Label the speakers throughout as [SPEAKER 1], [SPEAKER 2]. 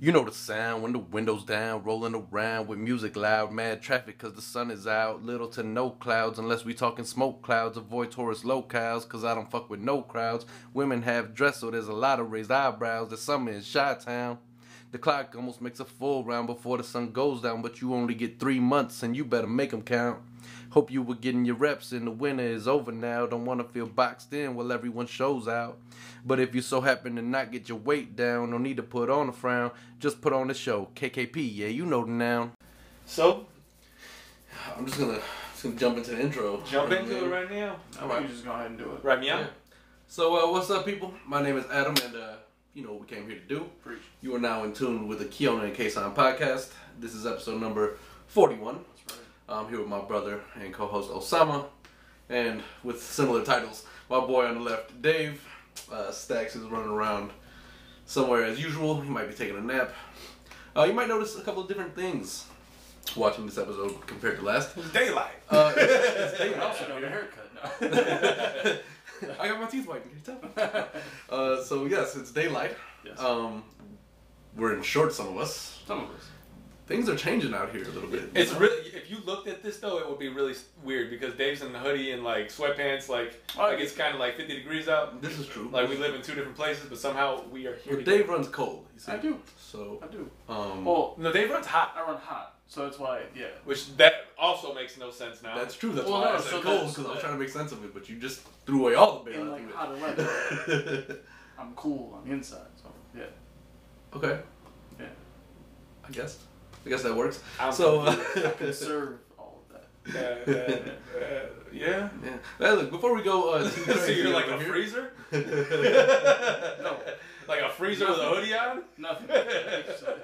[SPEAKER 1] You know the sound when the windows down, rolling around with music loud, mad traffic cause the sun is out, little to no clouds unless we talking smoke clouds, avoid tourist locales cause I don't fuck with no crowds. Women have dress so there's a lot of raised eyebrows, the summer in Chi Town. The clock almost makes a full round before the sun goes down, but you only get three months and you better make 'em count. Hope you were getting your reps and the winter is over now. Don't wanna feel boxed in while everyone shows out. But if you so happen to not get your weight down, no need to put on a frown. Just put on the show. KKP, yeah, you know the noun.
[SPEAKER 2] So
[SPEAKER 1] I'm just gonna, just gonna jump into the intro.
[SPEAKER 2] jump into it right now.
[SPEAKER 3] I think you just go ahead and do it.
[SPEAKER 2] Right, meow.
[SPEAKER 1] Yeah. So uh, what's up, people? My name is Adam, and uh, you know what we came here to do.
[SPEAKER 3] Preach.
[SPEAKER 1] You are now in tune with the Keona and Kason podcast. This is episode number 41.
[SPEAKER 3] That's right.
[SPEAKER 1] I'm here with my brother and co-host Osama, and with similar titles, my boy on the left, Dave. Uh, Stacks is running around somewhere as usual. He might be taking a nap. Uh, you might notice a couple of different things watching this episode compared to last.
[SPEAKER 2] It's daylight.
[SPEAKER 1] Uh, it's, it's daylight.
[SPEAKER 3] also know the haircut.
[SPEAKER 1] I got my teeth whitened. Can you tell? Uh, so yes, it's daylight.
[SPEAKER 3] Yes.
[SPEAKER 1] Um, we're in shorts, some of us.
[SPEAKER 3] Some of us.
[SPEAKER 1] Things are changing out here a little bit.
[SPEAKER 2] It's really. If you looked at this though, it would be really s- weird because Dave's in the hoodie and like sweatpants, like
[SPEAKER 3] Oh,
[SPEAKER 2] like it's kind of like 50 degrees out.
[SPEAKER 1] this is true.
[SPEAKER 2] Like we live in two different places, but somehow we are
[SPEAKER 1] Well,
[SPEAKER 2] here. together.
[SPEAKER 1] Dave runs cold. You see?
[SPEAKER 3] I do.
[SPEAKER 1] So
[SPEAKER 3] I do.
[SPEAKER 1] um,
[SPEAKER 3] Well,
[SPEAKER 2] No, Dave runs hot,
[SPEAKER 3] I run hot, so that's why. Yeah.
[SPEAKER 2] which that also makes no sense now.
[SPEAKER 1] that's true. That's
[SPEAKER 3] Well,
[SPEAKER 1] why I
[SPEAKER 3] no,
[SPEAKER 1] said
[SPEAKER 3] so
[SPEAKER 1] cold
[SPEAKER 3] that's-
[SPEAKER 1] because I was trying to make sense of it, but you just threw away all the bait.
[SPEAKER 3] In
[SPEAKER 1] out
[SPEAKER 3] like
[SPEAKER 1] of
[SPEAKER 3] hot
[SPEAKER 1] it.
[SPEAKER 3] weather, I'm cool on the inside. So yeah.
[SPEAKER 1] okay.
[SPEAKER 3] Yeah.
[SPEAKER 1] I guess. I guess that works.
[SPEAKER 2] I'm
[SPEAKER 1] so.
[SPEAKER 3] I
[SPEAKER 1] Uh,
[SPEAKER 3] conserve all of that.
[SPEAKER 2] Uh, uh, uh, yeah.
[SPEAKER 1] Yeah. Well, look, before we go, uh, too
[SPEAKER 2] so
[SPEAKER 1] crazy
[SPEAKER 2] you're like a
[SPEAKER 1] over here-
[SPEAKER 2] freezer?
[SPEAKER 3] No,
[SPEAKER 2] Like a freezer with a hoodie on?
[SPEAKER 3] nothing. I think so.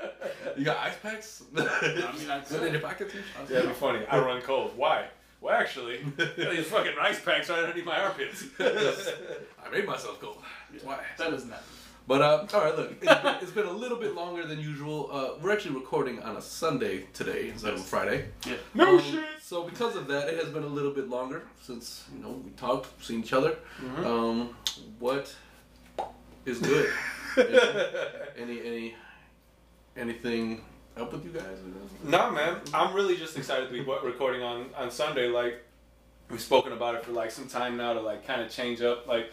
[SPEAKER 1] You got ice packs?
[SPEAKER 3] mean, I
[SPEAKER 1] Is that in your pocket too?
[SPEAKER 3] I was
[SPEAKER 2] Yeah, it'd be
[SPEAKER 3] like,
[SPEAKER 2] funny. I run cold. Why? Well, actually, these fucking rice packs right underneath my armpits.
[SPEAKER 1] I made myself cold. That's why.
[SPEAKER 3] That doesn't happen.
[SPEAKER 1] But uh, all right, look, it's been, it's been a little bit longer than usual. Uh, we're actually recording on a Sunday today instead of a Friday.
[SPEAKER 3] Yeah.
[SPEAKER 2] no
[SPEAKER 1] Um,
[SPEAKER 2] shit.
[SPEAKER 1] So because of that, it has been a little bit longer since you know we talked, seen each other.
[SPEAKER 3] Mm-hmm.
[SPEAKER 1] Um, what is good? any any anything up with you guys?
[SPEAKER 2] Nah, man. I'm really just excited to be bo- recording on on Sunday. Like we've spoken about it for like some time now to like kind of change up. Like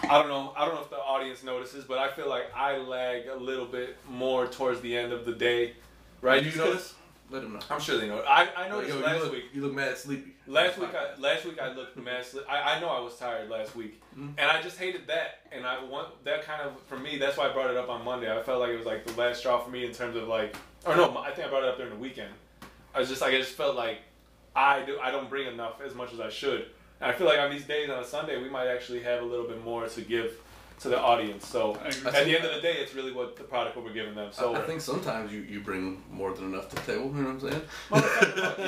[SPEAKER 2] I don't know. I don't know if the audience notices, but I feel like I lag a little bit more towards the end of the day. Right?
[SPEAKER 1] Did you
[SPEAKER 2] Just 'cause-
[SPEAKER 1] notice? Let him know.
[SPEAKER 2] I'm sure they know. I I noticed
[SPEAKER 1] Yo, you
[SPEAKER 2] last
[SPEAKER 1] look,
[SPEAKER 2] week.
[SPEAKER 1] You look mad sleepy.
[SPEAKER 2] Last week, I, last week I looked mess. I, I know I was tired last week, and I just hated that. And I want that kind of for me. That's why I brought it up on Monday. I felt like it was like the last straw for me in terms of like, or no, I think I brought it up during the weekend. I was just like, I just felt like I do. I don't bring enough as much as I should. And I feel like on these days on a Sunday, we might actually have a little bit more to give to the audience. So
[SPEAKER 3] I agree.
[SPEAKER 2] at the end of the day, it's really what the product what we're giving them. So
[SPEAKER 1] I think sometimes you, you bring more than enough to the table. You know what I'm saying?
[SPEAKER 2] Motherfucker, fuck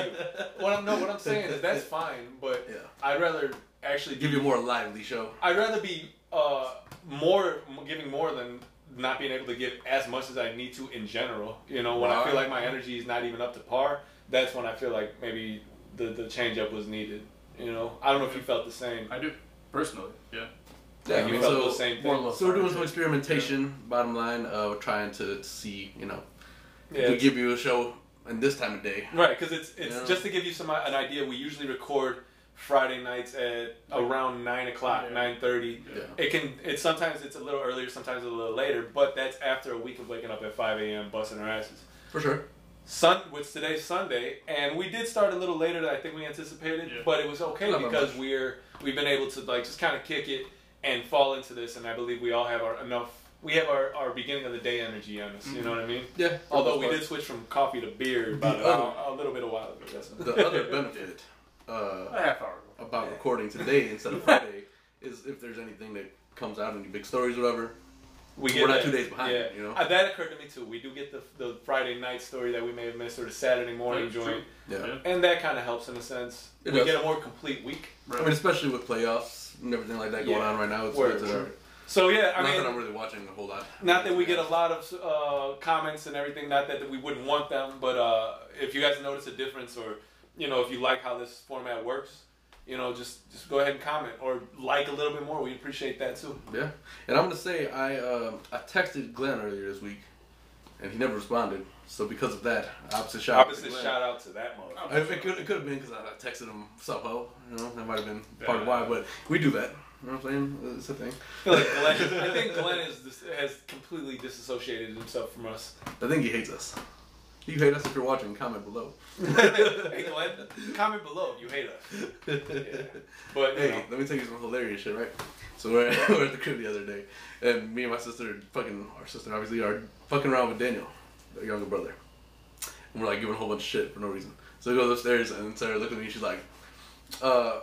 [SPEAKER 2] you. What I'm no, what I'm saying is that's fine, but
[SPEAKER 1] Yeah.
[SPEAKER 2] I'd rather actually
[SPEAKER 1] Give
[SPEAKER 2] give
[SPEAKER 1] you a more lively show.
[SPEAKER 2] I'd rather be uh, more m- giving more than not being able to give as much as I need to in general. You know, when I feel like my energy is not even up to par, that's when I feel like maybe the the change up was needed. You know, I don't know if you felt the same.
[SPEAKER 3] I do personally. Yeah.
[SPEAKER 2] Like,
[SPEAKER 1] I
[SPEAKER 2] you
[SPEAKER 1] mean,
[SPEAKER 2] felt
[SPEAKER 1] so,
[SPEAKER 2] the same
[SPEAKER 3] More
[SPEAKER 2] thing.
[SPEAKER 3] love.
[SPEAKER 1] so we're doing some experimentation. Bottom line, uh, we're trying to see, you know,
[SPEAKER 2] Yeah,
[SPEAKER 1] we give you a show in this time of day.
[SPEAKER 2] Right, because it's it's
[SPEAKER 1] Yeah.
[SPEAKER 2] just to give you some uh, an idea. We usually record Friday nights at around nine o'clock,
[SPEAKER 3] Yeah.
[SPEAKER 2] nine thirty.
[SPEAKER 1] Yeah.
[SPEAKER 2] It can it's sometimes it's a little earlier, sometimes a little later, but that's after a week of waking up at five a.m. busting our asses.
[SPEAKER 1] For sure.
[SPEAKER 2] Sun, which today's Sunday, and we did start a little later than I think we anticipated,
[SPEAKER 3] Yeah.
[SPEAKER 2] but it was okay
[SPEAKER 1] Not by
[SPEAKER 2] because
[SPEAKER 1] much.
[SPEAKER 2] we're we've been able to like just kind of kick it and fall into this, and I believe we all have our enough. We have our, our beginning of the day energy on us. You know what I mean?
[SPEAKER 1] Yeah.
[SPEAKER 2] Although we did switch from coffee to beer about
[SPEAKER 1] The
[SPEAKER 2] a,
[SPEAKER 1] other-
[SPEAKER 2] a little bit a while ago. That's
[SPEAKER 1] The other benefit uh,
[SPEAKER 3] A half hour. ago.
[SPEAKER 1] about recording today instead of Friday is if there's anything that comes out, any big stories or whatever.
[SPEAKER 2] we
[SPEAKER 1] We're not two days behind,
[SPEAKER 2] Yeah,
[SPEAKER 1] you know?
[SPEAKER 2] Uh, that occurred to me too. We do get the, the Friday night story that we may have missed or the Saturday morning
[SPEAKER 3] That's true.
[SPEAKER 2] joint,
[SPEAKER 1] Yeah.
[SPEAKER 3] Yeah.
[SPEAKER 2] and that kind of helps in a sense.
[SPEAKER 1] It
[SPEAKER 2] we
[SPEAKER 1] does.
[SPEAKER 2] get a more complete week.
[SPEAKER 1] I mean, especially with playoffs and everything like that going
[SPEAKER 2] Yeah.
[SPEAKER 1] on right now. It's
[SPEAKER 2] Word,
[SPEAKER 1] good to-
[SPEAKER 2] sure. So yeah, I
[SPEAKER 1] not
[SPEAKER 2] mean,
[SPEAKER 1] that I'm really watching a whole lot.
[SPEAKER 2] Not that we get a lot of uh, comments and everything. Not that we wouldn't want them, but uh, if you guys notice a difference, or you know, if you like how this format works, you know, just just go ahead and comment or like a little bit more. We appreciate that too.
[SPEAKER 1] uh, Yeah, and I'm gonna say I um I texted Glenn earlier this week, and he never responded. So because of that, opposite shot.
[SPEAKER 2] Opposite
[SPEAKER 1] Glenn.
[SPEAKER 2] shout out to that motherfucker.
[SPEAKER 1] It, it could it could have been because I texted him sup ho, you know that might have been part of why, but we do that. You know what I'm saying? It's a thing.
[SPEAKER 2] I feel like Glenn, I think Glenn is dis- has completely disassociated himself from us.
[SPEAKER 1] I think he hates us. If you hate us if you're watching, comment below.
[SPEAKER 2] hey Glenn, comment below if you hate us. But you know,
[SPEAKER 1] Hey, let me tell you some hilarious shit, right? So we're, we're at the crib the other day, and me and my sister, fucking our sister, obviously, are fucking around with Daniel, their younger brother, and we're like giving a whole bunch of shit for no reason. So we go upstairs, and Sarah looked at me. She's like, "Uh,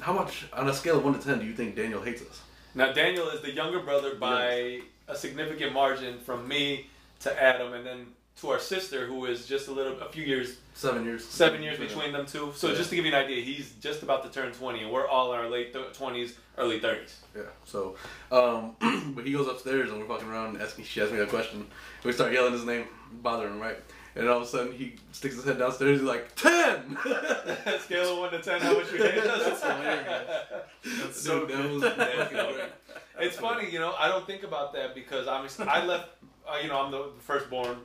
[SPEAKER 1] how much on a scale of one to ten do you think Daniel hates us?"
[SPEAKER 2] now Daniel is the younger brother by a significant margin from me to Adam, and then to our sister, who is just a little, a few years,
[SPEAKER 1] Seven years.
[SPEAKER 2] seven years between them two. So
[SPEAKER 1] Yeah.
[SPEAKER 2] just to give you an idea, he's just about to turn twenty, and we're all in our late twenties, early thirties.
[SPEAKER 1] Yeah. So, um, but he goes upstairs and we're fucking around and asking. She asked me a question. And we start yelling his name, bothering him, right? And all of a sudden, he sticks his head downstairs. He's like, 10!
[SPEAKER 2] Scale of one to ten, how much you hate us?
[SPEAKER 3] That's hilarious.
[SPEAKER 1] That's
[SPEAKER 3] so
[SPEAKER 1] that was fucking great.
[SPEAKER 2] It's funny, you know. I don't think about that because I'm. I left. Uh, you know, I'm the firstborn,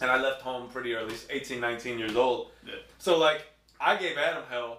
[SPEAKER 2] and I left home pretty early, 18, 19 years old.
[SPEAKER 3] Yeah.
[SPEAKER 2] So like, I gave Adam hell.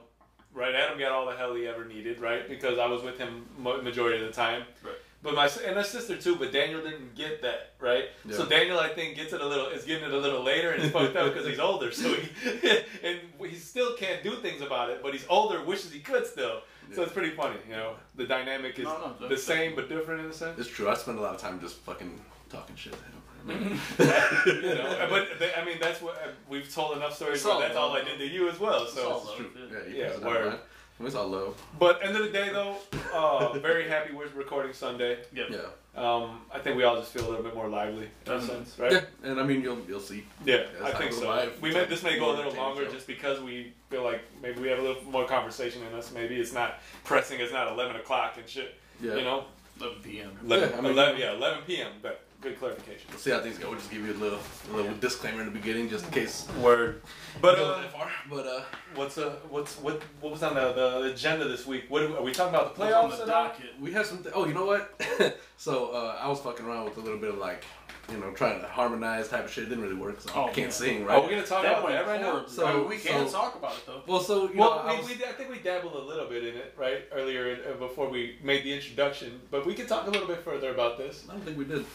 [SPEAKER 2] Right, Adam got all the hell he ever needed. Right, because I was with him mo- majority of the time.
[SPEAKER 3] Right.
[SPEAKER 2] But my si- and my sister too. But Daniel didn't get that. Right.
[SPEAKER 1] Yeah.
[SPEAKER 2] So Daniel, I think, gets it a little. Is getting it a little later, and it's fucked up because he's older. So he and he still can't do things about it. But he's older, wishes he could still. So
[SPEAKER 1] Yeah.
[SPEAKER 2] it's pretty funny, you know. The dynamic is
[SPEAKER 3] No, no,
[SPEAKER 2] the
[SPEAKER 3] that's-
[SPEAKER 2] same but different in a sense.
[SPEAKER 1] It's true. I spend a lot of time just fucking talking shit to him.
[SPEAKER 2] You know, uh, but they, I mean, that's what uh, we've told enough stories.
[SPEAKER 3] It's
[SPEAKER 2] Where
[SPEAKER 3] all
[SPEAKER 2] that's all I
[SPEAKER 3] love.
[SPEAKER 2] did to you as well.
[SPEAKER 3] It's all
[SPEAKER 2] So,
[SPEAKER 1] It's
[SPEAKER 3] love,
[SPEAKER 1] true. Yeah,
[SPEAKER 3] yeah.
[SPEAKER 1] you
[SPEAKER 2] Yeah,
[SPEAKER 1] guys know
[SPEAKER 2] word.
[SPEAKER 1] that. It's all love.
[SPEAKER 2] but end of the day though, uh, very happy we're recording Sunday.
[SPEAKER 3] Yeah.
[SPEAKER 1] Yeah.
[SPEAKER 2] Um, I think we all just feel a little bit more lively in a
[SPEAKER 3] Mhm.
[SPEAKER 2] sense, right?
[SPEAKER 1] Mm-hmm. Yeah. And I mean, you'll you'll see.
[SPEAKER 2] Yeah,
[SPEAKER 1] Yeah,
[SPEAKER 2] I
[SPEAKER 1] it's
[SPEAKER 2] think
[SPEAKER 1] not
[SPEAKER 2] so.
[SPEAKER 1] live.
[SPEAKER 2] We may, this may go a little
[SPEAKER 1] Entertaining
[SPEAKER 2] longer
[SPEAKER 1] show.
[SPEAKER 2] just because we feel like maybe we have a little more conversation in us. Maybe it's not pressing. It's not eleven o'clock and shit.
[SPEAKER 1] Yeah.
[SPEAKER 2] You know,
[SPEAKER 3] Love the end.
[SPEAKER 2] 11,
[SPEAKER 1] I mean-
[SPEAKER 2] 11 yeah, eleven p.m. But good clarification.
[SPEAKER 1] We'll see how things go. We'll just give you a little a little disclaimer in the beginning just in case.
[SPEAKER 2] Word. But
[SPEAKER 1] Go
[SPEAKER 2] uh,
[SPEAKER 1] that far. But uh,
[SPEAKER 2] What's uh, what's what what was on the, the agenda this week? What are we talking about the
[SPEAKER 3] What's on
[SPEAKER 2] playoffs?
[SPEAKER 3] the
[SPEAKER 2] at all?
[SPEAKER 3] docket.
[SPEAKER 1] We had some. Th- oh, you know what? so uh, I was fucking around with a little bit of like, you know, trying to harmonize type of shit. It didn't really work. So
[SPEAKER 3] Oh,
[SPEAKER 1] I can't
[SPEAKER 3] yeah.
[SPEAKER 1] sing, right?
[SPEAKER 2] Are we gonna talk
[SPEAKER 3] That
[SPEAKER 2] about
[SPEAKER 3] went
[SPEAKER 2] that right now?
[SPEAKER 3] horribly.
[SPEAKER 1] So-
[SPEAKER 3] I mean, we can
[SPEAKER 1] so-
[SPEAKER 3] talk about it though.
[SPEAKER 1] well, so you
[SPEAKER 2] Well,
[SPEAKER 1] know, I
[SPEAKER 2] we,
[SPEAKER 1] was-
[SPEAKER 2] we, I think we dabbled a little bit in it right earlier in, uh, before we made the introduction, but we could talk a little bit further about this.
[SPEAKER 1] I don't think we did.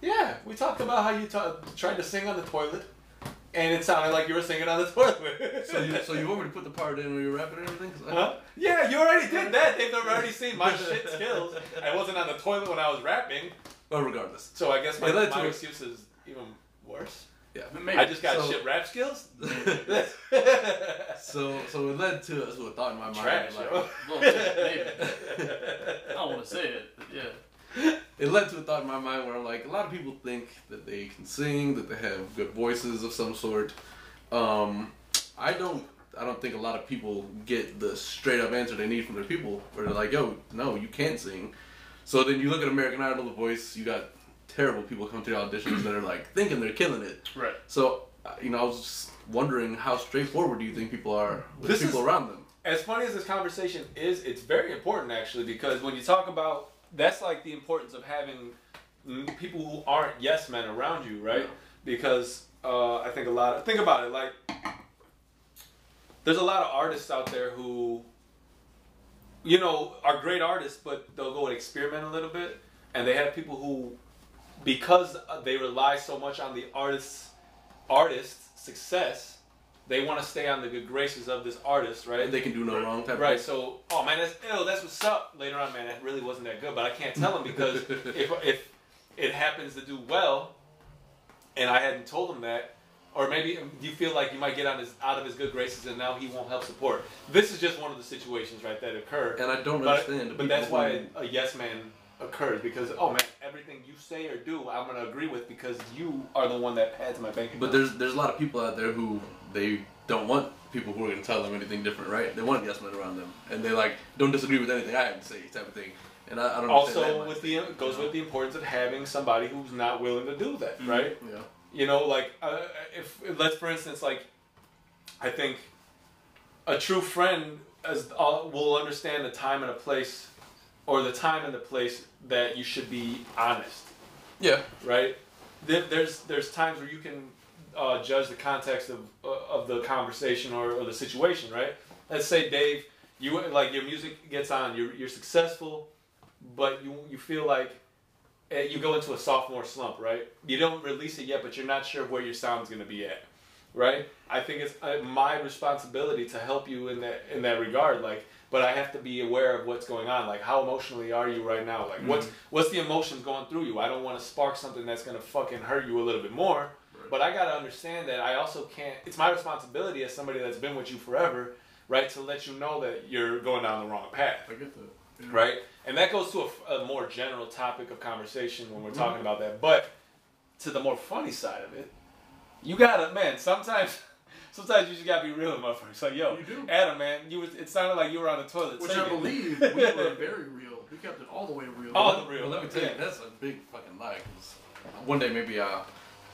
[SPEAKER 2] Yeah, we talked about how you ta- tried to sing on the toilet, and it sounded like you were singing on the toilet.
[SPEAKER 1] So you, so you want me to put the part in when you wrap it and everything? 'Cause I-
[SPEAKER 2] Huh? Yeah, you already did that. They've already seen my shit skills. I wasn't on the toilet when I was rapping,
[SPEAKER 1] Well, regardless.
[SPEAKER 2] so I guess my,
[SPEAKER 1] Yeah, that's
[SPEAKER 2] my
[SPEAKER 1] what-
[SPEAKER 2] excuse is even worse.
[SPEAKER 1] Yeah.
[SPEAKER 3] Maybe.
[SPEAKER 2] I just got
[SPEAKER 1] So-
[SPEAKER 2] shit rap skills.
[SPEAKER 1] So so it led to us to a thought in my mind.
[SPEAKER 2] Trash,
[SPEAKER 1] like-
[SPEAKER 2] yo.
[SPEAKER 3] Well, maybe. I don't want to say it. But yeah.
[SPEAKER 1] it led to a thought in my mind where I'm like, a lot of people think that they can sing, that they have good voices of some sort. Um, I don't. I don't think a lot of people get the straight up answer they need from their people, where they're like, "Yo, no, you can't sing." So then you look at American Idol, The Voice. You got terrible people come through auditions that are like thinking they're killing it.
[SPEAKER 3] Right.
[SPEAKER 1] So uh, you know, I was just wondering how straightforward do you think people are with
[SPEAKER 2] This
[SPEAKER 1] people
[SPEAKER 2] is-
[SPEAKER 1] around them?
[SPEAKER 2] as funny as this conversation is, it's very important actually because when you talk about that's like the importance of having mm, people who aren't yes men around you, right?
[SPEAKER 1] Yeah.
[SPEAKER 2] Because uh, I think a lot of think about it like there's a lot of artists out there who you know are great artists, but they'll go and experiment a little bit, and they have people who because uh, they rely so much on the artist's artist's success. They want to stay on the good graces of this artist, right?
[SPEAKER 1] And they can do no wrong type.
[SPEAKER 2] Right.
[SPEAKER 1] Of
[SPEAKER 2] So, oh man, that's ill. That's what's up. Later on, man, that really wasn't that good. But I can't tell him because if if it happens to do well, and I hadn't told him that, or maybe you feel like you might get on his out of his good graces, and now he won't help support. This is just one of the situations, right, that occur.
[SPEAKER 1] and I don't
[SPEAKER 2] but,
[SPEAKER 1] understand. the
[SPEAKER 2] but that's
[SPEAKER 1] people
[SPEAKER 2] why
[SPEAKER 1] who-
[SPEAKER 2] a yes man occurs because oh man, everything you say or do, I'm gonna agree with because you are the one that pads my bank.
[SPEAKER 1] But
[SPEAKER 2] account.
[SPEAKER 1] there's there's a lot of people out there who they don't want people who are going to tell them anything different, right? They want yes men around them, and they like don't disagree with anything I have to say, type of thing. And I, I don't understand
[SPEAKER 2] also
[SPEAKER 1] that
[SPEAKER 2] with the goes with the importance of having somebody who's not willing to do that, right?
[SPEAKER 1] much. yeah,
[SPEAKER 2] You know, like uh, if let's for instance, like I think a true friend as all, will understand the time and a place, or the time and the place that you should be honest,
[SPEAKER 1] yeah,
[SPEAKER 2] right? there, there's there's times where you can uh, judge the context of uh, of the conversation or, or the situation, right? Let's say Dave, you like your music gets on, you're you're successful, but you you feel like eh, you go into a sophomore slump, right? You don't release it yet, but you're not sure where your sound's gonna be at, right? I think it's uh, my responsibility to help you in that in that regard, like. But I have to be aware of what's going on. Like, how emotionally are you right now? Like, what's what's the emotions going through you? I don't want to spark something that's gonna fucking hurt you a little bit more. But I gotta understand that I also can't. It's my responsibility as somebody that's been with you forever, right, to let you know that you're going down the wrong path
[SPEAKER 3] I get that. Yeah.
[SPEAKER 2] right? And that goes to a f- a, more general topic of conversation when we're talking about that. But to the more funny side of it, you gotta, man. Sometimes, sometimes you just gotta be real with motherfuckers. Like, yo,
[SPEAKER 3] You do.
[SPEAKER 2] Adam, man, you was. It sounded like you were on the toilet.
[SPEAKER 3] Which I
[SPEAKER 2] singing.
[SPEAKER 3] believe we were very real. We kept it all the way real.
[SPEAKER 2] All the
[SPEAKER 1] But
[SPEAKER 2] real.
[SPEAKER 1] let me tell you,
[SPEAKER 2] yeah.
[SPEAKER 1] that's a big fucking lie. 'cause one day maybe I'll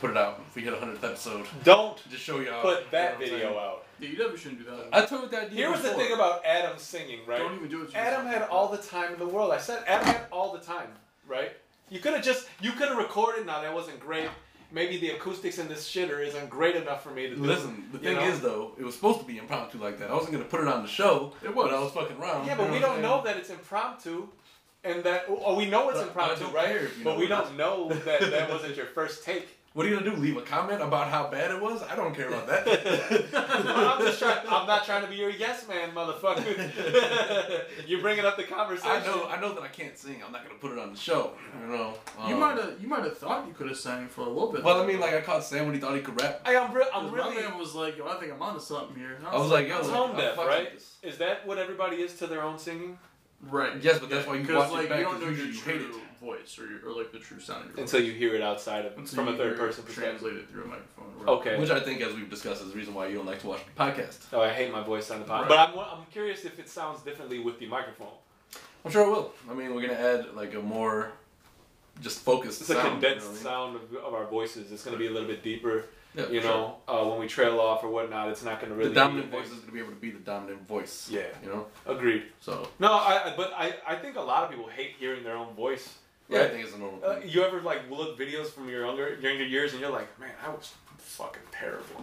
[SPEAKER 1] put it out if we hit a hundredth episode.
[SPEAKER 2] Don't
[SPEAKER 1] Just show y'all. you know
[SPEAKER 2] put
[SPEAKER 1] what
[SPEAKER 2] that
[SPEAKER 1] I'm
[SPEAKER 2] video
[SPEAKER 1] saying?
[SPEAKER 2] out.
[SPEAKER 3] yeah, you definitely shouldn't do that.
[SPEAKER 1] I told that.
[SPEAKER 2] Here was the thing about Adam singing, right?
[SPEAKER 3] Don't even do it. to
[SPEAKER 2] Adam
[SPEAKER 3] yourself.
[SPEAKER 2] had all the time in the world. I said Adam had all the time, right? You could have just you could have recorded. Now that wasn't great. Maybe the acoustics in this shitter isn't great enough for me to do.
[SPEAKER 1] Listen, the
[SPEAKER 2] you
[SPEAKER 1] thing
[SPEAKER 2] know?
[SPEAKER 1] is though, it was supposed to be impromptu like that. I wasn't gonna put it on the show.
[SPEAKER 3] It
[SPEAKER 1] But I was
[SPEAKER 3] was.
[SPEAKER 1] fucking wrong.
[SPEAKER 2] yeah, but we don't know that it's impromptu, and that or we know it's
[SPEAKER 1] But- but I
[SPEAKER 2] impromptu,
[SPEAKER 1] don't
[SPEAKER 2] right?
[SPEAKER 1] care if you
[SPEAKER 2] but
[SPEAKER 1] know
[SPEAKER 2] we
[SPEAKER 1] it
[SPEAKER 2] don't know that that wasn't your first take.
[SPEAKER 1] What are you gonna do? Leave a comment about how bad it was? I don't care about that.
[SPEAKER 2] No, I'm just trying. I'm not trying to be your yes man, motherfucker. You're bringing up the conversation.
[SPEAKER 1] I know. I know that I can't sing. I'm not gonna put it on the show. You know.
[SPEAKER 3] You
[SPEAKER 1] um,
[SPEAKER 3] might have. You might have thought you could have sang for a little bit.
[SPEAKER 1] Well, I mean, like I caught Sam when he thought he could rap.
[SPEAKER 2] I, am re- I'm
[SPEAKER 3] Because
[SPEAKER 2] really.
[SPEAKER 3] my man was like, "Yo, I think I'm onto something here." And
[SPEAKER 1] I was like, yo,
[SPEAKER 2] It's
[SPEAKER 1] like,
[SPEAKER 2] home
[SPEAKER 1] I'm
[SPEAKER 2] deaf,
[SPEAKER 1] fucking
[SPEAKER 2] right?
[SPEAKER 1] this.
[SPEAKER 2] Is that what everybody is to their own singing?
[SPEAKER 3] right,
[SPEAKER 1] Yes, but that's why you watch
[SPEAKER 3] because like
[SPEAKER 1] it back
[SPEAKER 3] you don't know
[SPEAKER 1] because
[SPEAKER 3] your
[SPEAKER 1] you hate
[SPEAKER 3] true
[SPEAKER 1] it.
[SPEAKER 3] voice or, your, or like the true sound of your
[SPEAKER 2] Until
[SPEAKER 3] voice.
[SPEAKER 2] you hear it outside of
[SPEAKER 3] Until
[SPEAKER 2] from a
[SPEAKER 3] you
[SPEAKER 2] third
[SPEAKER 3] hear it
[SPEAKER 2] person perspective.
[SPEAKER 3] translated through a microphone. Right?
[SPEAKER 2] Okay.
[SPEAKER 1] Which I think, as we've discussed, is the reason why you don't like to watch the podcast.
[SPEAKER 2] Oh, I hate my voice on the podcast. But
[SPEAKER 3] Right.
[SPEAKER 2] I'm, I'm curious if it sounds differently with the microphone.
[SPEAKER 1] I'm sure it will. I mean, we're gonna add like a more just focused
[SPEAKER 2] It's
[SPEAKER 1] sound.
[SPEAKER 2] a
[SPEAKER 1] you know
[SPEAKER 2] condensed
[SPEAKER 1] what I mean?
[SPEAKER 2] sound of, of our voices. It's going to be a little bit deeper,
[SPEAKER 1] Yeah,
[SPEAKER 2] you
[SPEAKER 1] for
[SPEAKER 2] know, uh, when we trail off or whatnot. It's not going to
[SPEAKER 1] sure.
[SPEAKER 2] really
[SPEAKER 1] the dominant
[SPEAKER 2] be a
[SPEAKER 1] voice is gonna be able to be the dominant voice.
[SPEAKER 2] Yeah.
[SPEAKER 1] You know.
[SPEAKER 2] Agreed.
[SPEAKER 1] So
[SPEAKER 2] No, I, I- but I, I think a lot of people hate hearing their own voice.
[SPEAKER 1] yeah, I
[SPEAKER 2] Right.
[SPEAKER 1] think it's a normal
[SPEAKER 2] Uh,
[SPEAKER 3] Mm.
[SPEAKER 1] thing.
[SPEAKER 2] you ever like look videos from your younger younger years and you're like, man, I was fucking
[SPEAKER 3] Right.
[SPEAKER 2] terrible.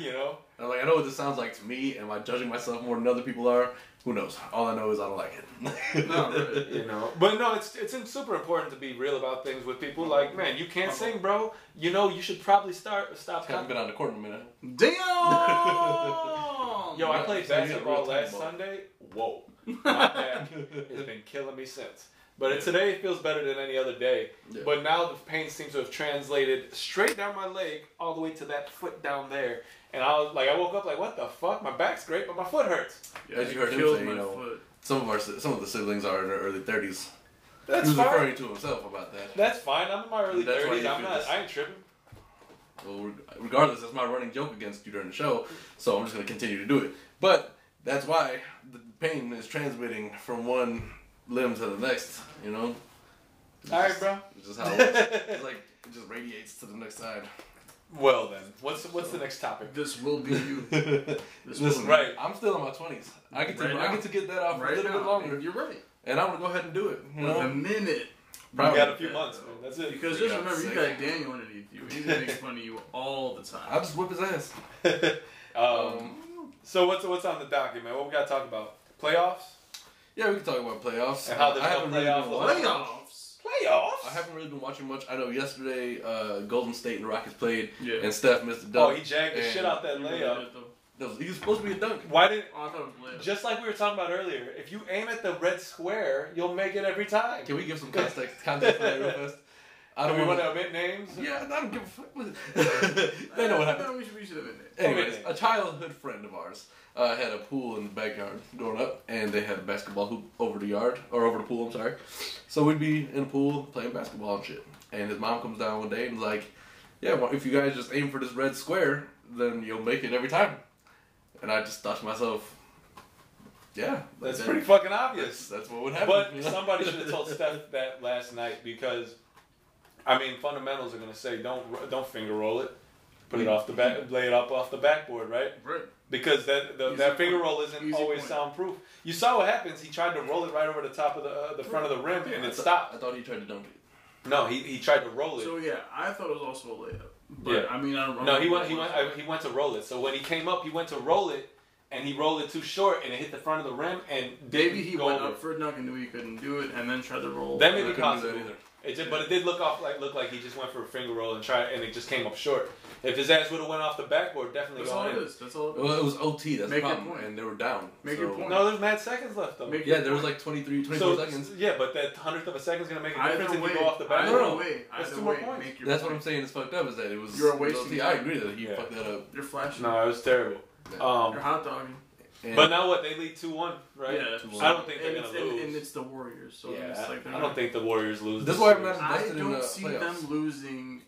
[SPEAKER 2] you know.
[SPEAKER 1] And, like I know what this sounds like to me. Am I judging myself more than other people are? Who knows? All I know is I don't like it.
[SPEAKER 3] No, right.
[SPEAKER 2] you know but no it's it's super important to be real about things with people like man you can't sing bro you know you should probably start stop
[SPEAKER 1] Haven't been on the court in a minute.
[SPEAKER 3] Damn!
[SPEAKER 2] yo i played
[SPEAKER 1] So you need a
[SPEAKER 2] basketball
[SPEAKER 1] real time
[SPEAKER 2] last
[SPEAKER 1] ball.
[SPEAKER 2] sunday whoa my back has been killing me since but
[SPEAKER 1] Yeah.
[SPEAKER 2] today it feels better than any other day
[SPEAKER 1] Yeah.
[SPEAKER 2] but now the pain seems to have translated straight down my leg all the way to that foot down there and i was like i woke up like what the fuck my back's great but my foot hurts
[SPEAKER 1] As you heard him
[SPEAKER 3] Killed
[SPEAKER 1] say,
[SPEAKER 3] my
[SPEAKER 1] you know,
[SPEAKER 3] foot.
[SPEAKER 1] Some of our si- some of the siblings are in their early thirties. He
[SPEAKER 2] that's
[SPEAKER 1] was
[SPEAKER 2] fine
[SPEAKER 1] referring to himself about that.
[SPEAKER 2] that's fine i'm in my early
[SPEAKER 1] That's why
[SPEAKER 2] 30s
[SPEAKER 1] you
[SPEAKER 2] i'm
[SPEAKER 1] do
[SPEAKER 2] not
[SPEAKER 1] this.
[SPEAKER 2] i ain't tripping
[SPEAKER 1] Well, reg- regardless, that's my running joke against you during the show, so I'm just going to continue to do it. But that's why the pain is transmitting from one limb to the next, you know? It's
[SPEAKER 2] All right,
[SPEAKER 1] just-
[SPEAKER 2] bro.
[SPEAKER 1] It's just how it works. It's like, it just radiates to the next side.
[SPEAKER 2] well then what's what's the next topic
[SPEAKER 3] This will be you. This
[SPEAKER 1] Listen,
[SPEAKER 3] will-
[SPEAKER 2] right.
[SPEAKER 1] I'm still in my 20s. I get to,
[SPEAKER 3] Right
[SPEAKER 1] I
[SPEAKER 3] now.
[SPEAKER 1] get to get that off
[SPEAKER 3] Right
[SPEAKER 1] a little
[SPEAKER 3] now,
[SPEAKER 1] bit longer,
[SPEAKER 3] You're right.
[SPEAKER 1] and I'm going to go ahead and do it, you
[SPEAKER 3] With a
[SPEAKER 1] know?
[SPEAKER 3] minute.
[SPEAKER 2] We
[SPEAKER 1] Probably.
[SPEAKER 2] got a few months, man. That's it.
[SPEAKER 3] Because
[SPEAKER 1] We
[SPEAKER 3] just
[SPEAKER 1] got
[SPEAKER 3] remember, you
[SPEAKER 1] six.
[SPEAKER 3] got Daniel underneath you. He's gonna make fun of you all the time.
[SPEAKER 1] I'll just whip his ass.
[SPEAKER 2] um, so what's what's on the docket, man? What we got to talk about? Playoffs?
[SPEAKER 1] Yeah, we can talk about playoffs.
[SPEAKER 2] And how there's
[SPEAKER 1] I
[SPEAKER 2] no
[SPEAKER 1] haven't really
[SPEAKER 2] playoff
[SPEAKER 1] been
[SPEAKER 2] left.
[SPEAKER 1] watching-
[SPEAKER 3] Playoffs.
[SPEAKER 2] Playoffs?
[SPEAKER 1] I haven't really been watching much. I know yesterday uh, Golden State and the Rockets played,
[SPEAKER 3] Yeah.
[SPEAKER 1] and Steph missed a dunk.
[SPEAKER 2] oh, he jagged the
[SPEAKER 1] And-
[SPEAKER 2] shit out that
[SPEAKER 3] You really
[SPEAKER 2] layup.
[SPEAKER 3] did, though.
[SPEAKER 1] That was, he was supposed to be a dunk.
[SPEAKER 2] Why didn't?
[SPEAKER 3] Oh, I thought it was layup.
[SPEAKER 2] Just like we were talking about earlier, if you aim at the red square, you'll make it every time.
[SPEAKER 1] Can we give some context, context for that real fast? I
[SPEAKER 2] Do
[SPEAKER 1] don't
[SPEAKER 2] we want
[SPEAKER 1] want to.
[SPEAKER 2] to omit names?
[SPEAKER 1] Yeah, I don't give a fuck. with it. they know what happened.
[SPEAKER 3] No, we should, we should have been there.
[SPEAKER 1] Anyways, a childhood friend of ours uh, had a pool in the backyard growing up, and they had a basketball hoop over the yard, or over the pool, I'm sorry. So we'd be in the pool playing basketball and shit. And his mom comes down one day and was like, Yeah, well, if you guys just aim for this red square, then you'll make it every time. And I just thought to myself, Yeah,
[SPEAKER 2] That's
[SPEAKER 1] that-
[SPEAKER 2] pretty fucking
[SPEAKER 1] That's,
[SPEAKER 2] obvious.
[SPEAKER 1] that's what would happen.
[SPEAKER 2] But
[SPEAKER 1] you know?
[SPEAKER 2] somebody should have told Steph that last night because, I mean, fundamentals are gonna say don't don't finger roll it, put it off the back, lay it up off the backboard, right?
[SPEAKER 3] Right.
[SPEAKER 2] because that the,
[SPEAKER 3] Easy
[SPEAKER 2] that finger
[SPEAKER 3] point.
[SPEAKER 2] roll isn't
[SPEAKER 3] Easy
[SPEAKER 2] always
[SPEAKER 3] point.
[SPEAKER 2] soundproof. You saw what happens. He tried to roll it right over the top of the uh, the front of the rim, and
[SPEAKER 1] I
[SPEAKER 2] it
[SPEAKER 1] thought-
[SPEAKER 2] stopped.
[SPEAKER 1] I thought he tried to dunk it.
[SPEAKER 2] No, he, he tried to roll it.
[SPEAKER 3] So yeah, I thought it was also a layup. But
[SPEAKER 2] Yeah.
[SPEAKER 3] I mean, I don't.
[SPEAKER 2] no, he
[SPEAKER 3] remember
[SPEAKER 2] went he
[SPEAKER 3] what
[SPEAKER 2] went
[SPEAKER 3] it
[SPEAKER 2] I- he went to roll it. So when he came up, he went to roll it, and he rolled it too short, and it hit the front of the rim, and
[SPEAKER 3] was. Maybe he
[SPEAKER 2] didn't go
[SPEAKER 3] went
[SPEAKER 2] over.
[SPEAKER 3] up for a dunk and knew he couldn't do it, and then tried to roll.
[SPEAKER 2] That may
[SPEAKER 3] and
[SPEAKER 2] be
[SPEAKER 3] couldn't do
[SPEAKER 2] possible.
[SPEAKER 3] that either.
[SPEAKER 2] It just, but it did look off like look like he just went for a finger roll and tried, and it just came up short. If his ass would have went off the backboard, definitely
[SPEAKER 3] That's all
[SPEAKER 2] going
[SPEAKER 3] it
[SPEAKER 2] in.
[SPEAKER 3] is. That's all. It is.
[SPEAKER 1] Well, it was OT. That's
[SPEAKER 3] Make
[SPEAKER 1] the
[SPEAKER 3] your
[SPEAKER 1] problem,
[SPEAKER 3] point.
[SPEAKER 1] and they were down.
[SPEAKER 3] Make
[SPEAKER 1] so-
[SPEAKER 3] your point.
[SPEAKER 2] No, there's mad seconds left though.
[SPEAKER 3] Make
[SPEAKER 1] Yeah, there was like 23, 24
[SPEAKER 2] So
[SPEAKER 1] seconds.
[SPEAKER 2] yeah, but that hundredth of a second is gonna make a
[SPEAKER 3] Either
[SPEAKER 2] difference if
[SPEAKER 3] way,
[SPEAKER 2] you go off the
[SPEAKER 1] I
[SPEAKER 3] either
[SPEAKER 1] don't know.
[SPEAKER 2] backboard.
[SPEAKER 3] way,
[SPEAKER 2] That's
[SPEAKER 3] either
[SPEAKER 2] two more
[SPEAKER 3] way,
[SPEAKER 2] points.
[SPEAKER 3] make your
[SPEAKER 1] That's
[SPEAKER 3] point.
[SPEAKER 1] what I'm saying. It's fucked up. Is that it was.
[SPEAKER 3] You're
[SPEAKER 1] it was OT.
[SPEAKER 3] wasting
[SPEAKER 1] I
[SPEAKER 3] time.
[SPEAKER 1] agree that he
[SPEAKER 2] Yeah.
[SPEAKER 1] fucked that up.
[SPEAKER 3] You're flashing.
[SPEAKER 2] No, it was terrible.
[SPEAKER 1] Yeah.
[SPEAKER 3] You're
[SPEAKER 2] Um,
[SPEAKER 3] hot dogging.
[SPEAKER 1] And
[SPEAKER 2] but now what? They lead two one, right?
[SPEAKER 3] Yeah. that's
[SPEAKER 1] I
[SPEAKER 3] what-
[SPEAKER 2] don't think they're
[SPEAKER 3] and
[SPEAKER 2] gonna
[SPEAKER 3] it's- and-
[SPEAKER 2] lose.
[SPEAKER 3] And it's the Warriors, so
[SPEAKER 2] yeah,
[SPEAKER 3] it's like
[SPEAKER 2] I
[SPEAKER 3] they're not-
[SPEAKER 2] don't think the Warriors lose.
[SPEAKER 1] That's
[SPEAKER 2] this
[SPEAKER 1] why
[SPEAKER 2] series.
[SPEAKER 1] I'm not-
[SPEAKER 3] I
[SPEAKER 1] invested in
[SPEAKER 3] don't
[SPEAKER 1] the
[SPEAKER 3] see
[SPEAKER 1] playoffs.
[SPEAKER 3] them losing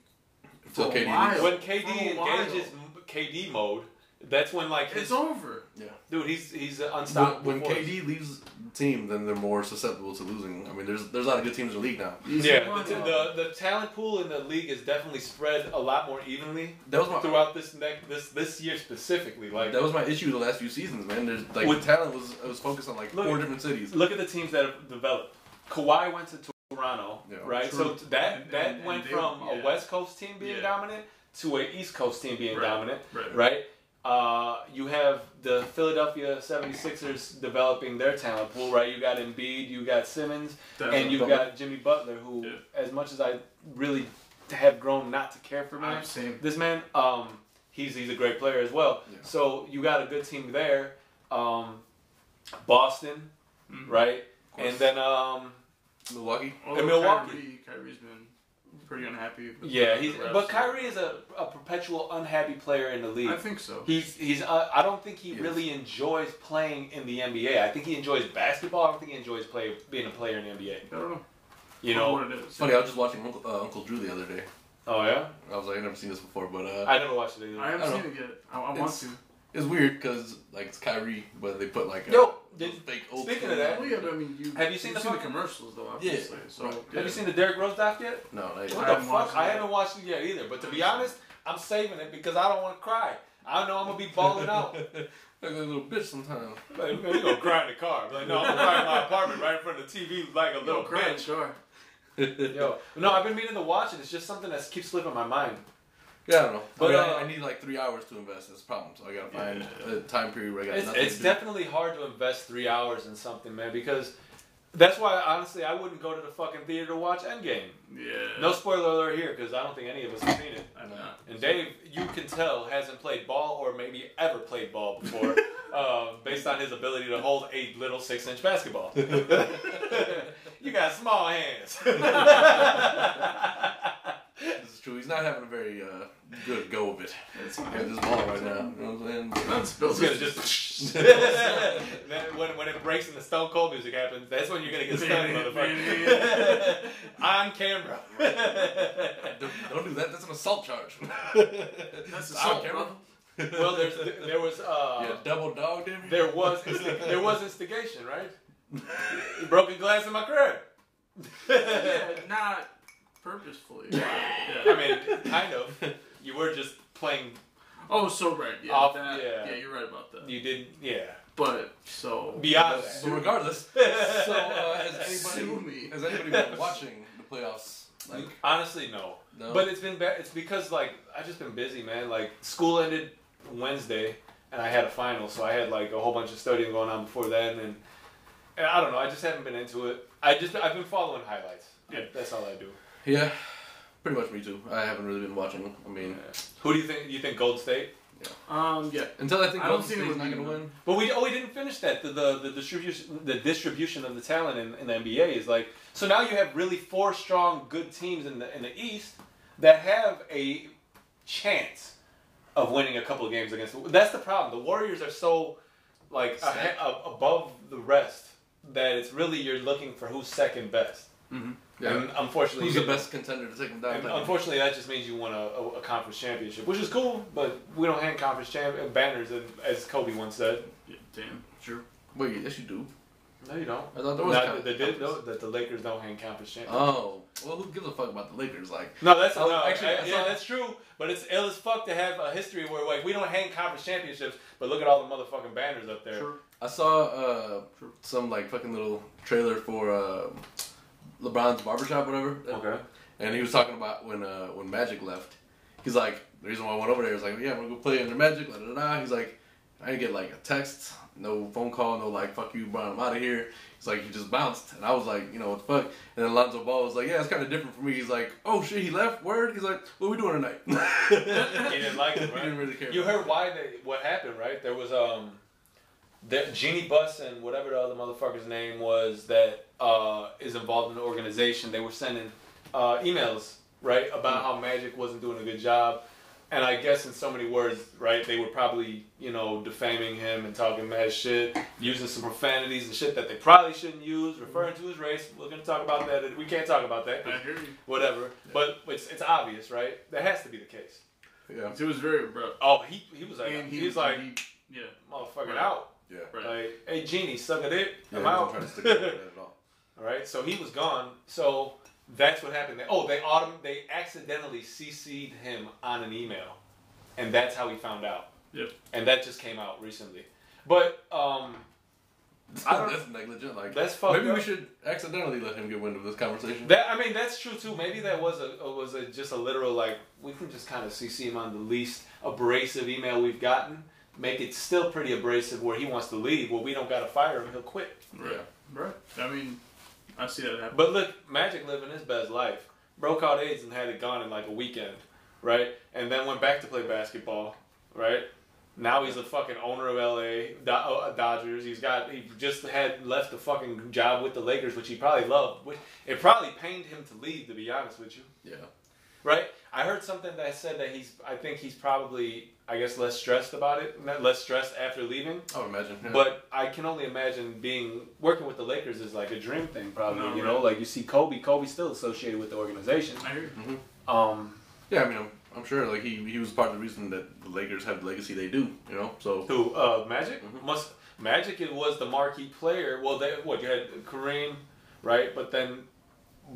[SPEAKER 1] So
[SPEAKER 3] for a
[SPEAKER 1] KD
[SPEAKER 3] while.
[SPEAKER 2] when
[SPEAKER 3] For a
[SPEAKER 2] KD
[SPEAKER 3] while.
[SPEAKER 2] engages m- KD mode, that's when like his,
[SPEAKER 3] it's over.
[SPEAKER 2] dude, he's he's an
[SPEAKER 1] when,
[SPEAKER 2] unstoppable.
[SPEAKER 1] when
[SPEAKER 2] force.
[SPEAKER 1] KD leaves the team, then they're more susceptible to losing. I mean, there's there's a lot of good teams in the league now.
[SPEAKER 3] Easy
[SPEAKER 2] Yeah,
[SPEAKER 3] money.
[SPEAKER 2] the, the, the talent pool in the league is definitely spread a lot more evenly
[SPEAKER 1] That was my
[SPEAKER 2] throughout this next this this year specifically. Like,
[SPEAKER 1] that was my issue the last few seasons, man. There's like
[SPEAKER 2] With-
[SPEAKER 1] talent was was focused on like
[SPEAKER 2] Look-
[SPEAKER 1] four different cities.
[SPEAKER 2] look at the teams that have developed. Kawhi went to Toronto,
[SPEAKER 1] Yeah.
[SPEAKER 2] right? So
[SPEAKER 3] True.
[SPEAKER 2] that
[SPEAKER 3] And-
[SPEAKER 2] that
[SPEAKER 3] and-
[SPEAKER 2] went
[SPEAKER 3] and they-
[SPEAKER 2] from a
[SPEAKER 3] yeah.
[SPEAKER 2] West Coast team being
[SPEAKER 3] Yeah.
[SPEAKER 2] dominant to an East Coast team being
[SPEAKER 3] Right.
[SPEAKER 2] dominant,
[SPEAKER 3] Right.
[SPEAKER 2] right? Uh, you have the Philadelphia 76ers developing their talent pool, right? You got Embiid, you got Simmons, and
[SPEAKER 3] Definitely.
[SPEAKER 2] you've got Jimmy Butler, who,
[SPEAKER 3] Yeah.
[SPEAKER 2] as much as I really have grown not to care for
[SPEAKER 3] I'm
[SPEAKER 2] him,
[SPEAKER 3] saying
[SPEAKER 2] this man, um, he's he's a great player as well.
[SPEAKER 1] Yeah.
[SPEAKER 2] So you got a good team there, um, Boston,
[SPEAKER 3] Mhm.
[SPEAKER 2] right,
[SPEAKER 1] Mm-hmm. Of course.
[SPEAKER 2] and then um,
[SPEAKER 1] Milwaukee.
[SPEAKER 3] although
[SPEAKER 2] Mm-hmm. and Milwaukee.
[SPEAKER 3] Kyrie, Kyrie's been pretty unhappy. with
[SPEAKER 2] yeah,
[SPEAKER 3] the
[SPEAKER 2] he's
[SPEAKER 3] refs.
[SPEAKER 2] but Kyrie is a, a perpetual unhappy player in the
[SPEAKER 3] I
[SPEAKER 2] league.
[SPEAKER 3] think so.
[SPEAKER 2] He's he's uh, I don't think he
[SPEAKER 1] Yes.
[SPEAKER 2] really enjoys playing in the NBA. I think he enjoys basketball. I don't think he enjoys play being a player in the NBA.
[SPEAKER 3] I don't know.
[SPEAKER 2] You
[SPEAKER 3] I
[SPEAKER 2] know?
[SPEAKER 3] don't know what it is.
[SPEAKER 1] It's funny. I was just watching Uncle, uh, Uncle Drew the other day.
[SPEAKER 2] Oh yeah.
[SPEAKER 1] I was like, I never seen this before, but uh,
[SPEAKER 2] I never watched it
[SPEAKER 3] I
[SPEAKER 2] either.
[SPEAKER 3] haven't
[SPEAKER 1] I
[SPEAKER 3] seen it yet. I, I want
[SPEAKER 1] It's-
[SPEAKER 3] to.
[SPEAKER 1] it's weird because like it's Kyrie, but they put like a,
[SPEAKER 2] Yo,
[SPEAKER 1] those
[SPEAKER 2] did-
[SPEAKER 1] fake old.
[SPEAKER 2] speaking
[SPEAKER 1] school-
[SPEAKER 2] of that-
[SPEAKER 3] Well, yeah, but I mean, you
[SPEAKER 2] Have you seen
[SPEAKER 3] you've
[SPEAKER 2] the
[SPEAKER 3] seen the
[SPEAKER 2] fucking-
[SPEAKER 3] commercials though?
[SPEAKER 1] Yeah,
[SPEAKER 3] Obviously. So
[SPEAKER 1] right.
[SPEAKER 3] yeah.
[SPEAKER 2] Have you seen the Derrick Rose doc yet?
[SPEAKER 1] no, not
[SPEAKER 2] What
[SPEAKER 1] yet.
[SPEAKER 3] I
[SPEAKER 2] the
[SPEAKER 3] haven't
[SPEAKER 2] fuck?
[SPEAKER 3] watched
[SPEAKER 2] I
[SPEAKER 3] it.
[SPEAKER 2] haven't watched it yet either. But to be honest, I'm saving it because I don't want to cry. I know I'm gonna be balling out.
[SPEAKER 1] like a little bitch sometimes.
[SPEAKER 2] Like, man, you gonna cry in the car? Like, no, I'm gonna cry in my apartment right in front of the TV like a little
[SPEAKER 3] Yo, crying,
[SPEAKER 2] bitch.
[SPEAKER 3] sure.
[SPEAKER 2] Yo, no, I've been meaning to watch it. It's just something that keeps slipping my mind.
[SPEAKER 1] Yeah, I don't know.
[SPEAKER 2] But,
[SPEAKER 1] But
[SPEAKER 2] uh,
[SPEAKER 1] I, I need like three hours to invest. That's a problem. So I gotta find
[SPEAKER 3] Yeah.
[SPEAKER 1] a time period where I got
[SPEAKER 2] It's,
[SPEAKER 1] nothing
[SPEAKER 2] it's
[SPEAKER 1] to do.
[SPEAKER 2] definitely hard to invest three hours in something, man, because that's why honestly I wouldn't go to the fucking theater to watch Endgame.
[SPEAKER 3] Yeah.
[SPEAKER 2] No spoiler alert here because I don't think any of us have seen it.
[SPEAKER 3] I'm not.
[SPEAKER 2] And Dave, you can tell, hasn't played ball or maybe ever played ball before, uh, based on his ability to hold a little six inch basketball. you got small hands.
[SPEAKER 1] This is true. He's not having a very uh, good go of it
[SPEAKER 3] It's
[SPEAKER 1] at
[SPEAKER 3] fine.
[SPEAKER 1] this ball right now. You know what I'm saying?
[SPEAKER 3] That's
[SPEAKER 2] it's
[SPEAKER 3] built.
[SPEAKER 2] gonna just. Then when, when it breaks and the Stone Cold music happens, that's when you're gonna get stunned, motherfucker. on camera.
[SPEAKER 1] Don't, don't do that. That's an assault charge.
[SPEAKER 3] That's
[SPEAKER 1] On
[SPEAKER 3] assault,
[SPEAKER 1] camera.
[SPEAKER 3] bro.
[SPEAKER 2] well, there's, there was. Uh,
[SPEAKER 1] yeah, double dog did
[SPEAKER 2] There was there was instigation, right? Broken glass in my crib.
[SPEAKER 3] yeah,
[SPEAKER 2] I
[SPEAKER 3] not purposefully. Yeah.
[SPEAKER 2] mean, kind of. You were just playing.
[SPEAKER 3] Oh, so right. Yeah,
[SPEAKER 2] Off-
[SPEAKER 3] that,
[SPEAKER 2] yeah.
[SPEAKER 3] yeah. you're right about that.
[SPEAKER 2] You did, yeah.
[SPEAKER 3] But so
[SPEAKER 2] Beyond
[SPEAKER 1] So
[SPEAKER 2] that.
[SPEAKER 1] regardless, so uh, has
[SPEAKER 3] Sue
[SPEAKER 1] anybody
[SPEAKER 3] me.
[SPEAKER 1] has anybody been watching the playoffs? Like,
[SPEAKER 2] Mm-hmm. Honestly, no.
[SPEAKER 1] no.
[SPEAKER 2] But it's been bad. It's because like I've just been busy, man. Like school ended Wednesday, and I had a final, so I had like a whole bunch of studying going on before that, and, and I don't know. I just haven't been into it. I just I've been following highlights.
[SPEAKER 3] Yeah.
[SPEAKER 2] That's all I do.
[SPEAKER 1] yeah, pretty much me too. I haven't really been watching. I mean,
[SPEAKER 2] Who do you think? You think Gold State?
[SPEAKER 3] um yeah.
[SPEAKER 1] until I think
[SPEAKER 3] I don't
[SPEAKER 1] Golden
[SPEAKER 3] see them
[SPEAKER 1] State's not
[SPEAKER 3] winning,
[SPEAKER 1] gonna
[SPEAKER 3] though.
[SPEAKER 1] win.
[SPEAKER 2] But we oh we didn't finish that the the, the distribution the distribution of the talent in, in the NBA is like so now you have really four strong good teams in the in the East that have a chance of winning a couple of games against that's the problem the Warriors are so like
[SPEAKER 1] Set.
[SPEAKER 2] ahe- a- above the rest that it's really you're looking for who's second best
[SPEAKER 1] Yeah.
[SPEAKER 2] and unfortunately
[SPEAKER 1] Who's
[SPEAKER 2] you
[SPEAKER 1] the
[SPEAKER 2] get-
[SPEAKER 1] best contender to take them down?
[SPEAKER 2] and unfortunately, that just means you won a, a, a conference championship, which is cool, but we don't hang conference champ- banners, as Kobe once said.
[SPEAKER 3] yeah damn, sure.
[SPEAKER 1] Wait, yes you do.
[SPEAKER 2] No, you don't.
[SPEAKER 1] I thought there was.
[SPEAKER 2] No,
[SPEAKER 1] con-
[SPEAKER 2] the, the, no, that the Lakers don't hang conference champions.
[SPEAKER 1] Oh, well, who gives a fuck about the Lakers? Like,
[SPEAKER 2] no, that's
[SPEAKER 1] Oh,
[SPEAKER 2] no,
[SPEAKER 1] actually,
[SPEAKER 2] I-
[SPEAKER 1] that's
[SPEAKER 2] yeah,
[SPEAKER 1] not-
[SPEAKER 2] that's true. But it's ill as fuck to have a history where like we don't hang conference championships, but look at all the motherfucking banners up there.
[SPEAKER 3] Sure.
[SPEAKER 1] I saw uh,
[SPEAKER 3] True.
[SPEAKER 1] some like fucking little trailer for uh, LeBron's barbershop, whatever. and he was talking about when uh, when Magic left. He's like, the reason why I went over there is like, yeah, we're gonna play under Magic. La, da, da, da. He's like, I didn't get like a text, no phone call, no like, fuck you, Brian, I'm out of here. He's like, he just bounced, and I was like, you know what the fuck. And then Lonzo Ball was like, yeah, it's kind of different for me. He's like, oh shit, he left. Word. He's like, what we doing tonight? he
[SPEAKER 2] He didn't like it,
[SPEAKER 1] He
[SPEAKER 2] right?
[SPEAKER 1] didn't really care.
[SPEAKER 2] You
[SPEAKER 1] about
[SPEAKER 2] heard why they, what happened, right? There was um, that Jeannie Buss and whatever the other motherfucker's name was that uh, is involved in the organization. They were sending uh, emails, right, about how Magic wasn't doing a good job, and I guess in so many words, right, they were probably you know defaming him and talking mad shit, using some profanities and shit that they probably shouldn't use, referring to his race. We're gonna talk about that. We can't talk about that.
[SPEAKER 3] I hear you.
[SPEAKER 2] Whatever, but it's, it's obvious, right? That has to be the case.
[SPEAKER 1] it. Yeah,
[SPEAKER 3] It was very abrupt.
[SPEAKER 2] Oh, he he was like
[SPEAKER 3] And
[SPEAKER 2] he,
[SPEAKER 3] he
[SPEAKER 2] was like
[SPEAKER 3] he- yeah.
[SPEAKER 2] motherfucker
[SPEAKER 3] Right.
[SPEAKER 2] out.
[SPEAKER 1] yeah.
[SPEAKER 3] Right.
[SPEAKER 2] Like, hey genie, suck a dick.
[SPEAKER 1] Yeah,
[SPEAKER 2] I'm
[SPEAKER 1] he wasn't
[SPEAKER 2] out.
[SPEAKER 1] trying to stick up for that at all.
[SPEAKER 2] All right, so he was gone. So that's what happened. They- Oh, they autom- they accidentally CC'd him on an email, and that's how he found out.
[SPEAKER 3] Yep.
[SPEAKER 2] And that just came out recently. But um, I don't-
[SPEAKER 1] that's negligent. Like
[SPEAKER 2] That's fucked
[SPEAKER 1] Maybe we
[SPEAKER 2] up.
[SPEAKER 1] should accidentally let him get wind of this conversation.
[SPEAKER 2] that I mean that's true too. Maybe that was a a- was a, just a literal like we can just kind of CC him on the least abrasive email we've gotten. Make it still pretty abrasive where he wants to leave. Well, we don't gotta fire him. He'll quit.
[SPEAKER 3] Right. Right. I mean, I see that happen.
[SPEAKER 2] But look, Magic living his best life. Bro caught AIDS and had it gone in like a weekend, right? And then went back to play basketball, right? Now he's the fucking owner of LA Do- uh, Dodgers. He's got he just had left the fucking job with the Lakers, which he probably loved. Which it probably pained him to leave, to be honest with you,
[SPEAKER 1] Yeah.
[SPEAKER 2] right? I heard something that said that he's. I think he's probably, I guess, less stressed about it, not less stressed after leaving.
[SPEAKER 1] I would imagine. Yeah.
[SPEAKER 2] But I can only imagine being working with the Lakers is like a dream thing, probably.
[SPEAKER 3] No,
[SPEAKER 2] you
[SPEAKER 3] right.
[SPEAKER 2] know, like you see Kobe. Kobe's still associated with the organization.
[SPEAKER 3] I hear you.
[SPEAKER 2] Um,
[SPEAKER 1] yeah, I mean, I'm, I'm sure like he he was part of the reason that the Lakers have the legacy they do. You know, so
[SPEAKER 2] who? Uh, Magic
[SPEAKER 1] Mhm.
[SPEAKER 2] must. Magic it was the marquee player. Well, they, what you had Kareem, right? But then,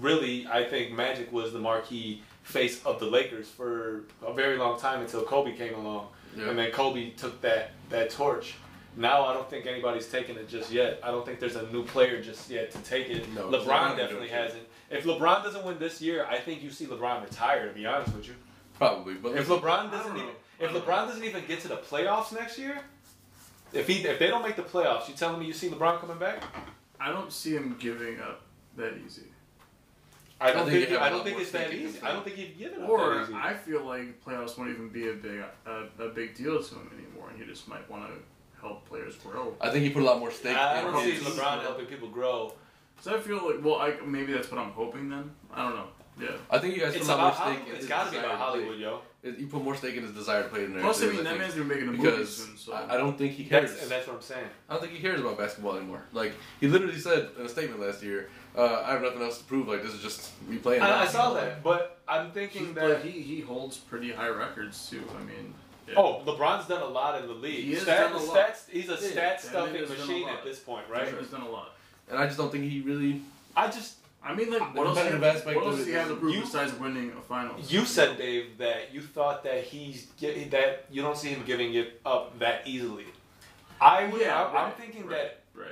[SPEAKER 2] really, I think Magic was the marquee face of the Lakers for a very long time until Kobe came along,
[SPEAKER 1] Yeah.
[SPEAKER 2] and then Kobe took that that torch. Now I don't think anybody's taken it just yet. I don't think there's a new player just yet to take it.
[SPEAKER 1] No, LeBron
[SPEAKER 2] LeBron definitely
[SPEAKER 1] doesn't.
[SPEAKER 2] hasn't. If LeBron doesn't win this year, I think you see LeBron retire. To be honest with you,
[SPEAKER 1] probably. But
[SPEAKER 2] if
[SPEAKER 1] listen,
[SPEAKER 2] LeBron
[SPEAKER 3] I don't
[SPEAKER 2] doesn't
[SPEAKER 3] know.
[SPEAKER 2] even
[SPEAKER 3] I
[SPEAKER 2] if
[SPEAKER 3] don't
[SPEAKER 2] LeBron doesn't even get to the playoffs next year, if he if they don't make the playoffs, you telling me you see LeBron coming back?
[SPEAKER 3] I don't see him giving up that easy.
[SPEAKER 2] I
[SPEAKER 1] I
[SPEAKER 2] don't
[SPEAKER 1] think
[SPEAKER 2] think
[SPEAKER 1] you have
[SPEAKER 2] I
[SPEAKER 1] a lot
[SPEAKER 2] don't think
[SPEAKER 1] more
[SPEAKER 2] it's that
[SPEAKER 1] thinking
[SPEAKER 2] easy.
[SPEAKER 1] than
[SPEAKER 2] I don't think he'd give it up that
[SPEAKER 3] Or
[SPEAKER 2] easy.
[SPEAKER 3] I feel like playoffs won't even be a big a, a big deal to him anymore, and he just might want to help players grow.
[SPEAKER 1] I think he put a lot more stake.
[SPEAKER 2] I
[SPEAKER 1] in
[SPEAKER 2] don't see
[SPEAKER 1] his-
[SPEAKER 3] it's-
[SPEAKER 2] LeBron helping people grow.
[SPEAKER 3] So I feel like, well, I, maybe that's what I'm hoping. Then I don't know. Yeah.
[SPEAKER 1] I think you guys
[SPEAKER 2] It's
[SPEAKER 1] put a lot more
[SPEAKER 2] about
[SPEAKER 1] stake.
[SPEAKER 2] Hollywood.
[SPEAKER 1] in
[SPEAKER 2] It's
[SPEAKER 1] his
[SPEAKER 2] got to be
[SPEAKER 1] desire
[SPEAKER 2] about
[SPEAKER 1] to play.
[SPEAKER 2] Hollywood, yo.
[SPEAKER 1] It- You put more stake in his desire to play than
[SPEAKER 3] Plus, I
[SPEAKER 1] everything
[SPEAKER 3] mean,
[SPEAKER 1] else,
[SPEAKER 3] that man's gonna be making a movie
[SPEAKER 1] because
[SPEAKER 3] soon, so
[SPEAKER 1] I, I don't think he cares.
[SPEAKER 2] That's, and that's what I'm saying.
[SPEAKER 1] I don't think he cares about basketball anymore. Like he literally said in a statement last year, uh, "I have nothing else to prove. Like this is just me playing."
[SPEAKER 2] I, I
[SPEAKER 1] basketball."
[SPEAKER 2] saw that, but I'm
[SPEAKER 3] He,
[SPEAKER 2] thinking
[SPEAKER 3] but
[SPEAKER 2] that.
[SPEAKER 3] he he holds pretty high records too. I mean, yeah.
[SPEAKER 2] Oh, LeBron's done a lot in the league.
[SPEAKER 3] He has
[SPEAKER 2] Stat-
[SPEAKER 3] done a lot.
[SPEAKER 2] stats, he's a
[SPEAKER 3] Yeah,
[SPEAKER 2] stat
[SPEAKER 3] Batman
[SPEAKER 2] stuffing
[SPEAKER 3] has done a
[SPEAKER 2] machine
[SPEAKER 3] lot.
[SPEAKER 2] at this point,
[SPEAKER 3] right.
[SPEAKER 2] right?
[SPEAKER 3] He's done a lot.
[SPEAKER 1] And I just don't think he really.
[SPEAKER 2] I just
[SPEAKER 3] I mean, like
[SPEAKER 1] The
[SPEAKER 3] what else?
[SPEAKER 1] competitive
[SPEAKER 3] he-
[SPEAKER 1] aspect
[SPEAKER 3] what
[SPEAKER 1] of
[SPEAKER 3] else
[SPEAKER 1] it
[SPEAKER 3] does he have to
[SPEAKER 1] is-
[SPEAKER 3] prove
[SPEAKER 2] You-
[SPEAKER 3] besides winning a finals?
[SPEAKER 2] You said, Dave, that you thought that he's get, that you don't see him giving it up that easily. I would,
[SPEAKER 3] Yeah,
[SPEAKER 2] I, I'm
[SPEAKER 3] right,
[SPEAKER 2] thinking
[SPEAKER 3] right, right.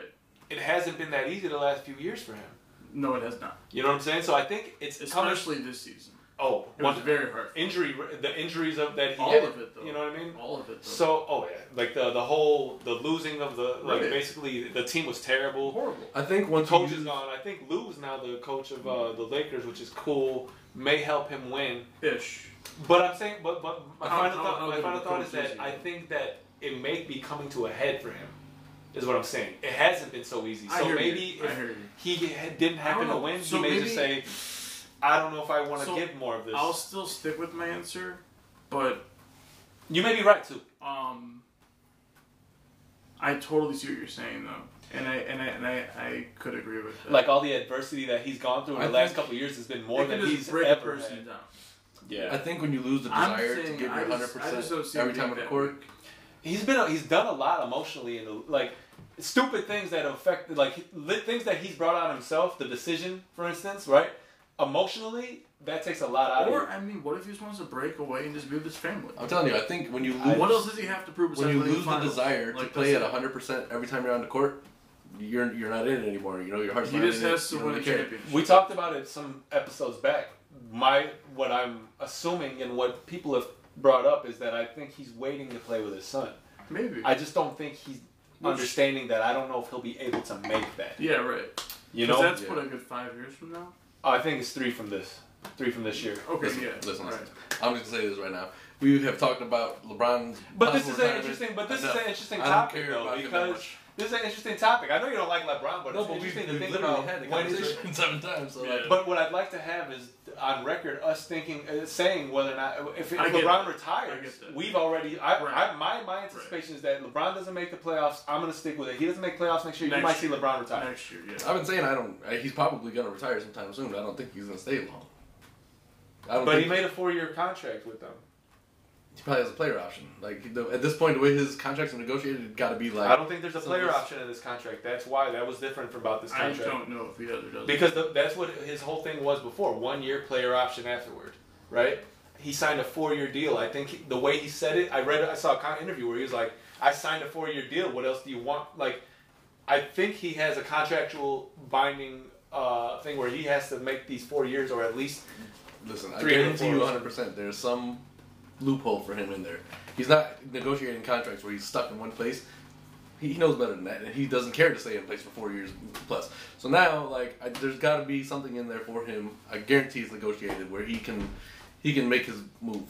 [SPEAKER 2] that it hasn't been that easy the last few years for him.
[SPEAKER 3] No, it has not.
[SPEAKER 2] You know what I'm saying? So I think it's coming.
[SPEAKER 3] Especially this season.
[SPEAKER 2] Oh,
[SPEAKER 3] It was
[SPEAKER 2] one-
[SPEAKER 3] very hard.
[SPEAKER 2] injury, the injuries of that he
[SPEAKER 3] All
[SPEAKER 2] had,
[SPEAKER 3] of it, though.
[SPEAKER 2] You know what I mean?
[SPEAKER 3] All of it. Though.
[SPEAKER 2] So, oh yeah, like the the whole the losing of the like
[SPEAKER 3] Right.
[SPEAKER 2] basically the team was terrible.
[SPEAKER 3] horrible.
[SPEAKER 1] I think once you
[SPEAKER 2] coach is
[SPEAKER 1] use-
[SPEAKER 2] gone. I think Lou's now the coach of uh, the Lakers, which is cool. May help him win.
[SPEAKER 3] Ish.
[SPEAKER 2] But I'm saying, but but my
[SPEAKER 3] How-
[SPEAKER 2] final
[SPEAKER 3] how-
[SPEAKER 2] thought,
[SPEAKER 3] how
[SPEAKER 2] my
[SPEAKER 3] good
[SPEAKER 2] final
[SPEAKER 3] of a
[SPEAKER 2] thought
[SPEAKER 3] coach
[SPEAKER 2] is
[SPEAKER 3] is
[SPEAKER 2] that
[SPEAKER 3] he?
[SPEAKER 2] I think that it may be coming to a head for him. Is what I'm saying. It hasn't been so easy.
[SPEAKER 3] I
[SPEAKER 2] So
[SPEAKER 3] hear
[SPEAKER 2] maybe
[SPEAKER 3] you. I hear
[SPEAKER 2] if
[SPEAKER 3] you.
[SPEAKER 2] he had- didn't
[SPEAKER 3] I don't
[SPEAKER 2] happen to
[SPEAKER 3] know.
[SPEAKER 2] win,
[SPEAKER 3] So
[SPEAKER 2] he may
[SPEAKER 3] maybe-
[SPEAKER 2] just say, "I don't know if I want to
[SPEAKER 3] So
[SPEAKER 2] get more of this."
[SPEAKER 3] I'll still stick with my answer, but
[SPEAKER 2] You may be right too.
[SPEAKER 3] um, I totally see what you're saying though, and I and I and I, I could agree with that.
[SPEAKER 2] Like all the adversity that he's gone through in
[SPEAKER 1] I
[SPEAKER 2] the last
[SPEAKER 1] think-
[SPEAKER 2] couple of years has been more
[SPEAKER 3] it
[SPEAKER 2] than
[SPEAKER 3] could just
[SPEAKER 2] he's
[SPEAKER 3] break a
[SPEAKER 2] ever
[SPEAKER 3] person
[SPEAKER 2] had.
[SPEAKER 3] down.
[SPEAKER 1] I
[SPEAKER 2] Yeah,
[SPEAKER 1] think when you lose the
[SPEAKER 3] I'm
[SPEAKER 1] desire to
[SPEAKER 3] saying
[SPEAKER 1] give your
[SPEAKER 3] I just- I
[SPEAKER 1] 100
[SPEAKER 3] just don't see
[SPEAKER 1] percent
[SPEAKER 3] him
[SPEAKER 1] every time on
[SPEAKER 3] being
[SPEAKER 1] the
[SPEAKER 3] that
[SPEAKER 1] court,
[SPEAKER 2] he's been he's done a lot emotionally and like stupid things that affected like li- things that he's brought on himself. The decision, for instance, right? Emotionally, that takes a lot out of you.
[SPEAKER 3] Or I mean, what if he just wants to break away and just be with his family?
[SPEAKER 1] I'm telling you, I think when you
[SPEAKER 2] I-
[SPEAKER 1] lose,
[SPEAKER 3] what else does he have to prove?
[SPEAKER 1] when
[SPEAKER 3] besides
[SPEAKER 1] you
[SPEAKER 3] winning
[SPEAKER 1] lose the
[SPEAKER 3] finals?
[SPEAKER 1] desire to
[SPEAKER 3] Like,
[SPEAKER 1] play at
[SPEAKER 3] that's it.
[SPEAKER 1] 100 percent every time you're on the court, you're you're not in it anymore. You know your heart's
[SPEAKER 3] He
[SPEAKER 1] not
[SPEAKER 3] just
[SPEAKER 1] in it.
[SPEAKER 3] has to
[SPEAKER 1] You don't
[SPEAKER 3] win a
[SPEAKER 1] really care.
[SPEAKER 3] championship.
[SPEAKER 2] We talked about it some episodes back. my what I'm assuming and what people have brought up is that I think he's waiting to play with his son.
[SPEAKER 3] Maybe.
[SPEAKER 2] I just don't think he's understanding that. I don't know if he'll be able to make that.
[SPEAKER 3] yeah, right.
[SPEAKER 2] You
[SPEAKER 3] Because
[SPEAKER 2] know,
[SPEAKER 3] that's
[SPEAKER 1] Yeah.
[SPEAKER 3] what a good five years from now.
[SPEAKER 2] Oh, I think it's three from this, three from this year.
[SPEAKER 3] Okay,
[SPEAKER 1] Listen,
[SPEAKER 3] yeah.
[SPEAKER 1] listen,
[SPEAKER 3] right.
[SPEAKER 1] listen. I'm just gonna say this right now. We have talked about LeBron's.
[SPEAKER 2] But this
[SPEAKER 1] possible
[SPEAKER 2] is an
[SPEAKER 1] retirement.
[SPEAKER 2] interesting. But this is
[SPEAKER 1] Enough.
[SPEAKER 2] an interesting
[SPEAKER 1] I don't
[SPEAKER 2] topic
[SPEAKER 1] care
[SPEAKER 2] though,
[SPEAKER 1] about him that
[SPEAKER 2] because
[SPEAKER 1] much.
[SPEAKER 2] this is an interesting topic. I know you don't like LeBron, but
[SPEAKER 1] no,
[SPEAKER 2] it's
[SPEAKER 1] but we've,
[SPEAKER 2] interesting to
[SPEAKER 1] we've
[SPEAKER 2] think
[SPEAKER 1] literally
[SPEAKER 2] about
[SPEAKER 1] had the
[SPEAKER 2] when is-
[SPEAKER 1] conversation seven times. So like,
[SPEAKER 3] Yeah.
[SPEAKER 2] But what I'd like to have is on record us thinking, uh, saying whether or not if, if
[SPEAKER 3] I get
[SPEAKER 2] LeBron
[SPEAKER 3] I get
[SPEAKER 2] retires,
[SPEAKER 3] that.
[SPEAKER 2] we've already. I,
[SPEAKER 3] Right.
[SPEAKER 2] I, my my anticipation is that LeBron doesn't make the playoffs. I'm gonna stick with it. He doesn't make playoffs next year. you
[SPEAKER 3] Next
[SPEAKER 2] might see
[SPEAKER 3] year.
[SPEAKER 2] LeBron retire.
[SPEAKER 3] Next year, yeah.
[SPEAKER 1] I've been saying I don't. I- He's probably gonna retire sometime soon. But I don't think he's gonna stay long. I don't
[SPEAKER 2] But
[SPEAKER 1] think
[SPEAKER 2] he made a four-year contract with them.
[SPEAKER 1] he probably has a player option. Like the, at this point, the way his contracts are negotiated, it got to be like.
[SPEAKER 2] I don't think there's a
[SPEAKER 1] So
[SPEAKER 2] player
[SPEAKER 1] this-
[SPEAKER 2] option in this contract. That's why that was different from about this
[SPEAKER 3] I
[SPEAKER 2] contract.
[SPEAKER 3] don't know if the other does.
[SPEAKER 2] Because the, that's what his whole thing was before one year player option afterward, right? He signed a four year deal. I think he, the way he said it, I read, I saw a con- interview where he was like, "I signed a four year deal. What else do you want?" Like, I think he has a contractual binding uh, thing where he has to make these four years or at least
[SPEAKER 1] Listen, I
[SPEAKER 2] Three hundred
[SPEAKER 1] guarantee you
[SPEAKER 2] fours.
[SPEAKER 1] 100. percent There's some loophole for him in there. He's not negotiating contracts where he's stuck in one place. He he knows better than that, and he doesn't care to stay in place for four years plus. So now, like, I, there's got to be something in there for him. I guarantee it's negotiated where he can, he can make his move.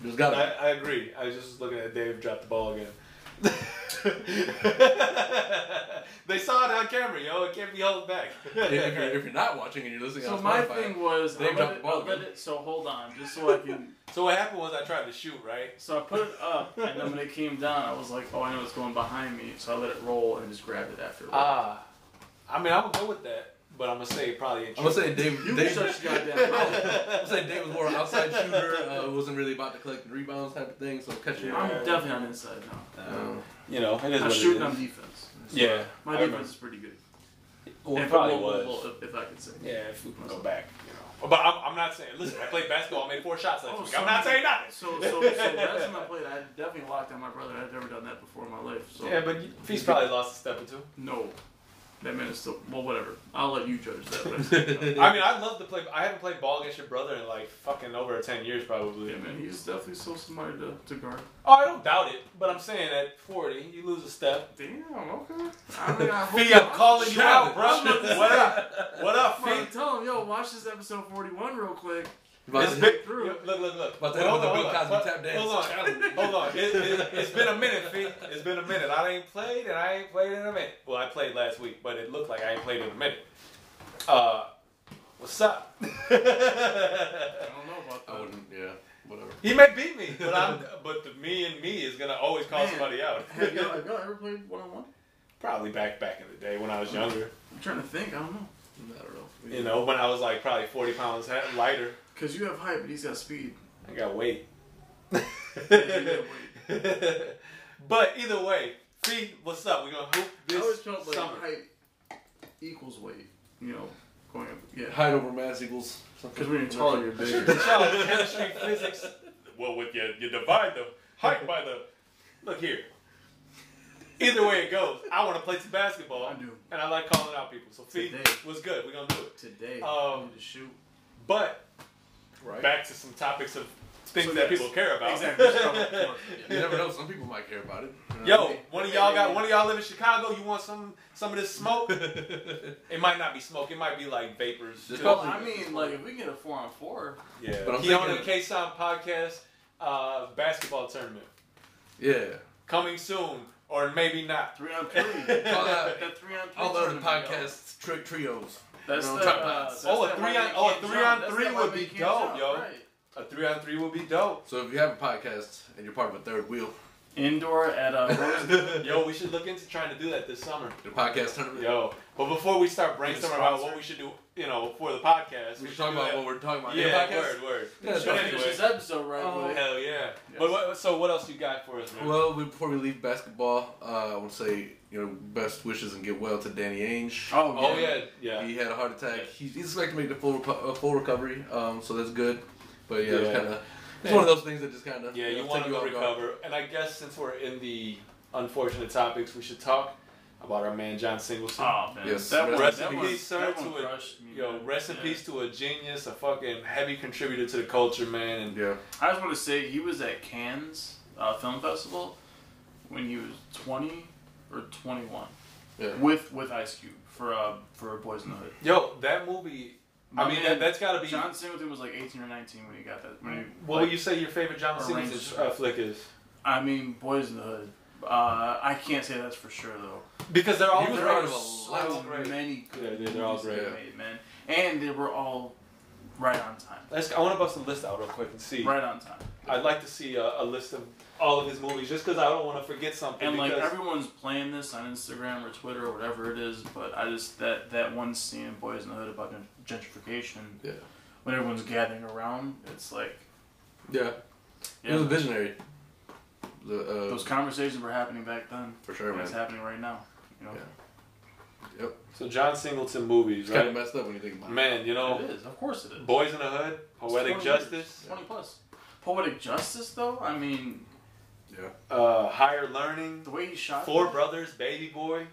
[SPEAKER 1] There's got to.
[SPEAKER 2] I, I agree. I was just looking at Dave drop the ball again. they saw it on camera, yo. It can't be held back.
[SPEAKER 1] If you're, if you're not watching and you're listening
[SPEAKER 3] so
[SPEAKER 1] on
[SPEAKER 3] my
[SPEAKER 1] Spotify,
[SPEAKER 3] thing was,
[SPEAKER 1] They
[SPEAKER 3] I
[SPEAKER 1] dropped
[SPEAKER 3] let,
[SPEAKER 1] the
[SPEAKER 3] it,
[SPEAKER 1] ball
[SPEAKER 3] I let
[SPEAKER 1] again.
[SPEAKER 3] it. So hold on, just so I can.
[SPEAKER 2] so what happened was I tried to shoot, right?
[SPEAKER 3] So I put it up, and then when it came down, I was like, "Oh, I know it's going behind me." So I let it roll and just grabbed it after.
[SPEAKER 2] Ah, I mean, I'm gonna go with that, but I'm gonna say probably. in
[SPEAKER 1] I'm gonna
[SPEAKER 2] truth.
[SPEAKER 1] say Dave.
[SPEAKER 3] you
[SPEAKER 1] Dave
[SPEAKER 3] such goddamn. problem.
[SPEAKER 1] I'm gonna say Dave was more an outside shooter. Uh, wasn't really about to collect the rebounds type of thing. So catch
[SPEAKER 2] Uh,
[SPEAKER 1] it.
[SPEAKER 3] I'm definitely on the inside now.
[SPEAKER 1] Um,
[SPEAKER 2] you know, it is
[SPEAKER 3] I'm
[SPEAKER 2] what it
[SPEAKER 3] shooting
[SPEAKER 2] is.
[SPEAKER 3] on defense.
[SPEAKER 2] Yeah,
[SPEAKER 3] My
[SPEAKER 2] I
[SPEAKER 3] defense
[SPEAKER 2] remember.
[SPEAKER 3] is pretty good.
[SPEAKER 2] Well,
[SPEAKER 3] if,
[SPEAKER 2] probably
[SPEAKER 3] well,
[SPEAKER 2] was.
[SPEAKER 3] well, well, if, if I could say.
[SPEAKER 2] Yeah, if we can go back, you know. But I'm, I'm not saying. Listen, I played basketball. I made four shots last
[SPEAKER 3] Oh,
[SPEAKER 2] week.
[SPEAKER 3] so
[SPEAKER 2] I'm not saying nothing.
[SPEAKER 3] So, so, so last time I played, I definitely locked down my brother. I'd never done that before in my life. So
[SPEAKER 2] Yeah, but you- he's probably lost a step or two.
[SPEAKER 3] no, that man is still well. Whatever. I'll let you judge that. but I said no.
[SPEAKER 2] I mean, I'd love to play. I haven't played ball against your brother in like fucking over ten years, probably.
[SPEAKER 3] Yeah, man, he's definitely still somebody to, to guard.
[SPEAKER 2] Oh, I don't doubt it, but I'm saying at forty, you lose a step.
[SPEAKER 3] Damn. Okay. I mean, I hope
[SPEAKER 2] Fee, I'm calling you out, bro.
[SPEAKER 3] Challenge.
[SPEAKER 2] What up? What up,
[SPEAKER 3] Come on,
[SPEAKER 2] Fee?
[SPEAKER 3] tell him, yo, watch this episode 41 real quick.
[SPEAKER 1] about
[SPEAKER 2] It's
[SPEAKER 1] to-
[SPEAKER 2] been-
[SPEAKER 3] Through.
[SPEAKER 2] Look, look, look.
[SPEAKER 1] About to
[SPEAKER 2] Well,
[SPEAKER 1] end with
[SPEAKER 2] hold
[SPEAKER 1] the Bill
[SPEAKER 2] on,
[SPEAKER 1] Cosby
[SPEAKER 2] hold on.
[SPEAKER 1] tap dance
[SPEAKER 2] Hold on.
[SPEAKER 1] challenge.
[SPEAKER 2] Hold on. It, it, it's been a minute, Fee. It's been a minute. I ain't played, and I ain't played in a minute. Well, I played last week, but it looked like I ain't played in a minute. Uh, what's up?
[SPEAKER 3] I don't know about
[SPEAKER 1] I wouldn't. Yeah. Whatever.
[SPEAKER 2] he may beat me, but I'm. But the me and me is gonna always call
[SPEAKER 3] Man.
[SPEAKER 2] somebody out.
[SPEAKER 3] Have y'all, have y'all ever played one on one?
[SPEAKER 2] probably back back in the day when I was younger.
[SPEAKER 3] I'm trying to think. I don't know.
[SPEAKER 1] I don't know.
[SPEAKER 2] You know, when I was like probably forty pounds ha- lighter.
[SPEAKER 3] Because you have height, but he's got speed.
[SPEAKER 2] I got weight.
[SPEAKER 3] gotta
[SPEAKER 2] but either way, Fee, what's up? We're gonna hoop
[SPEAKER 3] I always
[SPEAKER 2] this
[SPEAKER 3] felt like
[SPEAKER 2] summer.
[SPEAKER 3] height equals weight. You know, going up. Yeah.
[SPEAKER 1] Height over mass equals something.
[SPEAKER 3] Because when you're taller, you're
[SPEAKER 2] Sure,
[SPEAKER 3] bigger.
[SPEAKER 2] good job. Chemistry, physics. Well, with you, you divide the height by the. Look here. Either way it goes, I want to play some basketball.
[SPEAKER 3] I do.
[SPEAKER 2] And I like calling out people. So, Fee,
[SPEAKER 3] Today.
[SPEAKER 2] what's good? We're going to do it.
[SPEAKER 3] Today, I
[SPEAKER 2] Um,
[SPEAKER 3] need to shoot.
[SPEAKER 2] But
[SPEAKER 1] Right.
[SPEAKER 2] back to some topics of things
[SPEAKER 3] So
[SPEAKER 2] that
[SPEAKER 3] yes,
[SPEAKER 2] people care about.
[SPEAKER 3] exactly. Just cover the court.
[SPEAKER 1] You never know. Some people might care about it.
[SPEAKER 2] Yo, one of y'all got one of y'all live in Chicago. You want some some of this smoke? it might not be smoke. It might be like vapors.
[SPEAKER 1] Just
[SPEAKER 2] too.
[SPEAKER 3] Well, I mean, like, if we get a four on four,
[SPEAKER 2] yeah.
[SPEAKER 1] But I'm
[SPEAKER 2] he on the
[SPEAKER 1] thinking-
[SPEAKER 2] K Sound podcast uh, basketball tournament
[SPEAKER 1] Yeah.
[SPEAKER 2] coming soon, or maybe not.
[SPEAKER 3] three on three. that
[SPEAKER 1] Call out
[SPEAKER 3] three on three.
[SPEAKER 1] all the other
[SPEAKER 3] tournament, yo.
[SPEAKER 1] podcast tri- trios.
[SPEAKER 3] That's
[SPEAKER 1] We're on
[SPEAKER 3] the,
[SPEAKER 1] top
[SPEAKER 3] uh,
[SPEAKER 1] notch.
[SPEAKER 3] that's
[SPEAKER 2] Oh, a
[SPEAKER 3] the
[SPEAKER 2] three
[SPEAKER 3] why
[SPEAKER 2] on-
[SPEAKER 3] we
[SPEAKER 2] oh, a
[SPEAKER 3] can't
[SPEAKER 2] three
[SPEAKER 3] jump.
[SPEAKER 2] on
[SPEAKER 3] That's
[SPEAKER 2] three
[SPEAKER 3] the why
[SPEAKER 2] would
[SPEAKER 3] we
[SPEAKER 2] be
[SPEAKER 3] can't
[SPEAKER 2] dope,
[SPEAKER 3] jump,
[SPEAKER 2] yo.
[SPEAKER 3] right.
[SPEAKER 2] A three on three would be dope.
[SPEAKER 1] So if you have a podcast and you're part of a third wheel,
[SPEAKER 3] Indoor at uh, a.
[SPEAKER 2] Yo, we should look into trying to do that this summer.
[SPEAKER 1] the podcast tournament.
[SPEAKER 2] Yo, but before we start
[SPEAKER 3] Get a
[SPEAKER 2] brainstorming about
[SPEAKER 3] sponsor.
[SPEAKER 2] what we should do, you know, for the podcast,
[SPEAKER 1] We should
[SPEAKER 2] should
[SPEAKER 1] talk
[SPEAKER 2] do
[SPEAKER 1] about
[SPEAKER 2] that.
[SPEAKER 1] what we're talking about.
[SPEAKER 2] Yeah,
[SPEAKER 1] The podcast-
[SPEAKER 2] word, word.
[SPEAKER 1] Yeah,
[SPEAKER 2] But
[SPEAKER 1] sure.
[SPEAKER 2] anyway.
[SPEAKER 3] this episode right
[SPEAKER 1] Oh.
[SPEAKER 3] away.
[SPEAKER 2] Hell yeah.
[SPEAKER 3] Yes.
[SPEAKER 2] But what, so what else you got for us, man?
[SPEAKER 1] Well, we- before we leave basketball, uh, I want to say you know best wishes and get well to Danny Ainge.
[SPEAKER 2] oh yeah, yeah.
[SPEAKER 1] He had a heart attack. He, he's expected to make the full reco- uh, full recovery, um, so that's good. But yeah,
[SPEAKER 2] Yeah.
[SPEAKER 1] it's kind of it's one of those things that just kind of
[SPEAKER 2] Yeah, you
[SPEAKER 1] take
[SPEAKER 2] want him to
[SPEAKER 1] off guard.
[SPEAKER 2] recover. And I guess since we're in the unfortunate topics, we should talk about our man John Singleton.
[SPEAKER 3] Oh man,
[SPEAKER 1] Yes.
[SPEAKER 3] that one,
[SPEAKER 2] Rest
[SPEAKER 3] that
[SPEAKER 2] in
[SPEAKER 3] one,
[SPEAKER 2] peace, sir,
[SPEAKER 3] that
[SPEAKER 2] to
[SPEAKER 3] one
[SPEAKER 2] a-
[SPEAKER 3] crushed me.
[SPEAKER 2] Yo,
[SPEAKER 3] man.
[SPEAKER 2] rest in
[SPEAKER 3] Yeah.
[SPEAKER 2] peace to a genius, a fucking heavy contributor to the culture, man. And
[SPEAKER 1] Yeah.
[SPEAKER 3] I just want to say he was at Cannes uh, Film Festival when he was 20 or 21
[SPEAKER 1] Yeah.
[SPEAKER 3] with with Ice Cube for uh, for Boys in the Hood.
[SPEAKER 2] yo, that movie. I
[SPEAKER 3] My
[SPEAKER 2] mean,
[SPEAKER 3] man,
[SPEAKER 2] that, that's got to be.
[SPEAKER 3] John Singleton was like 18 or 19 when he got that. When he,
[SPEAKER 2] what
[SPEAKER 3] like,
[SPEAKER 2] would you say your favorite John
[SPEAKER 3] Arranged
[SPEAKER 2] Singleton uh, flick is?
[SPEAKER 3] I mean, Boys in the Hood. Uh, I can't say that's for sure though.
[SPEAKER 2] Because they're all
[SPEAKER 1] was
[SPEAKER 2] great.
[SPEAKER 1] part
[SPEAKER 3] there were
[SPEAKER 1] of a lot
[SPEAKER 3] so
[SPEAKER 1] of great-
[SPEAKER 3] many good
[SPEAKER 2] Yeah, they're all
[SPEAKER 3] movies they
[SPEAKER 1] great.
[SPEAKER 3] made, man, and they were all right on time.
[SPEAKER 2] Let's, I want to bust a list out real quick and see.
[SPEAKER 3] Right on time.
[SPEAKER 2] I'd like to see a, a list of all of his movies, just because I don't want to forget something.
[SPEAKER 3] And like
[SPEAKER 2] because
[SPEAKER 3] everyone's playing this on Instagram or Twitter or whatever it is, but I just that that one scene in Boys in the Hood about gentrification.
[SPEAKER 1] Yeah.
[SPEAKER 3] When everyone's gathering around, it's like
[SPEAKER 1] Yeah. He
[SPEAKER 3] yeah,
[SPEAKER 1] was a visionary. The, uh,
[SPEAKER 3] those conversations were happening back then.
[SPEAKER 1] for sure,
[SPEAKER 3] and
[SPEAKER 1] man.
[SPEAKER 3] it's happening right now. You know,
[SPEAKER 1] Yeah.
[SPEAKER 2] so John Singleton movies,
[SPEAKER 1] It's kind of
[SPEAKER 2] right?
[SPEAKER 1] messed up when you think about it.
[SPEAKER 2] Man, you know,
[SPEAKER 3] it is. Of course, it is.
[SPEAKER 2] Boys in the Hood,
[SPEAKER 3] It's
[SPEAKER 2] Poetic
[SPEAKER 3] 20 years,
[SPEAKER 2] Justice,
[SPEAKER 3] Twenty plus. Poetic justice, though. I mean,
[SPEAKER 2] uh, Higher Learning,
[SPEAKER 3] the way he shot.
[SPEAKER 2] Four
[SPEAKER 3] that,
[SPEAKER 2] Brothers, Baby Boy.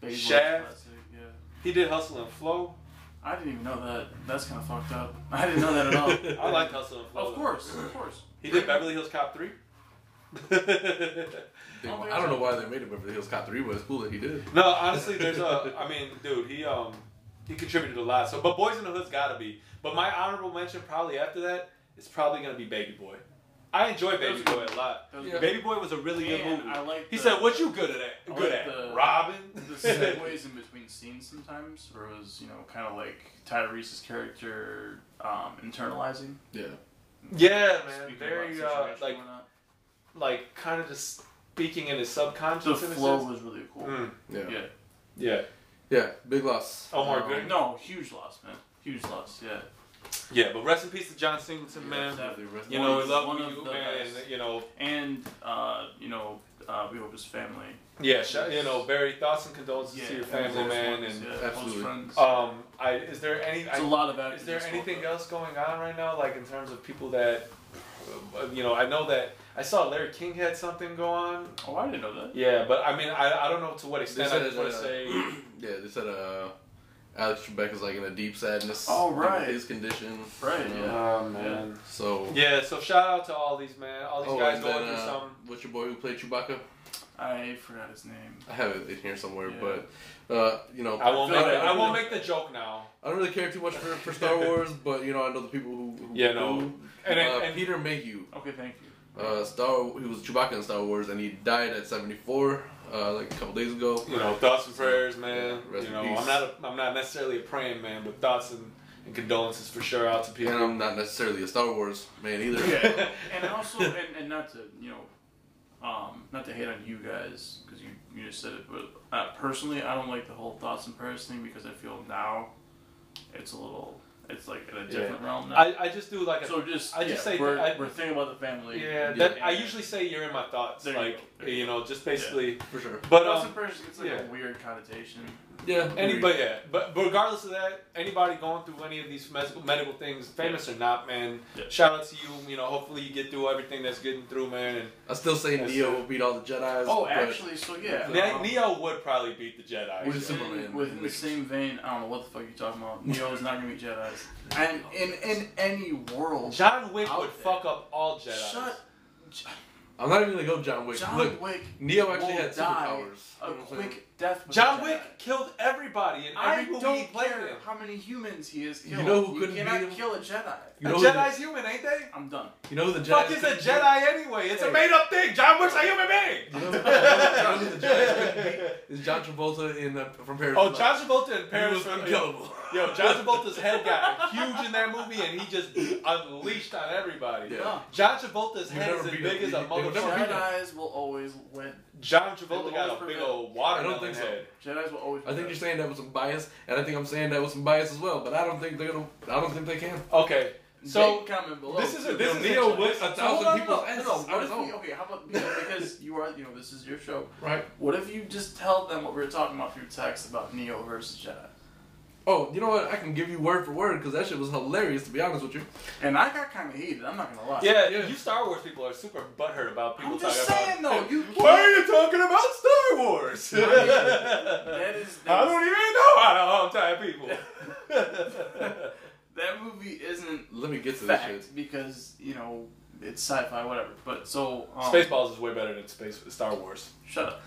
[SPEAKER 3] Baby Boy's
[SPEAKER 2] Shaft.
[SPEAKER 3] classic, Yeah.
[SPEAKER 2] He did Hustle and Flow.
[SPEAKER 3] I didn't even know that. That's kind of fucked up. I didn't know that at all.
[SPEAKER 2] I like Hustle and Flow.
[SPEAKER 3] Of course, of course.
[SPEAKER 2] He did Beverly Hills Cop 3.
[SPEAKER 1] They- I don't know why they made it Beverly Hills Cop 3, but it's cool that he did.
[SPEAKER 2] no, honestly, there's a. I mean, dude, he um he contributed a lot. So, but Boys in the Hood's gotta be. But my honorable mention probably after that is probably gonna be Baby Boy. I enjoy Baby Boy a lot.
[SPEAKER 3] That was
[SPEAKER 1] Yeah.
[SPEAKER 2] Baby Boy was a really good
[SPEAKER 3] And
[SPEAKER 2] movie.
[SPEAKER 3] I like
[SPEAKER 2] he
[SPEAKER 3] the-
[SPEAKER 2] said, "What you good at?
[SPEAKER 3] I
[SPEAKER 2] good at
[SPEAKER 3] like the-
[SPEAKER 2] Robin."
[SPEAKER 3] the segues in between scenes sometimes, where it was you know kind of like Tyrese's character um, internalizing.
[SPEAKER 1] Yeah.
[SPEAKER 2] yeah, man,
[SPEAKER 3] speaking about
[SPEAKER 2] very
[SPEAKER 3] the
[SPEAKER 2] uh,
[SPEAKER 3] situation
[SPEAKER 2] like
[SPEAKER 3] or not.
[SPEAKER 2] like kind of just speaking in his subconscious.
[SPEAKER 3] the
[SPEAKER 2] in a
[SPEAKER 3] flow
[SPEAKER 2] sense.
[SPEAKER 3] was really cool.
[SPEAKER 2] Mm,
[SPEAKER 1] Yeah. Yeah.
[SPEAKER 3] Yeah.
[SPEAKER 2] yeah,
[SPEAKER 1] Big loss.
[SPEAKER 2] Omar
[SPEAKER 3] Um,
[SPEAKER 2] Gooding.
[SPEAKER 3] No, huge loss, man. Huge loss. Yeah.
[SPEAKER 2] Yeah, but rest in peace to John Singleton, man.
[SPEAKER 3] that-
[SPEAKER 1] The rest-
[SPEAKER 2] You know, we
[SPEAKER 3] One-
[SPEAKER 2] love
[SPEAKER 3] one
[SPEAKER 2] you,
[SPEAKER 3] of the
[SPEAKER 2] man.
[SPEAKER 3] best.
[SPEAKER 2] and, You know,
[SPEAKER 3] And uh, you know uh, we hope his family.
[SPEAKER 2] yeah, sh- you know, Barry, thoughts and condolences
[SPEAKER 3] Yeah.
[SPEAKER 2] to your
[SPEAKER 3] and
[SPEAKER 2] family,
[SPEAKER 3] close
[SPEAKER 2] man.
[SPEAKER 3] ones,
[SPEAKER 2] And
[SPEAKER 3] yeah, close
[SPEAKER 1] Absolutely.
[SPEAKER 3] friends.
[SPEAKER 2] um, I is there any
[SPEAKER 3] It's a
[SPEAKER 2] I,
[SPEAKER 3] lot of actors
[SPEAKER 2] is there
[SPEAKER 3] that spoke
[SPEAKER 2] anything
[SPEAKER 3] up.
[SPEAKER 2] else going on right now, like in terms of people that, uh, you know, I know that I saw Larry King had something go on.
[SPEAKER 3] Oh, I didn't know that.
[SPEAKER 2] Yeah, but I mean, I, I don't know to what
[SPEAKER 1] They
[SPEAKER 2] extent. I
[SPEAKER 1] said,
[SPEAKER 2] just want
[SPEAKER 1] uh,
[SPEAKER 2] to say,
[SPEAKER 1] yeah, they said uh, Alex Trebek is like in a deep sadness.
[SPEAKER 3] Oh, right.
[SPEAKER 1] with His condition.
[SPEAKER 3] Right,
[SPEAKER 1] you know.
[SPEAKER 3] yeah.
[SPEAKER 2] oh
[SPEAKER 3] man.
[SPEAKER 1] So.
[SPEAKER 2] Yeah, so shout out to all these man, all these
[SPEAKER 1] Oh,
[SPEAKER 2] guys
[SPEAKER 1] and
[SPEAKER 2] going
[SPEAKER 1] then,
[SPEAKER 2] through
[SPEAKER 1] uh,
[SPEAKER 2] some.
[SPEAKER 1] What's your boy who played Chewbacca?
[SPEAKER 3] I forgot his name.
[SPEAKER 1] I have it in here somewhere,
[SPEAKER 3] Yeah.
[SPEAKER 1] but uh, you know,
[SPEAKER 2] I won't
[SPEAKER 1] I
[SPEAKER 2] make
[SPEAKER 1] don't,
[SPEAKER 2] the,
[SPEAKER 1] I
[SPEAKER 2] I
[SPEAKER 1] don't
[SPEAKER 2] won't
[SPEAKER 1] really-
[SPEAKER 2] make the joke now.
[SPEAKER 1] I don't really care too much for, for Star Wars, but you know, I know the people who. who
[SPEAKER 2] Yeah, no.
[SPEAKER 1] who-
[SPEAKER 2] And-
[SPEAKER 1] uh,
[SPEAKER 2] and-
[SPEAKER 1] Peter Mayhew,
[SPEAKER 3] Okay, thank you.
[SPEAKER 1] uh, Star, he was Chewbacca in Star Wars, and he died at 74, uh, like a couple days ago.
[SPEAKER 2] you know, thoughts and prayers, man.
[SPEAKER 1] Rest
[SPEAKER 2] you
[SPEAKER 1] in
[SPEAKER 2] know,
[SPEAKER 1] peace.
[SPEAKER 2] I'm not a, I'm not necessarily a praying man, but thoughts and, and condolences for sure out to
[SPEAKER 1] And
[SPEAKER 2] people.
[SPEAKER 1] I'm not necessarily a Star Wars man either.
[SPEAKER 3] Yeah, and also, and, and not to you know, um, not to hate on you guys because you you just said it, but uh, personally, I don't like the whole thoughts and prayers thing because I feel now it's a little, it's like in a different realm now.
[SPEAKER 2] I, I just do like a
[SPEAKER 3] so just
[SPEAKER 2] I just
[SPEAKER 3] yeah,
[SPEAKER 2] say
[SPEAKER 3] we're,
[SPEAKER 2] that I-
[SPEAKER 3] we're thinking about the family.
[SPEAKER 2] yeah. That, I
[SPEAKER 3] and-
[SPEAKER 2] usually say you're in my thoughts,
[SPEAKER 3] There you
[SPEAKER 2] like
[SPEAKER 3] go. There
[SPEAKER 2] you,
[SPEAKER 3] you
[SPEAKER 2] know, just basically.
[SPEAKER 1] for sure.
[SPEAKER 2] But
[SPEAKER 3] thoughts
[SPEAKER 2] um,
[SPEAKER 3] and prayers gets like
[SPEAKER 2] yeah.
[SPEAKER 3] a weird connotation.
[SPEAKER 1] Yeah,
[SPEAKER 2] anybody, yeah. But but regardless of that, anybody going through any of these medical medical things, famous or not, man,
[SPEAKER 3] Yeah.
[SPEAKER 2] shout out to you. You know, hopefully you get through everything that's getting through, man. And
[SPEAKER 1] I still say
[SPEAKER 2] Yes,
[SPEAKER 1] Neo
[SPEAKER 2] sir.
[SPEAKER 1] will beat all the Jedi's.
[SPEAKER 3] Oh,
[SPEAKER 1] but-
[SPEAKER 3] actually, so yeah.
[SPEAKER 2] Ne-
[SPEAKER 3] um,
[SPEAKER 2] Neo would probably beat the Jedi.
[SPEAKER 1] Which is
[SPEAKER 2] so.
[SPEAKER 1] simple. Superman.
[SPEAKER 3] Within the same vein, I don't know what the fuck you're talking about. Neo is not gonna be Jedi's. And in in any world,
[SPEAKER 2] John Wick would
[SPEAKER 3] Out there.
[SPEAKER 2] fuck up all Jedi.
[SPEAKER 3] shut
[SPEAKER 1] I'm not even gonna go John Wick.
[SPEAKER 3] John
[SPEAKER 1] Look,
[SPEAKER 3] Wick.
[SPEAKER 1] Neo actually
[SPEAKER 3] will
[SPEAKER 1] had
[SPEAKER 3] die
[SPEAKER 1] superpowers.
[SPEAKER 3] A
[SPEAKER 1] You know what I'm saying?
[SPEAKER 3] quick death. with
[SPEAKER 2] John
[SPEAKER 3] a Jedi.
[SPEAKER 2] Wick killed everybody in
[SPEAKER 3] I
[SPEAKER 2] every movie he
[SPEAKER 3] don't
[SPEAKER 2] played
[SPEAKER 3] care
[SPEAKER 2] in.
[SPEAKER 3] how many humans he has
[SPEAKER 1] You
[SPEAKER 3] killed.
[SPEAKER 1] know who couldn't
[SPEAKER 3] cannot
[SPEAKER 1] beat him?
[SPEAKER 3] kill a Jedi.
[SPEAKER 1] You
[SPEAKER 2] a
[SPEAKER 1] know,
[SPEAKER 2] Jedi's human, ain't they?
[SPEAKER 3] I'm done.
[SPEAKER 1] the, you know who the Jedi.
[SPEAKER 2] Fuck is a Jedi anyway? It's a
[SPEAKER 3] Hey.
[SPEAKER 2] made up thing. John Wick's a human
[SPEAKER 1] You
[SPEAKER 2] being.
[SPEAKER 1] know, you know who the Jedi could beat? Is John Travolta in uh, from Paris?
[SPEAKER 2] Oh,
[SPEAKER 1] Hilton.
[SPEAKER 2] John Travolta and Paris.
[SPEAKER 1] He was
[SPEAKER 2] from-
[SPEAKER 1] unkillable.
[SPEAKER 2] Yo, John Travolta's head got huge in that movie, and he just unleashed on everybody.
[SPEAKER 1] Yeah.
[SPEAKER 3] No.
[SPEAKER 2] John Travolta's
[SPEAKER 1] We'll
[SPEAKER 2] head
[SPEAKER 1] never
[SPEAKER 2] is as
[SPEAKER 1] beat
[SPEAKER 2] big
[SPEAKER 1] him.
[SPEAKER 2] as
[SPEAKER 1] They
[SPEAKER 2] a
[SPEAKER 1] will never beat
[SPEAKER 2] motherfucker.
[SPEAKER 1] him.
[SPEAKER 3] Jedi's will always win.
[SPEAKER 2] John
[SPEAKER 3] They
[SPEAKER 2] Travolta
[SPEAKER 3] will
[SPEAKER 2] got a
[SPEAKER 3] always
[SPEAKER 2] big
[SPEAKER 3] prevail.
[SPEAKER 2] old watermelon
[SPEAKER 1] think so.
[SPEAKER 2] head.
[SPEAKER 3] Jedi's will always.
[SPEAKER 1] I think
[SPEAKER 3] prevail.
[SPEAKER 1] you're saying that with some bias, and I think I'm saying that with some bias as well. But I don't think they're gonna. I don't think they can.
[SPEAKER 2] Okay, so
[SPEAKER 3] Big comment below.
[SPEAKER 2] this is a
[SPEAKER 3] too.
[SPEAKER 2] this
[SPEAKER 1] Yo,
[SPEAKER 2] is
[SPEAKER 1] Neo
[SPEAKER 2] a-
[SPEAKER 1] whipped a
[SPEAKER 3] So hold
[SPEAKER 1] thousand
[SPEAKER 3] on,
[SPEAKER 1] people's
[SPEAKER 3] no,
[SPEAKER 1] asses
[SPEAKER 3] no,
[SPEAKER 1] on
[SPEAKER 3] what
[SPEAKER 1] his
[SPEAKER 3] if we,
[SPEAKER 1] own.
[SPEAKER 3] okay, how about you know, because you are you know this is your show.
[SPEAKER 1] Right?
[SPEAKER 3] What if you just tell them what we were talking about through text about Neo versus Jedi?
[SPEAKER 1] Oh, you know what? I can give you word for word because that shit was hilarious. To be honest with you,
[SPEAKER 3] And I got kind of heated. I'm not gonna lie.
[SPEAKER 2] Yeah,
[SPEAKER 1] Yeah.
[SPEAKER 2] you Star Wars people are super butthurt about people
[SPEAKER 3] I'm
[SPEAKER 2] talking
[SPEAKER 3] just saying
[SPEAKER 2] about.
[SPEAKER 3] though. You
[SPEAKER 2] Why are you talking about Star Star Wars.
[SPEAKER 3] That is.
[SPEAKER 2] I
[SPEAKER 3] That,
[SPEAKER 2] don't even know how to untie people.
[SPEAKER 3] that movie isn't
[SPEAKER 1] Let me get to this shit.
[SPEAKER 3] fact because you know it's sci-fi, whatever. But so um,
[SPEAKER 2] Spaceballs is way better than Space Star Wars.
[SPEAKER 3] Shut up.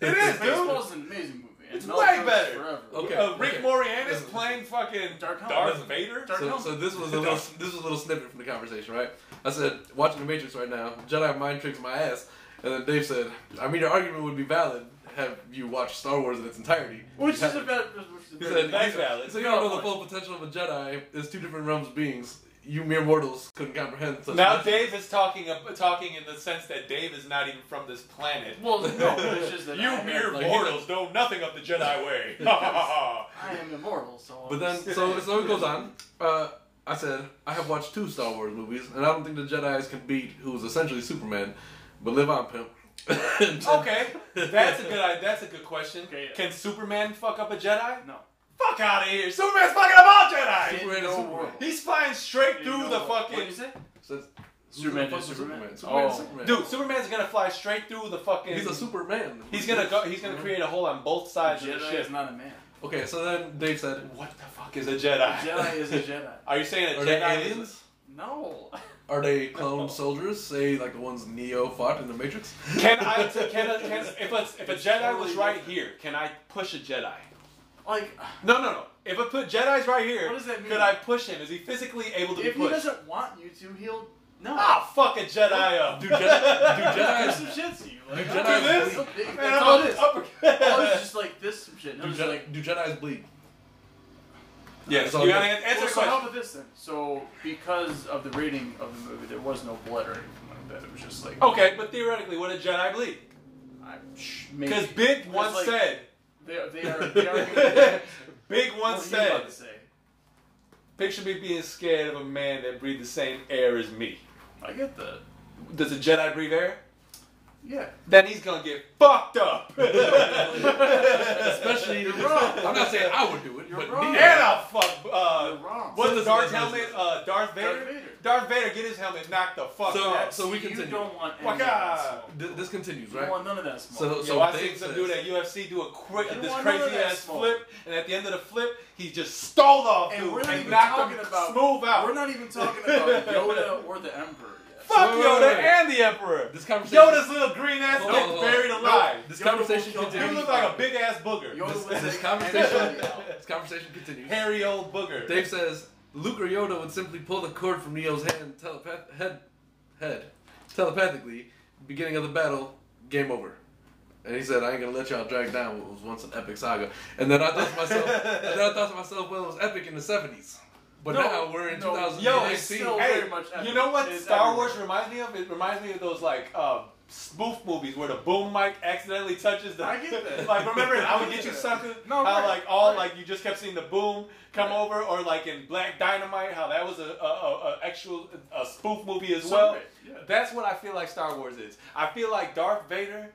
[SPEAKER 2] It is, dude.
[SPEAKER 3] Spaceballs is an amazing movie. and
[SPEAKER 2] It's
[SPEAKER 3] Mel
[SPEAKER 2] way
[SPEAKER 3] Brooks
[SPEAKER 2] better.
[SPEAKER 3] Forever.
[SPEAKER 1] Okay.
[SPEAKER 2] Uh, Rick
[SPEAKER 1] okay.
[SPEAKER 2] Moranis
[SPEAKER 1] Listen.
[SPEAKER 2] playing fucking
[SPEAKER 3] Dark Helmet.
[SPEAKER 2] Darth Vader.
[SPEAKER 3] Dark-
[SPEAKER 1] So, so this was a little this was a little snippet from the conversation, right? I said, watching the Matrix right now, Jedi mind tricks my ass. And then Dave said, I mean your argument would be valid have you watched Star Wars in its entirety.
[SPEAKER 3] Which is
[SPEAKER 1] You
[SPEAKER 3] a
[SPEAKER 1] haven't.
[SPEAKER 3] better. Which
[SPEAKER 1] He
[SPEAKER 3] is a
[SPEAKER 1] said,
[SPEAKER 3] better.
[SPEAKER 2] That's
[SPEAKER 1] he said-
[SPEAKER 2] valid.
[SPEAKER 1] So you don't know the full potential of a Jedi is two different realms of beings. You mere mortals couldn't comprehend such
[SPEAKER 2] Now
[SPEAKER 1] a-
[SPEAKER 2] Dave is talking ab- talking in the sense that Dave is not even from this planet.
[SPEAKER 3] Well, no, but it's just that I
[SPEAKER 2] You
[SPEAKER 3] am,
[SPEAKER 2] mere
[SPEAKER 1] like-
[SPEAKER 2] mortals know nothing of the Jedi way. I
[SPEAKER 3] I am immortal, so.
[SPEAKER 1] But then, so so it goes on. Uh, I said I have watched two Star Wars movies, and I don't think the Jedi's can beat who was essentially Superman. But live on, pimp.
[SPEAKER 2] Okay, that's a good. i- That's a good question.
[SPEAKER 3] Okay, yeah.
[SPEAKER 2] Can Superman fuck up a Jedi?
[SPEAKER 3] No.
[SPEAKER 2] Fuck out of here! Superman's fucking up all Jedi.
[SPEAKER 1] Superman is
[SPEAKER 3] no
[SPEAKER 1] Superman.
[SPEAKER 3] world.
[SPEAKER 2] He's flying straight
[SPEAKER 3] In
[SPEAKER 2] through
[SPEAKER 3] no
[SPEAKER 2] the
[SPEAKER 3] world.
[SPEAKER 2] fucking.
[SPEAKER 3] What did you say?
[SPEAKER 1] Says, who's
[SPEAKER 3] Superman
[SPEAKER 1] the fuck
[SPEAKER 3] is
[SPEAKER 1] is
[SPEAKER 3] Superman.
[SPEAKER 1] Superman is
[SPEAKER 3] Oh.
[SPEAKER 1] Superman.
[SPEAKER 2] Dude, Superman's gonna fly straight through the fucking.
[SPEAKER 1] he's a Superman.
[SPEAKER 2] He's gonna go. He's gonna create a hole on both sides of the
[SPEAKER 3] Ah, Jedi
[SPEAKER 2] ship.
[SPEAKER 3] is not a man.
[SPEAKER 1] Okay, so then Dave said,
[SPEAKER 2] What the fuck is a
[SPEAKER 3] A
[SPEAKER 2] Jedi?
[SPEAKER 3] Jedi is a Jedi.
[SPEAKER 2] Are you saying a
[SPEAKER 1] "Are they
[SPEAKER 2] Jedi is-
[SPEAKER 1] aliens?
[SPEAKER 3] No.
[SPEAKER 1] Are they clone soldiers? Say like the ones Neo fought in the Matrix."
[SPEAKER 2] Can I? T- can a, can, if a, if a
[SPEAKER 3] It's
[SPEAKER 2] Jedi
[SPEAKER 3] totally
[SPEAKER 2] was right
[SPEAKER 3] different.
[SPEAKER 2] here, can I push a Jedi?
[SPEAKER 3] Like,
[SPEAKER 2] No, no, no. If a put Jedi's right here,
[SPEAKER 3] What does that mean?
[SPEAKER 2] could I push him? Is he physically able to
[SPEAKER 3] if
[SPEAKER 2] be
[SPEAKER 3] he
[SPEAKER 2] pushed?
[SPEAKER 3] doesn't want you to, he'll. No.
[SPEAKER 2] Ah, fuck a Jedi up.
[SPEAKER 1] Do Jedi? Do
[SPEAKER 3] There's
[SPEAKER 1] Jedi's?
[SPEAKER 3] some shit to you. Like,
[SPEAKER 1] Do
[SPEAKER 3] I'm
[SPEAKER 1] Jedi
[SPEAKER 3] doing
[SPEAKER 2] bleed?
[SPEAKER 3] some big-
[SPEAKER 2] Man,
[SPEAKER 3] That's
[SPEAKER 2] I'm
[SPEAKER 3] all
[SPEAKER 2] up-
[SPEAKER 3] it is. All it is
[SPEAKER 2] uppercut.
[SPEAKER 3] just like this some shit. And
[SPEAKER 1] Do,
[SPEAKER 3] I'm just like.
[SPEAKER 1] Jedi, do Jedi's bleed?
[SPEAKER 2] yes,
[SPEAKER 1] It's
[SPEAKER 2] you
[SPEAKER 1] all
[SPEAKER 2] gotta
[SPEAKER 1] good.
[SPEAKER 2] an- answer
[SPEAKER 3] well,
[SPEAKER 2] the
[SPEAKER 3] so how
[SPEAKER 2] question.
[SPEAKER 3] about this then? So because of the rating of the movie, there was no blood or anything like that. It was just like
[SPEAKER 2] Okay, but theoretically, would a Jedi bleed?
[SPEAKER 3] I, shh, maybe.
[SPEAKER 2] Because Big
[SPEAKER 3] Because,
[SPEAKER 2] once
[SPEAKER 3] like,
[SPEAKER 2] said.
[SPEAKER 3] they are, they are, they are
[SPEAKER 2] Big
[SPEAKER 3] what
[SPEAKER 2] once
[SPEAKER 3] were you about
[SPEAKER 2] said.
[SPEAKER 3] to say.
[SPEAKER 2] Picture me being scared of a man that breathed the same air as me.
[SPEAKER 3] I get that.
[SPEAKER 2] Does a Jedi breathe air?
[SPEAKER 3] Yeah.
[SPEAKER 2] Then he's gonna get fucked up.
[SPEAKER 1] Especially,
[SPEAKER 3] You're wrong.
[SPEAKER 1] I'm not saying I would do it,
[SPEAKER 3] You're
[SPEAKER 1] but
[SPEAKER 3] wrong.
[SPEAKER 1] Neo.
[SPEAKER 2] And I'll fuck. Uh,
[SPEAKER 3] You're wrong.
[SPEAKER 2] What's
[SPEAKER 1] So
[SPEAKER 2] the Darth
[SPEAKER 1] this is-
[SPEAKER 2] helmet? Uh, Darth Vader?
[SPEAKER 3] Darth Vader.
[SPEAKER 2] Darth Vader, get his helmet knocked the fuck
[SPEAKER 1] So-
[SPEAKER 2] out.
[SPEAKER 1] so we
[SPEAKER 3] See,
[SPEAKER 1] continue.
[SPEAKER 3] You don't want any
[SPEAKER 2] Waka!
[SPEAKER 3] of that smoke.
[SPEAKER 1] Th- this continues,
[SPEAKER 3] You don't
[SPEAKER 1] right?
[SPEAKER 3] want none of that smoke.
[SPEAKER 1] So,
[SPEAKER 2] Yo,
[SPEAKER 1] so
[SPEAKER 2] I
[SPEAKER 1] Dave
[SPEAKER 2] seen some
[SPEAKER 1] says-
[SPEAKER 2] dude at UFC do a quick,
[SPEAKER 3] You
[SPEAKER 2] this
[SPEAKER 3] want none of
[SPEAKER 2] crazy
[SPEAKER 3] that
[SPEAKER 2] ass
[SPEAKER 3] smoke.
[SPEAKER 2] flip, and at the end of the flip, he just stalled off
[SPEAKER 3] And
[SPEAKER 2] dude
[SPEAKER 3] we're not
[SPEAKER 2] and
[SPEAKER 3] even
[SPEAKER 2] knocked
[SPEAKER 3] talking
[SPEAKER 2] him
[SPEAKER 3] about-
[SPEAKER 2] smooth out.
[SPEAKER 3] We're not even talking about Yoda or the Emperor yet.
[SPEAKER 2] Fuck
[SPEAKER 1] Wait, wait,
[SPEAKER 2] Yoda
[SPEAKER 1] wait, wait.
[SPEAKER 2] and the Emperor.
[SPEAKER 1] This conversation.
[SPEAKER 2] Yoda's little green ass
[SPEAKER 1] Hold on,
[SPEAKER 2] gets
[SPEAKER 1] hold on.
[SPEAKER 2] buried
[SPEAKER 1] Nope.
[SPEAKER 2] alive.
[SPEAKER 1] This
[SPEAKER 3] Yoda will
[SPEAKER 1] conversation
[SPEAKER 3] kill
[SPEAKER 2] You
[SPEAKER 3] Nope.
[SPEAKER 1] continues.
[SPEAKER 2] look like a big ass booger.
[SPEAKER 3] Yoda
[SPEAKER 1] This-
[SPEAKER 3] was
[SPEAKER 1] this
[SPEAKER 3] a-
[SPEAKER 1] conversation-
[SPEAKER 3] anybody else.
[SPEAKER 1] This conversation continues.
[SPEAKER 2] Hairy old booger.
[SPEAKER 1] Dave says Luke or Yoda would simply pull the cord from Neo's hand, telepath- head, head, telepathically. Beginning of the battle, game over. And he said, "I ain't gonna let y'all drag down what was once an epic saga." And then I thought to myself, and then I thought to myself, well, it was epic in the '70s, but
[SPEAKER 3] No,
[SPEAKER 1] now we're in
[SPEAKER 3] no,
[SPEAKER 1] 2019.
[SPEAKER 2] yo,
[SPEAKER 3] it's still-
[SPEAKER 2] hey,
[SPEAKER 3] very much
[SPEAKER 2] you
[SPEAKER 3] epic.
[SPEAKER 2] know what
[SPEAKER 3] It's
[SPEAKER 2] Star
[SPEAKER 3] everywhere.
[SPEAKER 2] Wars reminds me of? It reminds me of those like uh, spoof movies where the boom mic accidentally touches the.
[SPEAKER 3] I get that.
[SPEAKER 2] like remember, in I would
[SPEAKER 3] I
[SPEAKER 2] get
[SPEAKER 3] get
[SPEAKER 2] you
[SPEAKER 3] that.
[SPEAKER 2] sucker.
[SPEAKER 3] No,
[SPEAKER 2] how
[SPEAKER 3] right,
[SPEAKER 2] like all
[SPEAKER 3] right.
[SPEAKER 2] like you just kept seeing the boom come
[SPEAKER 3] Right.
[SPEAKER 2] over, or like in Black Dynamite, how that was a, a, a, a actual a spoof movie as
[SPEAKER 3] So,
[SPEAKER 2] well.
[SPEAKER 3] right, yeah.
[SPEAKER 2] That's what I feel like Star Wars is. I feel like Darth Vader.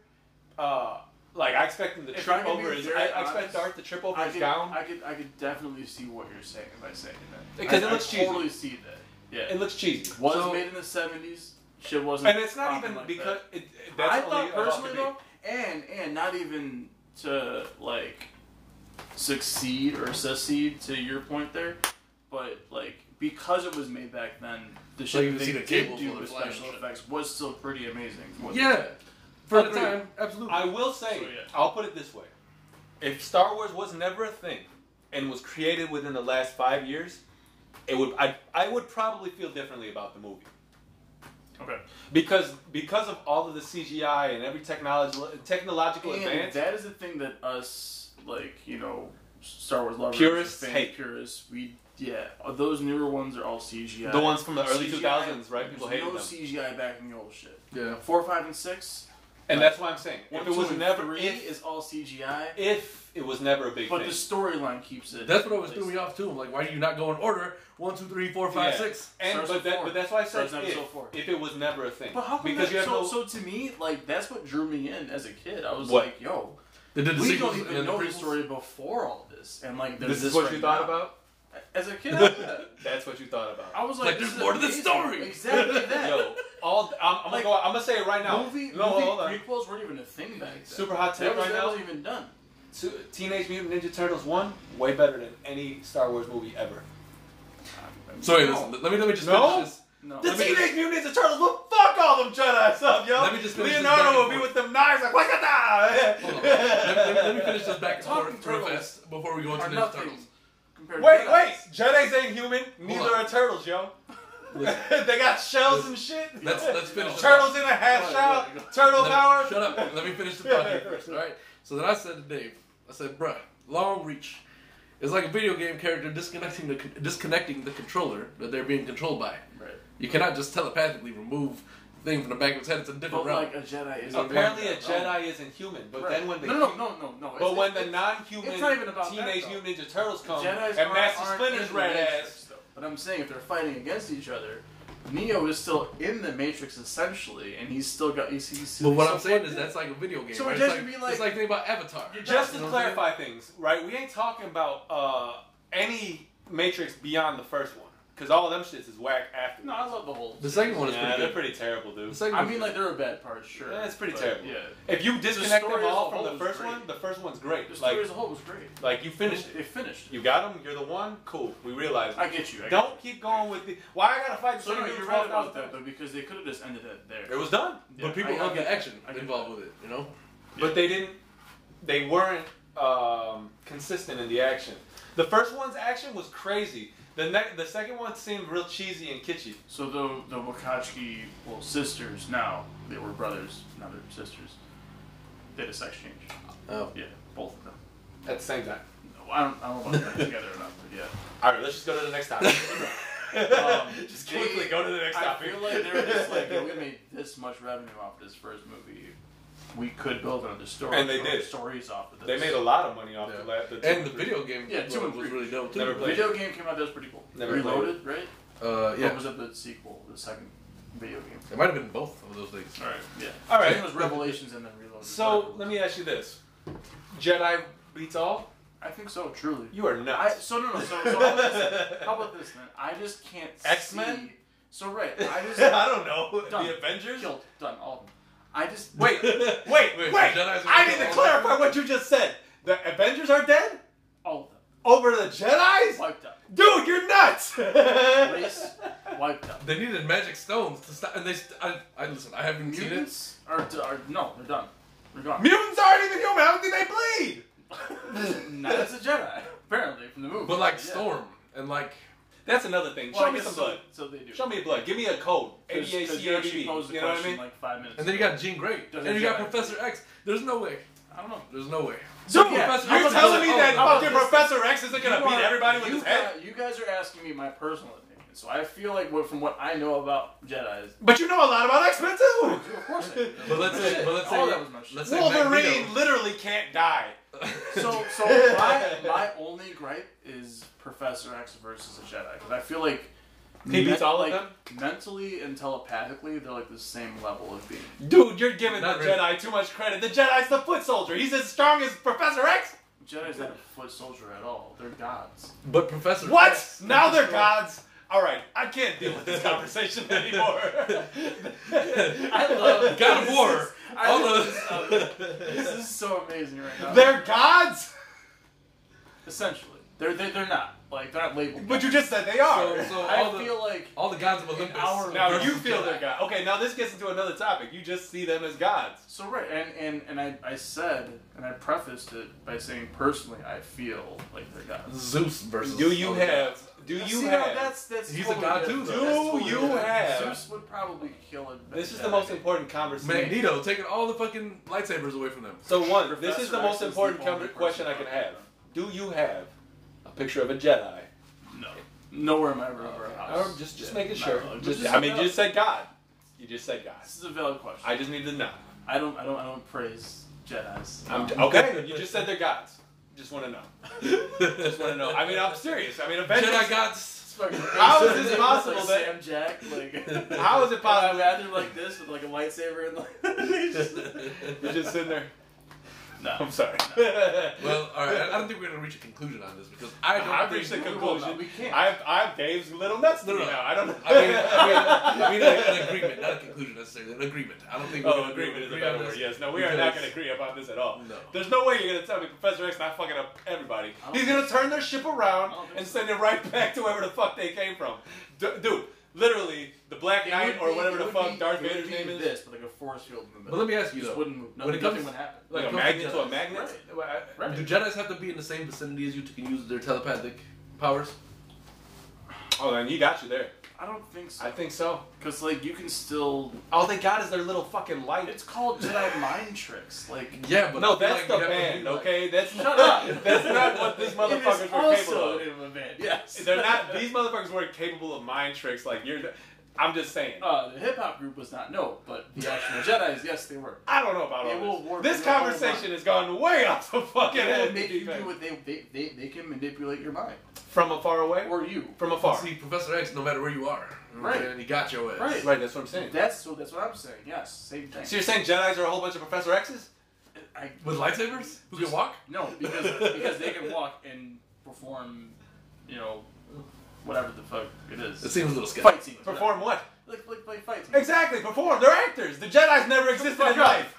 [SPEAKER 2] Uh, like I expect him to
[SPEAKER 3] If I'm
[SPEAKER 2] trip
[SPEAKER 3] gonna
[SPEAKER 2] over
[SPEAKER 3] be
[SPEAKER 2] his.
[SPEAKER 3] very
[SPEAKER 2] I, I expect
[SPEAKER 3] honest,
[SPEAKER 2] Darth to trip over
[SPEAKER 3] I
[SPEAKER 2] his
[SPEAKER 3] could,
[SPEAKER 2] gown.
[SPEAKER 3] I could, I could definitely see what you're saying by saying that.
[SPEAKER 2] Because
[SPEAKER 3] I,
[SPEAKER 2] it looks
[SPEAKER 3] I totally see that. Yeah,
[SPEAKER 2] it looks cheesy.
[SPEAKER 3] was
[SPEAKER 1] So-
[SPEAKER 3] made in the '70s. Shit wasn't.
[SPEAKER 2] And it's not
[SPEAKER 3] popping
[SPEAKER 2] even
[SPEAKER 3] like that.
[SPEAKER 2] because it, it- that's
[SPEAKER 3] I
[SPEAKER 2] only
[SPEAKER 3] thought
[SPEAKER 2] about
[SPEAKER 3] personally
[SPEAKER 2] the
[SPEAKER 3] though,
[SPEAKER 2] date.
[SPEAKER 3] and and not even to like succeed or secede to your point there, but like because it was made back then, the
[SPEAKER 1] So you
[SPEAKER 3] shit
[SPEAKER 1] can
[SPEAKER 3] that
[SPEAKER 1] see
[SPEAKER 3] they
[SPEAKER 1] the
[SPEAKER 3] did
[SPEAKER 1] cables
[SPEAKER 3] do
[SPEAKER 1] with
[SPEAKER 3] with
[SPEAKER 1] the flash
[SPEAKER 3] special
[SPEAKER 1] and shit.
[SPEAKER 3] effects was still pretty amazing. wasn't it?
[SPEAKER 1] yeah, for the
[SPEAKER 2] Agreed.
[SPEAKER 1] time, absolutely.
[SPEAKER 2] I will say,
[SPEAKER 3] So, yeah.
[SPEAKER 2] I'll put it this way: if Star Wars was never a thing and was created within the last five years, it would I I would probably feel differently about the movie
[SPEAKER 3] Okay.
[SPEAKER 2] because because of all of the CGI and every technology technological
[SPEAKER 3] And
[SPEAKER 2] advance.
[SPEAKER 3] that is the thing that us, like you know, Star Wars lovers,
[SPEAKER 2] Purists
[SPEAKER 3] fans,
[SPEAKER 2] hate.
[SPEAKER 3] purists. We yeah, those newer ones are all CGI.
[SPEAKER 2] the ones from the early
[SPEAKER 3] CGI,
[SPEAKER 2] two thousands, right? People
[SPEAKER 3] there's
[SPEAKER 2] hated
[SPEAKER 3] no
[SPEAKER 2] them,
[SPEAKER 3] CGI back in the old shit.
[SPEAKER 1] yeah.
[SPEAKER 3] Four, five, and six.
[SPEAKER 2] and that's why I'm saying if
[SPEAKER 3] One,
[SPEAKER 2] it
[SPEAKER 3] two,
[SPEAKER 2] was
[SPEAKER 3] and
[SPEAKER 2] never
[SPEAKER 3] three
[SPEAKER 2] if,
[SPEAKER 3] is all CGI,
[SPEAKER 2] if it was never a big
[SPEAKER 3] but
[SPEAKER 2] thing.
[SPEAKER 3] the storyline keeps it.
[SPEAKER 1] That's what always
[SPEAKER 3] place.
[SPEAKER 1] threw me off too. I'm like, why do you not go in order? One, two, three, four, five,
[SPEAKER 2] Yeah.
[SPEAKER 1] six.
[SPEAKER 2] and
[SPEAKER 3] Starts
[SPEAKER 2] but,
[SPEAKER 3] with
[SPEAKER 2] that,
[SPEAKER 3] four.
[SPEAKER 2] but that's why I said
[SPEAKER 3] Starts on
[SPEAKER 2] if,
[SPEAKER 3] episode four.
[SPEAKER 2] if it was never a thing
[SPEAKER 3] But how come
[SPEAKER 2] because
[SPEAKER 3] that,
[SPEAKER 2] you have
[SPEAKER 3] so,
[SPEAKER 2] no
[SPEAKER 3] so to me, like that's what drew me in as a kid. I was
[SPEAKER 2] What?
[SPEAKER 3] like, yo,
[SPEAKER 1] They did the
[SPEAKER 3] we
[SPEAKER 1] sequels
[SPEAKER 3] don't
[SPEAKER 1] and
[SPEAKER 3] even
[SPEAKER 1] the
[SPEAKER 3] know the
[SPEAKER 1] prequels.
[SPEAKER 3] story before all this, and like there's
[SPEAKER 2] This is
[SPEAKER 3] this
[SPEAKER 2] what
[SPEAKER 3] right
[SPEAKER 2] you thought
[SPEAKER 3] now.
[SPEAKER 2] about?
[SPEAKER 3] As a kid, I, did that.
[SPEAKER 2] That's what you thought about.
[SPEAKER 3] I was like,
[SPEAKER 1] Like,
[SPEAKER 3] this
[SPEAKER 1] there's
[SPEAKER 3] is
[SPEAKER 1] more to the
[SPEAKER 3] amazing.
[SPEAKER 1] story.
[SPEAKER 3] Exactly that.
[SPEAKER 2] Yo, all I'm, I'm
[SPEAKER 3] Like,
[SPEAKER 2] gonna go. I'm gonna say it right now.
[SPEAKER 3] movie,
[SPEAKER 2] no,
[SPEAKER 3] movie
[SPEAKER 2] hold on.
[SPEAKER 3] prequels weren't even a thing back then.
[SPEAKER 2] Super hot
[SPEAKER 3] That
[SPEAKER 2] tip
[SPEAKER 3] was-
[SPEAKER 2] right
[SPEAKER 3] that
[SPEAKER 2] now.
[SPEAKER 3] wasn't even done.
[SPEAKER 2] Su- Teenage Mutant Ninja Turtles one way better than any Star Wars movie ever.
[SPEAKER 1] So wait, listen, let me let me just
[SPEAKER 2] No?
[SPEAKER 1] finish this.
[SPEAKER 3] No.
[SPEAKER 2] The
[SPEAKER 1] Let me
[SPEAKER 2] Teenage
[SPEAKER 1] just-
[SPEAKER 2] Mutant Ninja Turtles will fuck all them Jedi's up, yo.
[SPEAKER 1] Let me just finish this back
[SPEAKER 2] Leonardo
[SPEAKER 1] and
[SPEAKER 2] will be
[SPEAKER 1] forth.
[SPEAKER 2] with them knives like
[SPEAKER 1] Hold on. Let, me, let me- let
[SPEAKER 2] wakata.
[SPEAKER 1] me finish this back and
[SPEAKER 3] Talking
[SPEAKER 1] forth real
[SPEAKER 3] turtles
[SPEAKER 1] fast before we go into
[SPEAKER 3] Are
[SPEAKER 1] the
[SPEAKER 3] nothing
[SPEAKER 1] turtles.
[SPEAKER 3] compared
[SPEAKER 2] Wait,
[SPEAKER 3] to
[SPEAKER 2] wait. Jedi's ain't human. Neither
[SPEAKER 1] on.
[SPEAKER 2] are turtles, yo.
[SPEAKER 1] Listen.
[SPEAKER 2] they got shells and shit.
[SPEAKER 1] Let's- let's finish this
[SPEAKER 2] Turtles in a half
[SPEAKER 3] Go
[SPEAKER 2] shell.
[SPEAKER 3] ahead, go ahead.
[SPEAKER 2] Turtle
[SPEAKER 1] Let-
[SPEAKER 2] power.
[SPEAKER 1] Shut up. Let me finish the thought here first. All right. So then I said to Dave, I said, "Bruh, long reach. It's like a video game character disconnecting the con- disconnecting the controller that they're being controlled by.
[SPEAKER 3] Right.
[SPEAKER 1] You cannot just telepathically remove the thing from the back of its head. It's a different
[SPEAKER 3] But
[SPEAKER 1] route.
[SPEAKER 3] like a Jedi is
[SPEAKER 2] Apparently, a
[SPEAKER 3] Right.
[SPEAKER 2] Jedi isn't human, but then when they
[SPEAKER 3] no, no, no, no, no.
[SPEAKER 2] But
[SPEAKER 3] It's-
[SPEAKER 2] when
[SPEAKER 3] it's-
[SPEAKER 2] the non-human
[SPEAKER 3] it's not even about that,
[SPEAKER 2] Teenage
[SPEAKER 3] though.
[SPEAKER 2] Mutant Ninja Turtles come
[SPEAKER 3] Jedi's
[SPEAKER 2] and
[SPEAKER 3] aren't-
[SPEAKER 2] Master
[SPEAKER 3] aren't
[SPEAKER 2] Splinter's
[SPEAKER 3] in the
[SPEAKER 2] red
[SPEAKER 3] Matrix,
[SPEAKER 2] ass,
[SPEAKER 3] though. But I'm saying if they're fighting against each other, Neo is still in the Matrix essentially, and he's still got. He's, he's,
[SPEAKER 1] but what
[SPEAKER 3] he's
[SPEAKER 1] I'm
[SPEAKER 3] so
[SPEAKER 1] saying
[SPEAKER 3] plugged
[SPEAKER 1] is
[SPEAKER 3] in.
[SPEAKER 1] that's like a video game.
[SPEAKER 3] So
[SPEAKER 1] right?
[SPEAKER 3] it doesn't
[SPEAKER 1] it's like,
[SPEAKER 3] mean, like-
[SPEAKER 1] it's like the thing about Avatar.
[SPEAKER 2] just to
[SPEAKER 1] You know what I'm saying?
[SPEAKER 2] clarify things, right? We ain't talking about uh, any Matrix beyond the first one, because all them shits is whack after.
[SPEAKER 3] No, I love the whole.
[SPEAKER 1] The second one is
[SPEAKER 2] yeah,
[SPEAKER 1] pretty
[SPEAKER 2] they're
[SPEAKER 1] good.
[SPEAKER 2] pretty terrible,
[SPEAKER 1] The
[SPEAKER 2] dude.
[SPEAKER 1] second
[SPEAKER 3] I
[SPEAKER 1] one's
[SPEAKER 3] mean,
[SPEAKER 1] good.
[SPEAKER 3] like there are bad parts, sure.
[SPEAKER 2] Yeah, it's pretty
[SPEAKER 3] but,
[SPEAKER 2] terrible.
[SPEAKER 3] Yeah.
[SPEAKER 2] If you disconnect
[SPEAKER 3] story
[SPEAKER 2] them all
[SPEAKER 3] as a
[SPEAKER 2] from
[SPEAKER 3] whole
[SPEAKER 2] the
[SPEAKER 3] is
[SPEAKER 2] first
[SPEAKER 3] great.
[SPEAKER 2] one, the first one's great.
[SPEAKER 3] The story
[SPEAKER 2] Like,
[SPEAKER 3] as a whole was great.
[SPEAKER 2] like you finished it.
[SPEAKER 3] It finished.
[SPEAKER 2] You got him. You're the one. Cool. We realize.
[SPEAKER 3] I get you. I
[SPEAKER 2] Don't keep going with the. Why I gotta fight the
[SPEAKER 3] Get
[SPEAKER 2] same
[SPEAKER 3] you. So no,
[SPEAKER 2] dude
[SPEAKER 3] you're right
[SPEAKER 2] 12,000
[SPEAKER 3] about that
[SPEAKER 2] times?
[SPEAKER 3] though, because they could have just ended it there.
[SPEAKER 2] It was done.
[SPEAKER 3] Yeah,
[SPEAKER 1] but people
[SPEAKER 3] I- I
[SPEAKER 1] love
[SPEAKER 3] get
[SPEAKER 1] the
[SPEAKER 3] that.
[SPEAKER 1] action
[SPEAKER 3] I get
[SPEAKER 1] involved with it. You know.
[SPEAKER 2] but they didn't they weren't um, consistent in the action the first one's action was crazy the ne- the second one seemed real cheesy and kitschy
[SPEAKER 3] So the the Wakachki, well, sisters now they were brothers, now they're sisters. They had a sex change.
[SPEAKER 1] Oh.
[SPEAKER 3] Yeah, both of them.
[SPEAKER 2] at the same time
[SPEAKER 3] No, I don't, I don't know if they're together or not, but yeah.
[SPEAKER 2] all right let's just go to the next topic
[SPEAKER 3] Um,
[SPEAKER 2] just
[SPEAKER 3] they-
[SPEAKER 2] quickly go to the next
[SPEAKER 3] I
[SPEAKER 2] topic
[SPEAKER 3] feel like they were just like, "Yo, we made this much revenue off this first movie. We could build another story.
[SPEAKER 2] And they
[SPEAKER 3] build
[SPEAKER 2] did.
[SPEAKER 3] Stories off of this.
[SPEAKER 2] they made a lot of money off
[SPEAKER 1] Yeah.
[SPEAKER 2] the, la- the two
[SPEAKER 1] And
[SPEAKER 2] and
[SPEAKER 1] the
[SPEAKER 2] three.
[SPEAKER 1] video game
[SPEAKER 3] Yeah, two
[SPEAKER 1] one
[SPEAKER 3] and
[SPEAKER 1] was
[SPEAKER 3] three.
[SPEAKER 1] really dope too.
[SPEAKER 2] Never played.
[SPEAKER 3] video game came out that was pretty cool.
[SPEAKER 2] Never played
[SPEAKER 3] Reloaded, right?
[SPEAKER 1] Uh,
[SPEAKER 3] What
[SPEAKER 1] yeah,
[SPEAKER 3] was it the sequel, the second video game?
[SPEAKER 1] it might have been both of those things.
[SPEAKER 3] All right. Yeah.
[SPEAKER 2] all
[SPEAKER 3] I think it
[SPEAKER 2] right
[SPEAKER 3] was Revelations and then Reloaded.
[SPEAKER 2] so
[SPEAKER 3] Whatever.
[SPEAKER 2] let me ask you this jedi beats all
[SPEAKER 3] I think so. Truly.
[SPEAKER 2] you are
[SPEAKER 3] I,
[SPEAKER 2] nuts
[SPEAKER 3] so no no so, so how, about this, how about this man? I just can't
[SPEAKER 2] X-Men?
[SPEAKER 3] see- So right, I just
[SPEAKER 2] I don't know
[SPEAKER 3] Done.
[SPEAKER 2] the avengers
[SPEAKER 3] killed done all of them. I just
[SPEAKER 2] Wait, wait, wait!
[SPEAKER 1] so Jedi's
[SPEAKER 2] I
[SPEAKER 1] gonna kill
[SPEAKER 2] need to
[SPEAKER 1] all
[SPEAKER 2] clarify what you just said. The Avengers are dead
[SPEAKER 3] all of them
[SPEAKER 2] over the Jedi's.
[SPEAKER 3] wiped out.
[SPEAKER 2] Dude, you're nuts.
[SPEAKER 3] Race wiped out.
[SPEAKER 1] They needed magic stones to stop, and they. St- I, I listen. I haven't seen it.
[SPEAKER 3] Mutants are, d- are no, they're done. They're gone.
[SPEAKER 2] Mutants aren't even human. How do they bleed?
[SPEAKER 3] Not as a Jedi, apparently from the movie.
[SPEAKER 1] But like
[SPEAKER 3] Yeah.
[SPEAKER 1] Storm and like
[SPEAKER 2] That's another thing.
[SPEAKER 3] Well,
[SPEAKER 2] Show
[SPEAKER 3] I
[SPEAKER 2] me
[SPEAKER 3] guess
[SPEAKER 2] some
[SPEAKER 3] so,
[SPEAKER 2] blood.
[SPEAKER 3] So they do.
[SPEAKER 2] Show me blood. Give me a code. A
[SPEAKER 3] Because
[SPEAKER 2] B A C
[SPEAKER 3] you
[SPEAKER 2] A B
[SPEAKER 3] actually
[SPEAKER 2] B. You know
[SPEAKER 3] posed the
[SPEAKER 2] what I
[SPEAKER 3] question
[SPEAKER 2] mean?
[SPEAKER 3] like five minutes.
[SPEAKER 1] and then you
[SPEAKER 3] ago.
[SPEAKER 1] got Jean Grey
[SPEAKER 3] Doesn't
[SPEAKER 1] and you got
[SPEAKER 3] Jedi.
[SPEAKER 1] Professor X. There's no way.
[SPEAKER 3] I don't know.
[SPEAKER 1] There's no way.
[SPEAKER 3] So,
[SPEAKER 1] Dude,
[SPEAKER 3] yeah,
[SPEAKER 1] Professor
[SPEAKER 3] how
[SPEAKER 2] You're
[SPEAKER 1] X
[SPEAKER 3] about
[SPEAKER 1] was the-
[SPEAKER 2] telling me
[SPEAKER 1] oh,
[SPEAKER 2] that
[SPEAKER 1] how about
[SPEAKER 2] fucking
[SPEAKER 1] this?
[SPEAKER 2] Professor X isn't gonna
[SPEAKER 3] You
[SPEAKER 2] beat
[SPEAKER 3] are-
[SPEAKER 2] everybody with
[SPEAKER 3] you
[SPEAKER 2] his head?
[SPEAKER 3] guys- You guys are asking me my personal opinion, so I feel like what, from what I know about Jedi's,
[SPEAKER 2] But you know a lot about X Men too.
[SPEAKER 3] of course. I do.
[SPEAKER 1] But let's say, but let's say,
[SPEAKER 3] All Oh, that was my shit.
[SPEAKER 1] let's say
[SPEAKER 2] Wolverine literally can't die.
[SPEAKER 3] So, so my, my only gripe is Professor X versus a Jedi because I feel like
[SPEAKER 2] He beats all of
[SPEAKER 3] like, mentally and telepathically they're like the same level of being.
[SPEAKER 2] Dude, you're giving
[SPEAKER 1] Not
[SPEAKER 2] the
[SPEAKER 1] really.
[SPEAKER 2] Jedi too much credit. The Jedi's the foot soldier. He's as strong as Professor X.
[SPEAKER 3] Jedi's not a foot soldier at all; they're gods.
[SPEAKER 1] But Professor
[SPEAKER 2] What?
[SPEAKER 1] X,
[SPEAKER 2] Now they're
[SPEAKER 1] Professor-
[SPEAKER 2] gods. All right, I can't deal with this conversation anymore.
[SPEAKER 3] I love
[SPEAKER 1] God of War.
[SPEAKER 3] I
[SPEAKER 1] All
[SPEAKER 3] love
[SPEAKER 1] those-
[SPEAKER 3] This is so amazing right now.
[SPEAKER 2] they're gods,
[SPEAKER 3] essentially they're they, they're not like they're not labeled.
[SPEAKER 2] but you just said they are.
[SPEAKER 1] So, so all
[SPEAKER 3] I
[SPEAKER 1] the
[SPEAKER 3] feel like
[SPEAKER 1] all the gods of Olympus.
[SPEAKER 3] hour-
[SPEAKER 2] now
[SPEAKER 1] versus
[SPEAKER 2] you feel
[SPEAKER 1] Jedi.
[SPEAKER 2] they're gods. Okay, now this gets into another topic. You just see them as gods.
[SPEAKER 3] So right, and and and I, I said and I prefaced it by saying personally I feel like they're gods.
[SPEAKER 1] Zeus versus.
[SPEAKER 2] Do you
[SPEAKER 1] all the
[SPEAKER 2] have?
[SPEAKER 1] gods.
[SPEAKER 2] Do you
[SPEAKER 3] See, no,
[SPEAKER 2] have?
[SPEAKER 3] that's that's
[SPEAKER 1] He's a
[SPEAKER 3] totally
[SPEAKER 1] god
[SPEAKER 3] different.
[SPEAKER 1] too,
[SPEAKER 2] though.
[SPEAKER 3] That's
[SPEAKER 2] Do
[SPEAKER 3] totally
[SPEAKER 2] you
[SPEAKER 3] different.
[SPEAKER 2] have-
[SPEAKER 3] Zeus would probably kill a.
[SPEAKER 2] this is the most important conversation.
[SPEAKER 1] Magneto taking all the fucking lightsabers away from them?
[SPEAKER 2] So one, this
[SPEAKER 3] Professor
[SPEAKER 2] is the
[SPEAKER 3] X
[SPEAKER 2] most
[SPEAKER 3] is
[SPEAKER 2] important
[SPEAKER 3] the only
[SPEAKER 2] com- question I
[SPEAKER 3] person
[SPEAKER 2] can
[SPEAKER 3] I
[SPEAKER 2] have. Do you have a picture of a Jedi?
[SPEAKER 3] No, nowhere in my room or house.
[SPEAKER 2] Or Um, just just
[SPEAKER 3] Yeah,
[SPEAKER 2] making
[SPEAKER 3] not
[SPEAKER 2] sure.
[SPEAKER 3] really.
[SPEAKER 2] Just-
[SPEAKER 3] Just
[SPEAKER 2] I mean,
[SPEAKER 3] about-
[SPEAKER 2] you just said God. You just said God.
[SPEAKER 3] This is a valid question.
[SPEAKER 2] I just need to know.
[SPEAKER 3] I don't I don't I don't praise Jedi's. um,
[SPEAKER 1] Um,
[SPEAKER 2] I'm, okay, you just said they're gods. Just want to know. Just want to know. I mean, I'm serious. I mean, eventually,
[SPEAKER 1] Jedi gods.
[SPEAKER 2] How is this possible
[SPEAKER 3] Like
[SPEAKER 2] that-
[SPEAKER 3] Sam Jack, like
[SPEAKER 2] how is it
[SPEAKER 3] I
[SPEAKER 2] possible?
[SPEAKER 3] imagine like this with like a lightsaber and like.
[SPEAKER 2] You're just sitting there.
[SPEAKER 3] No.
[SPEAKER 2] I'm sorry.
[SPEAKER 1] Well, all right. I I don't think we're gonna reach a conclusion on this because I don't.
[SPEAKER 2] I've
[SPEAKER 1] think
[SPEAKER 2] reached a
[SPEAKER 1] we will.
[SPEAKER 2] conclusion.
[SPEAKER 3] not. We can't.
[SPEAKER 2] I've, I've Dave's little nuts to
[SPEAKER 1] No,
[SPEAKER 2] me
[SPEAKER 1] no, no.
[SPEAKER 2] now. I don't know.
[SPEAKER 1] I mean, I mean, I mean like, an agreement, not a conclusion necessarily. An agreement. I don't think. We're
[SPEAKER 2] Oh,
[SPEAKER 1] gonna
[SPEAKER 2] agreement is a
[SPEAKER 1] agree on
[SPEAKER 2] better word.
[SPEAKER 1] this
[SPEAKER 2] Yes, no, we are
[SPEAKER 1] because-
[SPEAKER 2] not going to agree about this at all.
[SPEAKER 1] No.
[SPEAKER 2] There's no way you're going to tell me Professor X not fucking up everybody.
[SPEAKER 3] I don't
[SPEAKER 2] He's
[SPEAKER 3] think
[SPEAKER 2] going to turn their ship
[SPEAKER 3] I don't
[SPEAKER 2] around
[SPEAKER 3] think
[SPEAKER 2] and
[SPEAKER 3] so.
[SPEAKER 2] send it right back to wherever the fuck they came from. D- dude, literally, the Black
[SPEAKER 3] It
[SPEAKER 2] Knight
[SPEAKER 3] would
[SPEAKER 2] or
[SPEAKER 3] be-
[SPEAKER 2] whatever
[SPEAKER 3] it
[SPEAKER 2] the
[SPEAKER 3] would
[SPEAKER 2] fuck
[SPEAKER 3] be-
[SPEAKER 2] Darth
[SPEAKER 3] it would
[SPEAKER 2] Vader's
[SPEAKER 3] be
[SPEAKER 2] name is.
[SPEAKER 3] This, but like a force field in the
[SPEAKER 1] But
[SPEAKER 3] middle.
[SPEAKER 1] let me ask you
[SPEAKER 3] just
[SPEAKER 1] though.
[SPEAKER 3] wouldn't move.
[SPEAKER 1] when it
[SPEAKER 3] Nothing,
[SPEAKER 1] comes-
[SPEAKER 3] nothing would happen.
[SPEAKER 1] like,
[SPEAKER 2] You know,
[SPEAKER 1] comes to
[SPEAKER 2] magnet to
[SPEAKER 1] Jedi.
[SPEAKER 2] a magnet?
[SPEAKER 3] Right.
[SPEAKER 1] Do Jedi's have to be in the same vicinity as you to can use their telepathic powers?
[SPEAKER 2] Oh, then you got you there.
[SPEAKER 3] I don't think so.
[SPEAKER 2] I think so.
[SPEAKER 3] Because like you can still.
[SPEAKER 2] All they got is their little fucking light.
[SPEAKER 3] It's called Jedi mind tricks. Like
[SPEAKER 1] Yeah, but I
[SPEAKER 2] no,
[SPEAKER 1] feel
[SPEAKER 2] that's
[SPEAKER 1] like
[SPEAKER 2] the
[SPEAKER 1] you have to
[SPEAKER 2] band,
[SPEAKER 1] be, like-
[SPEAKER 2] okay? That's shut up. That's not what these
[SPEAKER 3] It is
[SPEAKER 2] motherfuckers were capable
[SPEAKER 3] also
[SPEAKER 2] of.
[SPEAKER 3] an event.
[SPEAKER 1] Yes.
[SPEAKER 2] They're not. These motherfuckers weren't capable of mind tricks. Like you're. I'm just saying.
[SPEAKER 3] Uh, the hip hop group was not. No, but the actual Jedi's, yes, they were.
[SPEAKER 2] I don't know about
[SPEAKER 3] They
[SPEAKER 2] all
[SPEAKER 3] will
[SPEAKER 2] this.
[SPEAKER 3] warp
[SPEAKER 2] This
[SPEAKER 3] your whole
[SPEAKER 2] conversation
[SPEAKER 3] mind.
[SPEAKER 2] has gone way off the fucking
[SPEAKER 3] They will
[SPEAKER 2] head.
[SPEAKER 3] make you do what they they, they they can manipulate your mind
[SPEAKER 2] From afar away.
[SPEAKER 3] or you.
[SPEAKER 2] From afar.
[SPEAKER 1] See, Professor X, no matter where you are,
[SPEAKER 3] Right.
[SPEAKER 1] And he got your ass.
[SPEAKER 3] Right.
[SPEAKER 2] Right. That's what I'm saying.
[SPEAKER 3] That's so. That's what I'm saying. Yes, same thing.
[SPEAKER 2] So you're saying Jedi's are a whole bunch of Professor X's?
[SPEAKER 3] I,
[SPEAKER 1] With lightsabers, who
[SPEAKER 3] Just-
[SPEAKER 1] can walk?
[SPEAKER 3] no, because because they can walk and perform, you know, whatever the fuck it is.
[SPEAKER 1] It seems a little sketchy.
[SPEAKER 3] fight scenes.
[SPEAKER 2] Perform what?
[SPEAKER 3] Like like play fight scenes.
[SPEAKER 2] Exactly. Perform. They're actors. The Jedi's never existed in life.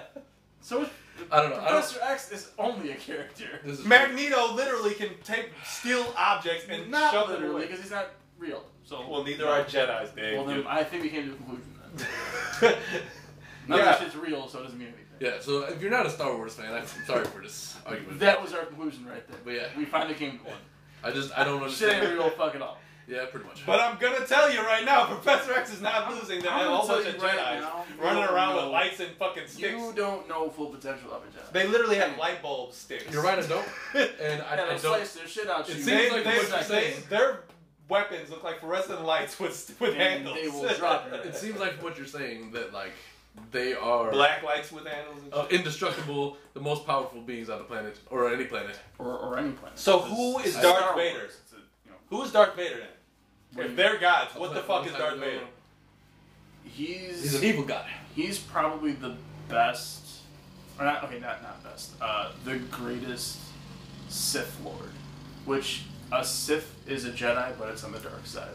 [SPEAKER 3] So is-
[SPEAKER 1] I don't know. I don't,
[SPEAKER 3] Professor X is only a character.
[SPEAKER 1] this is
[SPEAKER 2] Magneto literally can take steel objects and
[SPEAKER 3] not
[SPEAKER 2] shove them
[SPEAKER 3] literally
[SPEAKER 2] away.
[SPEAKER 3] because he's not real. So
[SPEAKER 2] Well, neither are Jedi's, Dave.
[SPEAKER 3] Well, then I think we came to the conclusion then. None of
[SPEAKER 2] yeah.
[SPEAKER 3] this shit's real, so it doesn't mean anything.
[SPEAKER 1] Yeah. So if you're not a Star Wars fan, I'm sorry for this argument.
[SPEAKER 3] That was our conclusion right there.
[SPEAKER 1] But yeah.
[SPEAKER 3] We finally came to one.
[SPEAKER 1] I just I don't
[SPEAKER 3] Shit ain't
[SPEAKER 1] understand.
[SPEAKER 3] real fuck at all.
[SPEAKER 1] yeah, pretty much.
[SPEAKER 2] But I'm gonna tell you right now, Professor X is not losing. They
[SPEAKER 3] I'm
[SPEAKER 2] have a
[SPEAKER 3] gonna
[SPEAKER 2] whole
[SPEAKER 3] tell
[SPEAKER 2] bunch
[SPEAKER 3] you
[SPEAKER 2] of
[SPEAKER 3] right
[SPEAKER 2] Jedi's
[SPEAKER 3] now,
[SPEAKER 2] running
[SPEAKER 3] you
[SPEAKER 2] around
[SPEAKER 3] don't
[SPEAKER 2] with
[SPEAKER 3] know.
[SPEAKER 2] lights and fucking sticks.
[SPEAKER 3] You don't know full potential of a Jedi.
[SPEAKER 2] They literally have light bulb sticks.
[SPEAKER 1] you're right. I don't. And I,
[SPEAKER 3] and
[SPEAKER 1] I
[SPEAKER 3] they'll
[SPEAKER 1] don't.
[SPEAKER 3] slice their shit out
[SPEAKER 1] It
[SPEAKER 3] you.
[SPEAKER 1] seems
[SPEAKER 2] They,
[SPEAKER 1] like
[SPEAKER 2] they,
[SPEAKER 1] what you're
[SPEAKER 2] they-
[SPEAKER 1] saying.
[SPEAKER 2] their weapons look like fluorescent lights with with
[SPEAKER 3] and
[SPEAKER 2] handles.
[SPEAKER 3] they will drop you.
[SPEAKER 1] It seems like what you're saying that like they are
[SPEAKER 2] Black lights with handles. And
[SPEAKER 1] uh,
[SPEAKER 2] shit.
[SPEAKER 1] indestructible, the most powerful beings on the planet or any planet.
[SPEAKER 3] Or, or any planet.
[SPEAKER 2] So who
[SPEAKER 3] It's-
[SPEAKER 2] is
[SPEAKER 3] it's
[SPEAKER 2] Darth
[SPEAKER 3] Star Wars.
[SPEAKER 2] Vader?
[SPEAKER 3] It's a, you know,
[SPEAKER 2] Who's Darth Vader then?
[SPEAKER 3] when-
[SPEAKER 2] If they're gods, what the
[SPEAKER 1] Planet-
[SPEAKER 2] fuck is
[SPEAKER 1] planet-
[SPEAKER 2] Darth Vader?
[SPEAKER 3] he's
[SPEAKER 1] He's an evil god.
[SPEAKER 3] he's probably the best. Or not, okay, not not best. Uh, the greatest Sith Lord, which a Sith is a Jedi, but it's on the dark side.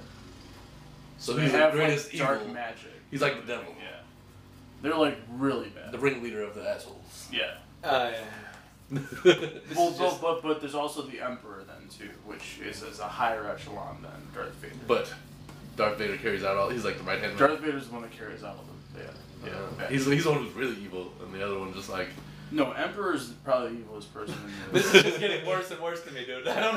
[SPEAKER 1] So
[SPEAKER 3] They
[SPEAKER 1] he's the
[SPEAKER 3] have
[SPEAKER 1] greatest
[SPEAKER 3] like dark
[SPEAKER 1] evil.
[SPEAKER 3] magic.
[SPEAKER 1] He's like the devil,
[SPEAKER 3] Yeah, they're like really bad.
[SPEAKER 1] the ringleader of the assholes.
[SPEAKER 3] yeah.
[SPEAKER 2] Uh,
[SPEAKER 1] That's
[SPEAKER 3] Well,
[SPEAKER 2] is
[SPEAKER 3] well,
[SPEAKER 2] just-
[SPEAKER 3] but but there's also the Emperor then too, which is, is a higher echelon than Darth Vader.
[SPEAKER 1] But Darth Vader carries out all. He's like the right hand man.
[SPEAKER 3] Darth Vader's the one that carries out of them. Yeah.
[SPEAKER 1] Yeah,
[SPEAKER 3] Okay.
[SPEAKER 1] he's he's the one who's really evil, and the other one just like
[SPEAKER 3] no Emperor's probably the evilest person. In the
[SPEAKER 2] This is just getting worse and worse to me, dude. I don't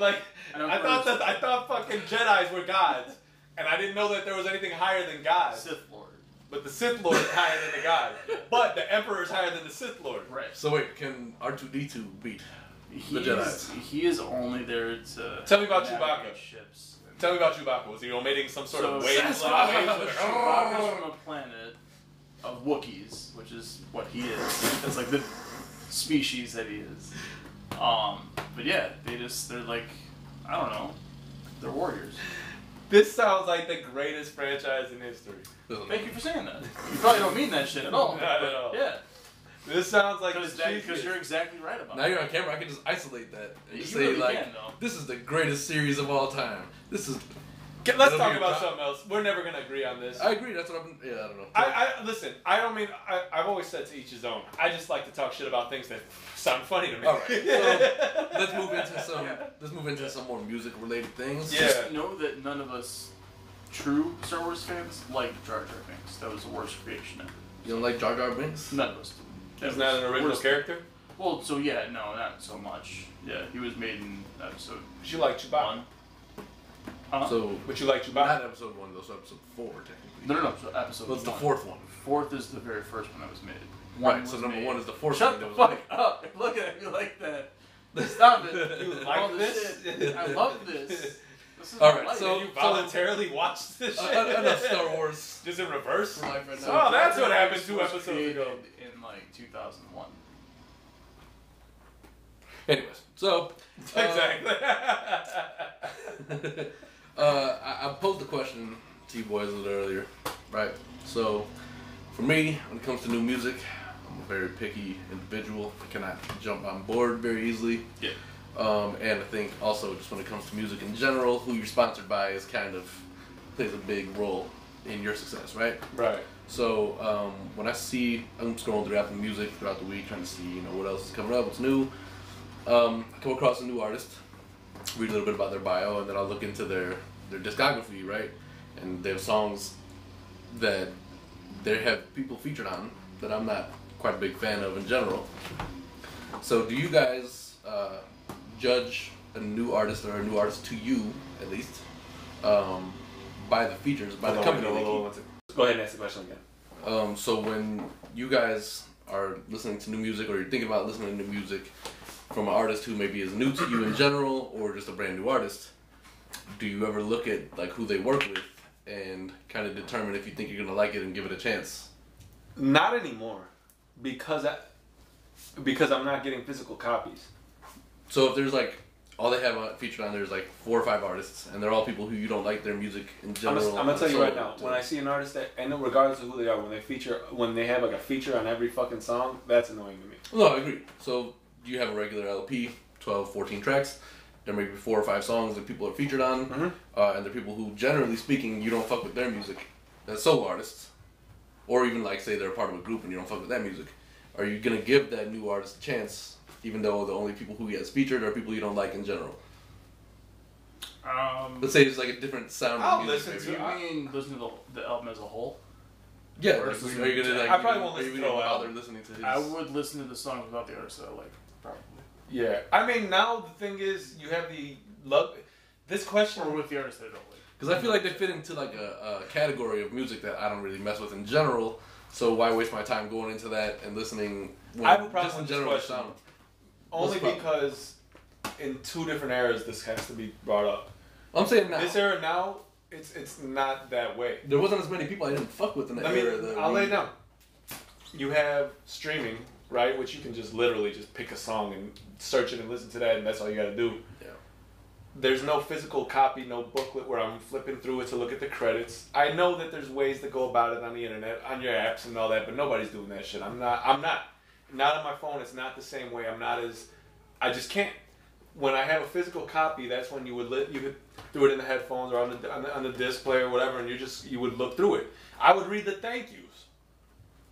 [SPEAKER 2] like.
[SPEAKER 3] I don't
[SPEAKER 2] I thought
[SPEAKER 3] understand.
[SPEAKER 2] that I thought fucking Jedi's were gods, and I didn't know that there was anything higher than gods.
[SPEAKER 3] Sith Lord.
[SPEAKER 2] But the Sith Lord is higher than the god. But the Emperor is higher than the Sith Lord.
[SPEAKER 3] Right.
[SPEAKER 1] So wait, can R two D two beat?
[SPEAKER 3] He
[SPEAKER 1] Jedi's.
[SPEAKER 3] is, he is only there to
[SPEAKER 2] Tell me about
[SPEAKER 3] navigate
[SPEAKER 2] Chewbacca.
[SPEAKER 3] Ships.
[SPEAKER 2] Tell me about Chewbacca. Was he omitting some sort of
[SPEAKER 3] So
[SPEAKER 2] wave?
[SPEAKER 3] Sith-
[SPEAKER 1] Sasquatch.
[SPEAKER 2] wave-
[SPEAKER 3] Chewbacca's from a planet of Wookiees, which is what he is. That's like the species that he is. Um, but yeah, they just they're like I don't know, they're warriors.
[SPEAKER 2] This sounds like the greatest franchise in history.
[SPEAKER 3] Thank you for saying that. You probably don't mean that shit at all.
[SPEAKER 2] Not at
[SPEAKER 3] but
[SPEAKER 2] all.
[SPEAKER 3] Yeah,
[SPEAKER 2] This sounds like
[SPEAKER 3] because
[SPEAKER 2] the cheesiest.
[SPEAKER 3] you're exactly right about
[SPEAKER 1] Now
[SPEAKER 3] that.
[SPEAKER 1] you're on camera. I can just isolate that and
[SPEAKER 3] You
[SPEAKER 1] just say
[SPEAKER 3] really
[SPEAKER 1] like,
[SPEAKER 3] can, though.
[SPEAKER 1] "This is the greatest series of all time." This is.
[SPEAKER 2] Get- Let's
[SPEAKER 1] It'll
[SPEAKER 2] talk
[SPEAKER 1] be a
[SPEAKER 2] about
[SPEAKER 1] drop.
[SPEAKER 2] something else. We're never gonna agree on this.
[SPEAKER 1] I agree. That's what I'm. Yeah, I don't know.
[SPEAKER 2] I, I listen. I don't mean. I, I've always said to each his own. I just like to talk shit about things that sound funny to me.
[SPEAKER 1] All right, so let's move into some. Let's move into some more music related things.
[SPEAKER 2] Yeah.
[SPEAKER 3] Just know that none of us true Star Wars fans like Jar Jar Binks. That was the worst creation ever.
[SPEAKER 1] You don't like Jar Jar Binks?
[SPEAKER 3] None of us. That
[SPEAKER 2] He's not
[SPEAKER 3] was
[SPEAKER 2] an original
[SPEAKER 3] worst-
[SPEAKER 2] character.
[SPEAKER 3] Well, so yeah, no, not so much. Yeah, he was made in episode
[SPEAKER 2] But you like Chewbacca.
[SPEAKER 3] one. Huh?
[SPEAKER 1] So
[SPEAKER 2] But you like Chewbacca.
[SPEAKER 1] not episode one though. So episode four technically.
[SPEAKER 3] no, no, no. So episode
[SPEAKER 1] Well, it's the
[SPEAKER 3] one.
[SPEAKER 1] fourth one.
[SPEAKER 3] Fourth is the very first one that was made. One
[SPEAKER 1] Right. So
[SPEAKER 3] was
[SPEAKER 1] number
[SPEAKER 3] made-
[SPEAKER 1] one is the fourth. one
[SPEAKER 3] Shut the
[SPEAKER 1] that was
[SPEAKER 3] fuck up! Look at me like that. Stop it.
[SPEAKER 2] You like
[SPEAKER 3] All
[SPEAKER 2] this?
[SPEAKER 3] shit. I love this. This is
[SPEAKER 1] All
[SPEAKER 3] my
[SPEAKER 1] right,
[SPEAKER 3] life.
[SPEAKER 1] so-
[SPEAKER 2] you voluntarily watched this shit.
[SPEAKER 1] Uh, enough Star Wars.
[SPEAKER 2] Just in reverse.
[SPEAKER 1] for life right now.
[SPEAKER 2] Oh, that's what happened two
[SPEAKER 3] Was
[SPEAKER 2] episodes
[SPEAKER 3] created
[SPEAKER 2] ago.
[SPEAKER 3] In like 2001.
[SPEAKER 1] Anyways, so uh,
[SPEAKER 2] Exactly.
[SPEAKER 1] uh, I, I posed the question to you boys a little earlier, right? So, for me, when it comes to new music, I'm a very picky individual. I cannot jump on board very easily.
[SPEAKER 3] Yeah.
[SPEAKER 1] Um, and I think also just when it comes to music in general, who you're sponsored by is kind of plays a big role in your success, right?
[SPEAKER 2] Right.
[SPEAKER 1] So um, when I see, I'm scrolling through Apple Music throughout the week, trying to see you know what else is coming up, what's new. Um, I come across a new artist, read a little bit about their bio, and then I'll look into their their discography, right? And they have songs that they have people featured on that I'm not quite a big fan of in general. So do you guys uh, judge a new artist or a new artist to you at least um, by the features, by the company they keep?
[SPEAKER 2] Go ahead and ask the question again.
[SPEAKER 1] Um, so when you guys are listening to new music or you're thinking about listening to new music from an artist who maybe is new to you in general or just a brand new artist, do you ever look at like who they work with and kind of determine if you think you're gonna like it and give it a chance?
[SPEAKER 2] Not anymore, because I, because I'm not getting physical copies.
[SPEAKER 1] So if there's like all they have on, featured on there is like four or five artists and they're all people who you don't like their music in
[SPEAKER 2] I'm
[SPEAKER 1] general.
[SPEAKER 2] gonna, I'm gonna tell you
[SPEAKER 1] so-
[SPEAKER 2] right now. When I see an artist that, and regardless of who they are, when they feature, when they have like a feature on every fucking song, that's annoying to me.
[SPEAKER 1] No, I agree. So you have a regular LP, 12, 14 tracks. There may be four or five songs that people are featured on,
[SPEAKER 2] Mhm.
[SPEAKER 1] uh, and they're people who, generally speaking, you don't fuck with their music. That's solo artists, or even like say they're part of a group and you don't fuck with that music. Are you gonna give that new artist a chance, even though the only people who he has featured are people you don't like in general?
[SPEAKER 3] Um,
[SPEAKER 1] Let's say it's like a different sound. of
[SPEAKER 2] I'll
[SPEAKER 1] music,
[SPEAKER 2] listen
[SPEAKER 3] you
[SPEAKER 1] maybe.
[SPEAKER 2] to it.
[SPEAKER 3] mean listen to the, the album as a whole?
[SPEAKER 1] Yeah, like, are you gonna like?
[SPEAKER 2] I probably won't
[SPEAKER 1] are you
[SPEAKER 2] listen
[SPEAKER 1] gonna
[SPEAKER 2] to it.
[SPEAKER 1] bother listening to his.
[SPEAKER 3] I would listen to the songs without the artist that I like, probably,
[SPEAKER 2] Yeah, I mean now the thing is, you have the love. This question.
[SPEAKER 3] or with the artist that I don't like.
[SPEAKER 1] Because I feel like they fit into like a, a category of music that I don't really mess with in general. So why waste my time going into that and listening? When
[SPEAKER 2] I have a problem
[SPEAKER 1] just in
[SPEAKER 2] with
[SPEAKER 1] general.
[SPEAKER 2] this
[SPEAKER 1] the
[SPEAKER 2] question.
[SPEAKER 1] sound-
[SPEAKER 2] Only
[SPEAKER 1] What's the
[SPEAKER 2] because in two different eras this has to be brought up.
[SPEAKER 1] I'm saying now
[SPEAKER 2] This era now, it's it's not that way.
[SPEAKER 1] there wasn't as many people I didn't fuck with in that
[SPEAKER 2] I mean,
[SPEAKER 1] era. that
[SPEAKER 2] I'll
[SPEAKER 1] we-
[SPEAKER 2] lay it down. You have streaming, right? Which you can just literally just pick a song and search it and listen to that, and that's all you got to do.
[SPEAKER 1] Yeah.
[SPEAKER 2] There's no physical copy, no booklet where I'm flipping through it to look at the credits. I know that there's ways to go about it on the internet, on your apps and all that, but nobody's doing that shit. I'm not. I'm not. Not on my phone. It's not the same way. I'm not as. I just can't. When I have a physical copy, that's when you would li- you could do it in the headphones or on the, on the on the display or whatever, and you just you would look through it. I would read the thank yous.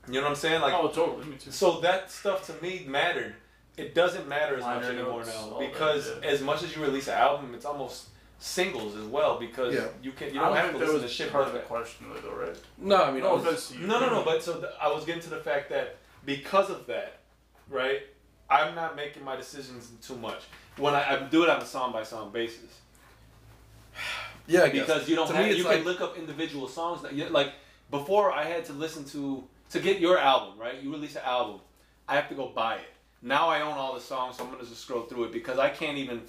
[SPEAKER 2] You know what I'm saying? Like
[SPEAKER 3] Oh, totally. Me too.
[SPEAKER 2] so that stuff to me mattered. It doesn't matter as much
[SPEAKER 3] Liner
[SPEAKER 2] anymore
[SPEAKER 3] notes,
[SPEAKER 2] now
[SPEAKER 3] all that,
[SPEAKER 2] because
[SPEAKER 3] yeah.
[SPEAKER 2] as much as you release an album, it's almost singles as well because
[SPEAKER 1] Yeah.
[SPEAKER 2] you can you don't
[SPEAKER 3] I
[SPEAKER 2] have
[SPEAKER 3] think
[SPEAKER 2] to
[SPEAKER 3] that
[SPEAKER 2] listen
[SPEAKER 3] was
[SPEAKER 2] to shit
[SPEAKER 3] part
[SPEAKER 2] part
[SPEAKER 3] of the question, though, though, right?
[SPEAKER 1] No, I mean, I
[SPEAKER 3] No
[SPEAKER 1] was-
[SPEAKER 3] offense to you.
[SPEAKER 2] No, no, no. But so th- I was getting to the fact that because of that, right? I'm not making my decisions too much when I, I do it on a song by song basis.
[SPEAKER 1] yeah, I guess.
[SPEAKER 2] because you don't
[SPEAKER 1] To
[SPEAKER 2] have,
[SPEAKER 1] me, it's
[SPEAKER 2] you
[SPEAKER 1] like
[SPEAKER 2] can look up individual songs that you, like before I had to listen to to get your album right you release an album I have to go buy it now I own all the songs so I'm gonna just scroll through it because I can't even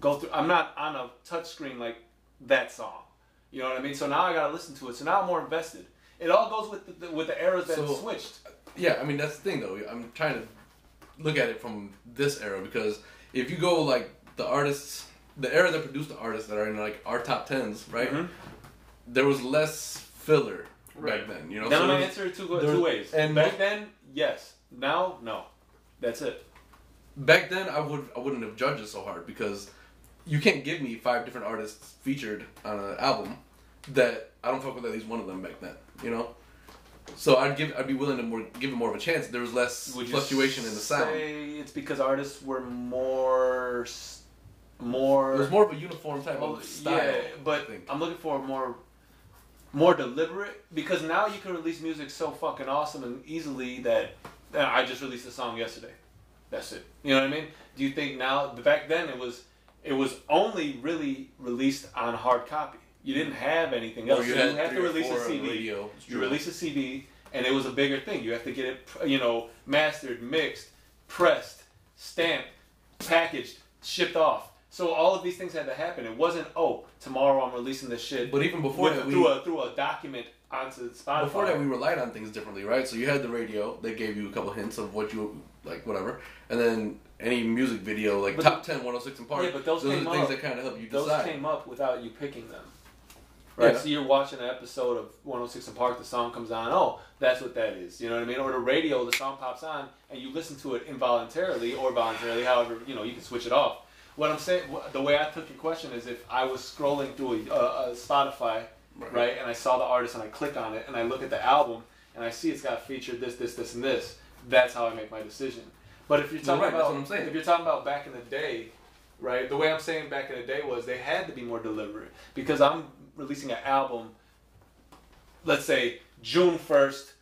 [SPEAKER 2] go through I'm not on a touch screen like that song you know what I mean so now I gotta listen to it so now I'm more invested it all goes with the, with the eras that
[SPEAKER 1] So-
[SPEAKER 2] it switched
[SPEAKER 1] yeah, I mean that's the thing though. I'm trying to look at it from this era because if you go like the artists, the era that produced the artists that are in like our top tens, right?
[SPEAKER 2] Mhm.
[SPEAKER 1] There was less filler
[SPEAKER 3] Right.
[SPEAKER 1] back then. You know,
[SPEAKER 2] now
[SPEAKER 1] So
[SPEAKER 2] my
[SPEAKER 1] it was-
[SPEAKER 2] answer two,
[SPEAKER 1] there-
[SPEAKER 2] two ways
[SPEAKER 1] and-
[SPEAKER 2] back then yes now no that's it
[SPEAKER 1] back then I would I wouldn't have judged it so hard because you can't give me five different artists featured on an album that I don't fuck with at least one of them back then, you know. So I'd give I'd be willing to more give it more of a chance. There was less
[SPEAKER 2] Would you
[SPEAKER 1] fluctuation in the sound. It
[SPEAKER 2] say it's because artists were more, s- more.
[SPEAKER 1] was more of a uniform type
[SPEAKER 2] well,
[SPEAKER 1] of style.
[SPEAKER 2] Oh, Yeah, but
[SPEAKER 1] think.
[SPEAKER 2] I'm looking for a more, more deliberate because now you can release music so fucking awesome and easily that uh, I just released a song yesterday. That's it. You know what I mean? Do you think now? Back then it was, it was only really released on hard copy. You didn't have anything else.
[SPEAKER 1] Or you
[SPEAKER 2] So
[SPEAKER 1] had
[SPEAKER 2] you have
[SPEAKER 1] three
[SPEAKER 2] to
[SPEAKER 1] or
[SPEAKER 2] release
[SPEAKER 1] four
[SPEAKER 2] a
[SPEAKER 1] on
[SPEAKER 2] CD.
[SPEAKER 1] radio. It's
[SPEAKER 2] You
[SPEAKER 1] true.
[SPEAKER 2] release a CD, and it was a bigger thing. You have to get it, you know, mastered, mixed, pressed, stamped, packaged, shipped off. So all of these things had to happen. It wasn't oh tomorrow I'm releasing this shit.
[SPEAKER 1] But even before
[SPEAKER 2] with-
[SPEAKER 1] that, we-
[SPEAKER 2] through a through a document onto Spotify.
[SPEAKER 1] Before that, we relied on things differently, right? So you had the radio; they gave you a couple hints of what you like, whatever, and then any music video, like
[SPEAKER 2] But
[SPEAKER 1] top 10, 106 and Park.
[SPEAKER 2] Yeah, but those
[SPEAKER 1] those are
[SPEAKER 2] came
[SPEAKER 1] the things
[SPEAKER 2] up.
[SPEAKER 1] that kind of help you
[SPEAKER 2] Those
[SPEAKER 1] decide.
[SPEAKER 2] came up without you picking them, Right.
[SPEAKER 1] Yeah.
[SPEAKER 2] So you're watching an episode of 106 and Park, the song comes on, oh, that's what that is. You know what I mean? Or the radio, the song pops on, and you listen to it involuntarily or voluntarily, however, you know, you can switch it off. What I'm saying, wh- the way I took your question is if I was scrolling through a, a, a Spotify, right. and I saw the artist and I click on it and I look at the album and I see it's got featured this, this, this, and this, that's how I make my decision. But if you're talking
[SPEAKER 1] right, that's
[SPEAKER 2] about,
[SPEAKER 1] what I'm saying.
[SPEAKER 2] if you're talking about back in the day, right? The way I'm saying back in the day was they had to be more deliberate because I'm releasing an album, let's say June 1st,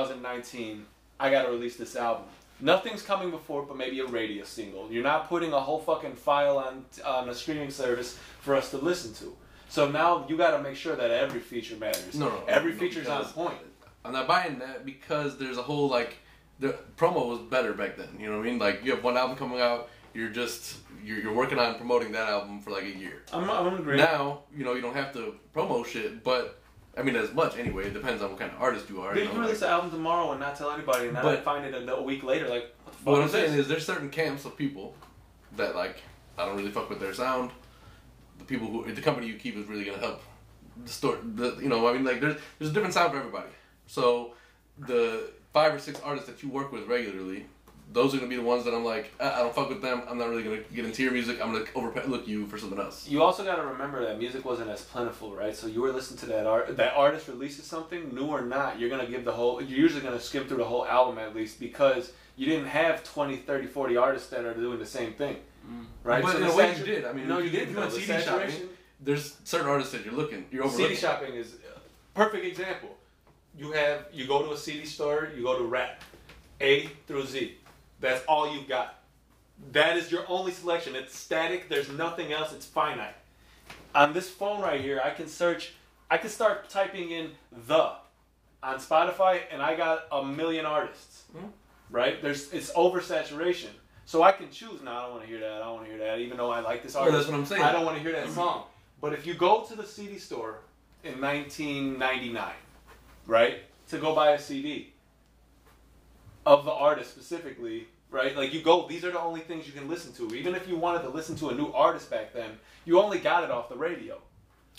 [SPEAKER 2] 2019. I got to release this album. Nothing's coming before, it but maybe a radio single. You're not putting a whole fucking file on on a streaming service for us to listen to. So now you got to make sure that every feature matters.
[SPEAKER 1] No, no,
[SPEAKER 2] every
[SPEAKER 1] no,
[SPEAKER 2] feature's on
[SPEAKER 1] because-
[SPEAKER 2] point.
[SPEAKER 1] I'm not buying that because there's a whole like the promo was better back then. You know what I mean? Like you have one album coming out, you're just you're, you're working on promoting that album for like a year.
[SPEAKER 2] I'm, I'm agreeing.
[SPEAKER 1] Now you know you don't have to promo shit, but I mean as much anyway. It depends on what kind of artist you are.
[SPEAKER 2] They
[SPEAKER 1] you
[SPEAKER 2] can
[SPEAKER 1] know,
[SPEAKER 2] release
[SPEAKER 1] like-
[SPEAKER 2] the album tomorrow and not tell anybody, and then I
[SPEAKER 1] But-
[SPEAKER 2] find it a, a week later. Like, what the fuck
[SPEAKER 1] but what I'm
[SPEAKER 2] is this?
[SPEAKER 1] saying is there's certain camps of people that like I don't really fuck with their sound. The people who the company you keep is really gonna help distort. The, you know I mean like there's there's a different sound for everybody. So the five or six artists that you work with regularly, those are gonna be the ones that I'm like "Ah, I don't fuck with them. I'm not really gonna get into your music. I'm gonna overlook you for something else.
[SPEAKER 2] You also got to remember that music wasn't as plentiful, right? So you were listening to that art. That artist releases something new or not, you're gonna give the whole. You're usually gonna skim through the whole album at least because you didn't have 20, 30, 40 artists that are doing the same thing, right?
[SPEAKER 1] But
[SPEAKER 2] So
[SPEAKER 1] in
[SPEAKER 2] the
[SPEAKER 1] a way, you
[SPEAKER 2] satur-
[SPEAKER 1] did. I mean,
[SPEAKER 2] no,
[SPEAKER 1] if
[SPEAKER 2] you
[SPEAKER 1] you- if
[SPEAKER 2] didn't.
[SPEAKER 1] you went
[SPEAKER 2] though. The
[SPEAKER 1] CD shopping,
[SPEAKER 2] saturation-
[SPEAKER 1] There's certain artists that you're looking, you're
[SPEAKER 2] CD
[SPEAKER 1] overlooking.
[SPEAKER 2] shopping is a perfect example. You have you go to a CD store, you go to rap, A through Z. That's all you got. That is your only selection. It's static. There's nothing else. It's finite. On this phone right here, I can search. I can start typing in the on Spotify, and I got a million artists.
[SPEAKER 1] Hmm.
[SPEAKER 2] Right? There's it's oversaturation. So I can choose. No, I don't want to hear that. I don't want to hear that. Even though I like this
[SPEAKER 1] Well,
[SPEAKER 2] artist,
[SPEAKER 1] that's what I'm saying.
[SPEAKER 2] I don't want to hear that song. But if you go to the CD store in 1999, right, to go buy a CD of the artist specifically, right? Like you go, these are the only things you can listen to. Even if you wanted to listen to a new artist back then, you only got it off the radio,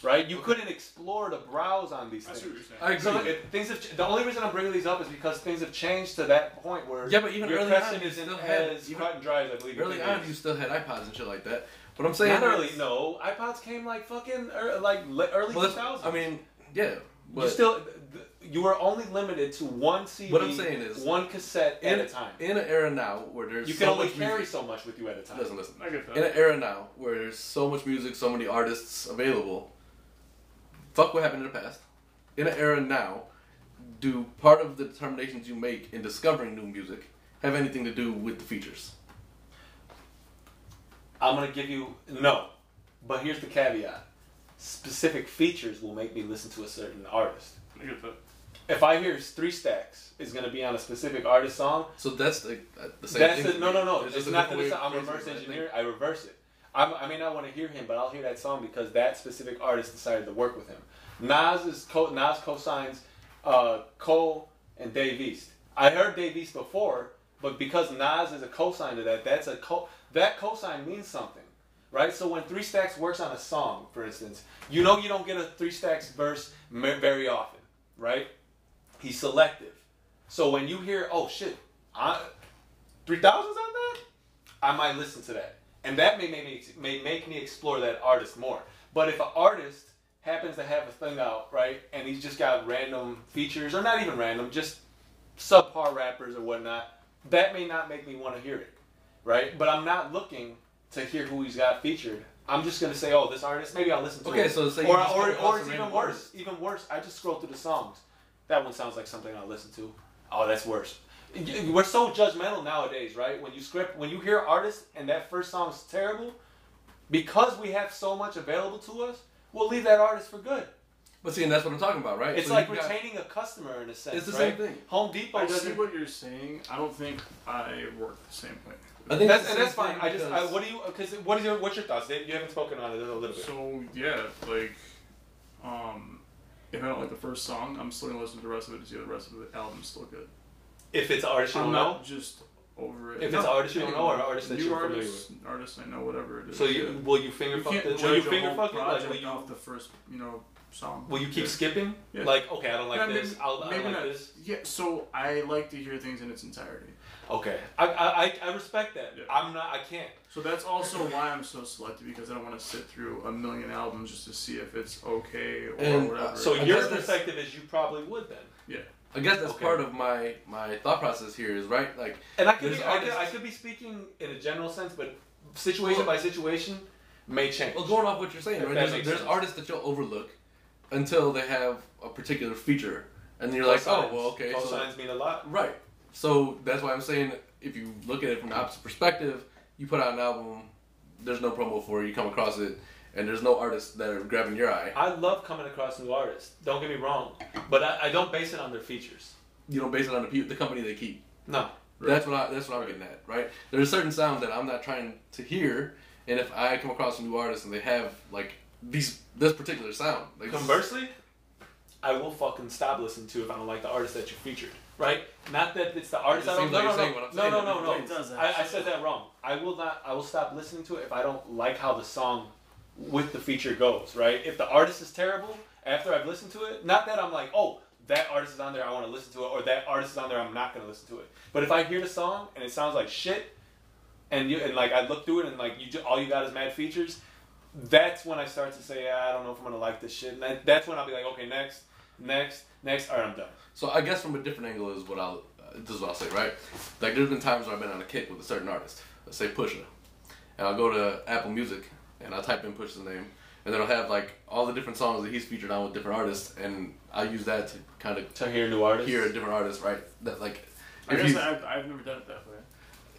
[SPEAKER 2] right? You couldn't explore to browse on these
[SPEAKER 3] I see what
[SPEAKER 2] things.
[SPEAKER 3] you're saying.
[SPEAKER 1] I agree.
[SPEAKER 2] So it, things have. ch- The only reason I'm bringing these up is because things have changed to that point where
[SPEAKER 1] Yeah, but even
[SPEAKER 2] your
[SPEAKER 1] early
[SPEAKER 2] question
[SPEAKER 1] on, you
[SPEAKER 2] isn't
[SPEAKER 1] still had-
[SPEAKER 2] as
[SPEAKER 1] even-
[SPEAKER 2] cut and dry as I believe. it
[SPEAKER 1] Early on,
[SPEAKER 2] is.
[SPEAKER 1] you still had iPods and shit like that. But I'm saying
[SPEAKER 2] Not early,
[SPEAKER 1] it's-
[SPEAKER 2] no. iPods came like fucking er, like le- early
[SPEAKER 1] Well, that's-
[SPEAKER 2] 2000s.
[SPEAKER 1] I mean, yeah, but
[SPEAKER 2] you still th- you were only limited to one CD.
[SPEAKER 1] What I'm saying is-
[SPEAKER 2] one cassette
[SPEAKER 1] in,
[SPEAKER 2] at a time.
[SPEAKER 1] in an era now where there's
[SPEAKER 2] you can
[SPEAKER 1] so
[SPEAKER 2] only
[SPEAKER 1] much
[SPEAKER 2] carry
[SPEAKER 1] music,
[SPEAKER 2] so much with you at a time.
[SPEAKER 1] listen, listen.
[SPEAKER 3] I get that.
[SPEAKER 1] In an era now where there's so much music, so many artists available, fuck what happened in the past. In an era now, do part of the determinations you make in discovering new music have anything to do with the features?
[SPEAKER 2] I'm gonna give you no, but here's the caveat: specific features will make me listen to a certain artist.
[SPEAKER 3] I get that.
[SPEAKER 2] If I hear three stacks is gonna be on a specific artist song,
[SPEAKER 1] So that's the, uh, the same
[SPEAKER 2] That's
[SPEAKER 1] thing.
[SPEAKER 2] the,
[SPEAKER 1] to
[SPEAKER 2] no,
[SPEAKER 1] me.
[SPEAKER 2] no, no.
[SPEAKER 1] There's
[SPEAKER 2] It's,
[SPEAKER 1] just a
[SPEAKER 2] not that
[SPEAKER 1] different
[SPEAKER 2] it's
[SPEAKER 1] way
[SPEAKER 2] not, I'm
[SPEAKER 1] of phrasing
[SPEAKER 2] reverse
[SPEAKER 1] it, I think.
[SPEAKER 2] engineer. I reverse it. I'm, I may not want to hear him, but I'll hear that song because that specific artist decided to work with him. Nas is co- Nas co-signs uh, Cole and Dave East. I heard Dave East before, but because Nas is a co-sign to that, that's a co- that co-sign means something, right? So when Three Stacks works on a song, for instance, you know you don't get a Three Stacks verse ma- very often, right? He's selective. So when you hear, oh shit, I, three thousands on that, I might listen to that, and that may make me may make me explore that artist more. But if an artist happens to have a thing out, right, and he's just got random features, or not even random, just subpar rappers or whatnot, that may not make me want to hear it, right? But I'm not looking to hear who he's got featured. I'm just gonna say, oh, this artist. Maybe I'll listen to
[SPEAKER 1] Okay,
[SPEAKER 2] him.
[SPEAKER 1] so say you
[SPEAKER 2] or
[SPEAKER 1] just come
[SPEAKER 2] or,
[SPEAKER 1] across
[SPEAKER 2] or it's
[SPEAKER 1] a
[SPEAKER 2] even
[SPEAKER 1] random
[SPEAKER 2] worse.
[SPEAKER 1] artist.
[SPEAKER 2] Even worse, I just scroll through the songs. That one sounds like something I listen to. Oh, that's worse. Y- We're so judgmental nowadays, right? When you script, when you hear artists and that first song's terrible, because we have so much available to us, we'll leave that artist for good.
[SPEAKER 1] But see, and that's what I'm talking about, right?
[SPEAKER 2] It's
[SPEAKER 1] So
[SPEAKER 2] like
[SPEAKER 1] you've got-
[SPEAKER 2] retaining a customer in a sense.
[SPEAKER 1] It's the same
[SPEAKER 2] right?
[SPEAKER 1] thing.
[SPEAKER 2] Home Depot
[SPEAKER 3] Oh, I see
[SPEAKER 2] doesn't.
[SPEAKER 3] what you're saying. I don't think I work the same way.
[SPEAKER 1] I think
[SPEAKER 2] That's,
[SPEAKER 1] it's the same
[SPEAKER 2] and that's fine.
[SPEAKER 1] thing
[SPEAKER 2] I just. I,
[SPEAKER 1] because-
[SPEAKER 2] what do you? Because what is your? What's your thoughts? Dave? You haven't spoken on it a little bit.
[SPEAKER 3] So yeah, like, um, if I don't like the first song, I'm still gonna listen to the rest of it to see if the rest of the album's still good.
[SPEAKER 2] If it's an artist you
[SPEAKER 3] I'm
[SPEAKER 2] don't know,
[SPEAKER 3] not just over it.
[SPEAKER 2] if it's an artist you don't know, or an artist that
[SPEAKER 3] new
[SPEAKER 2] you're familiar with.
[SPEAKER 3] artists, artists I know, whatever it is.
[SPEAKER 2] So
[SPEAKER 3] yeah.
[SPEAKER 2] you will you finger
[SPEAKER 3] you
[SPEAKER 2] fuck
[SPEAKER 3] can't
[SPEAKER 2] the
[SPEAKER 3] judge
[SPEAKER 2] will you
[SPEAKER 3] a
[SPEAKER 2] finger
[SPEAKER 3] whole
[SPEAKER 2] fuck it? Like,
[SPEAKER 3] project
[SPEAKER 2] will you,
[SPEAKER 3] off the first, you know, some.
[SPEAKER 2] Will you keep
[SPEAKER 3] Yeah.
[SPEAKER 2] skipping?
[SPEAKER 3] Yeah.
[SPEAKER 2] Like, okay, I don't like
[SPEAKER 3] No,
[SPEAKER 2] this. I'll, I
[SPEAKER 3] maybe
[SPEAKER 2] don't like
[SPEAKER 3] not.
[SPEAKER 2] this.
[SPEAKER 3] Yeah, so I like to hear things in its entirety.
[SPEAKER 2] Okay, I I, I- I respect that.
[SPEAKER 3] Yeah.
[SPEAKER 2] I'm not. I can't.
[SPEAKER 3] So that's also why I'm so selective because I don't want to sit through a million albums just to see if it's okay or
[SPEAKER 1] And, uh,
[SPEAKER 3] whatever.
[SPEAKER 2] So
[SPEAKER 1] I
[SPEAKER 2] your
[SPEAKER 1] guess that's-
[SPEAKER 2] perspective is you probably would then.
[SPEAKER 3] yeah,
[SPEAKER 1] I guess that's
[SPEAKER 2] Okay.
[SPEAKER 1] part of my my thought process here is right like
[SPEAKER 2] And I could,
[SPEAKER 1] There's
[SPEAKER 2] be, I, could,
[SPEAKER 1] artists-
[SPEAKER 2] I could be speaking in a general sense, but situation by situation may change.
[SPEAKER 1] well going off what you're saying
[SPEAKER 2] If
[SPEAKER 1] right
[SPEAKER 2] that
[SPEAKER 1] there's,
[SPEAKER 2] makes
[SPEAKER 1] there's
[SPEAKER 2] sense.
[SPEAKER 1] artists that you'll overlook until they have a particular feature and then you're
[SPEAKER 2] All
[SPEAKER 1] like
[SPEAKER 2] signs-
[SPEAKER 1] oh well okay
[SPEAKER 2] All
[SPEAKER 1] so
[SPEAKER 2] signs mean a lot.
[SPEAKER 1] right so that's why I'm saying if you look at it from the opposite perspective you put out an album there's no promo for it you come across it and there's no artists that are grabbing your eye
[SPEAKER 2] I love coming across new artists. Don't get me wrong, but I, I don't base it on their features.
[SPEAKER 1] you don't base it on the, pe- the company they keep
[SPEAKER 2] No.
[SPEAKER 1] That's what I, that's what I'm getting at, right? There's certain sounds that I'm not trying to hear, and if I come across a new artist and they have like these this particular sound, like this-
[SPEAKER 2] Conversely, I will fucking stop listening to if I don't like the artist that you featured. Right? Not that it's the artist I
[SPEAKER 1] just
[SPEAKER 2] don't.
[SPEAKER 1] seems like
[SPEAKER 2] no,
[SPEAKER 1] you're
[SPEAKER 2] no,
[SPEAKER 1] saying
[SPEAKER 2] no.
[SPEAKER 1] what I'm
[SPEAKER 2] no,
[SPEAKER 1] saying.
[SPEAKER 2] no,
[SPEAKER 1] It
[SPEAKER 2] no, no,
[SPEAKER 1] does- it
[SPEAKER 3] does that.
[SPEAKER 2] I, I said that wrong. I will not. I will stop listening to it if I don't like how the song with the feature goes. Right? If the artist is terrible after I've listened to it, not that I'm like, oh, that artist is on there, I want to listen to it, or that artist is on there, I'm not gonna listen to it. But if I hear the song and it sounds like shit, and you and like I look through it and like you ju- all you got is mad features, that's when I start to say "Ah, I don't know if I'm gonna like this shit. And that, that's when I'll be like, okay, next, next, next. All right, I'm done.
[SPEAKER 1] So I guess from a different angle is what I'll uh, this is what I'll say, right? Like there's been times where I've been on a kick with a certain artist, let's say Pusha, and I'll go to Apple Music and I'll type in Pusha's name, and then I'll have like all the different songs that he's featured on with different artists, and I'll use that to kind of
[SPEAKER 2] To hear new artists.
[SPEAKER 1] hear a different artist, right? That like.
[SPEAKER 3] I
[SPEAKER 1] if
[SPEAKER 3] guess
[SPEAKER 1] he's-
[SPEAKER 3] I've, I've never done it that way.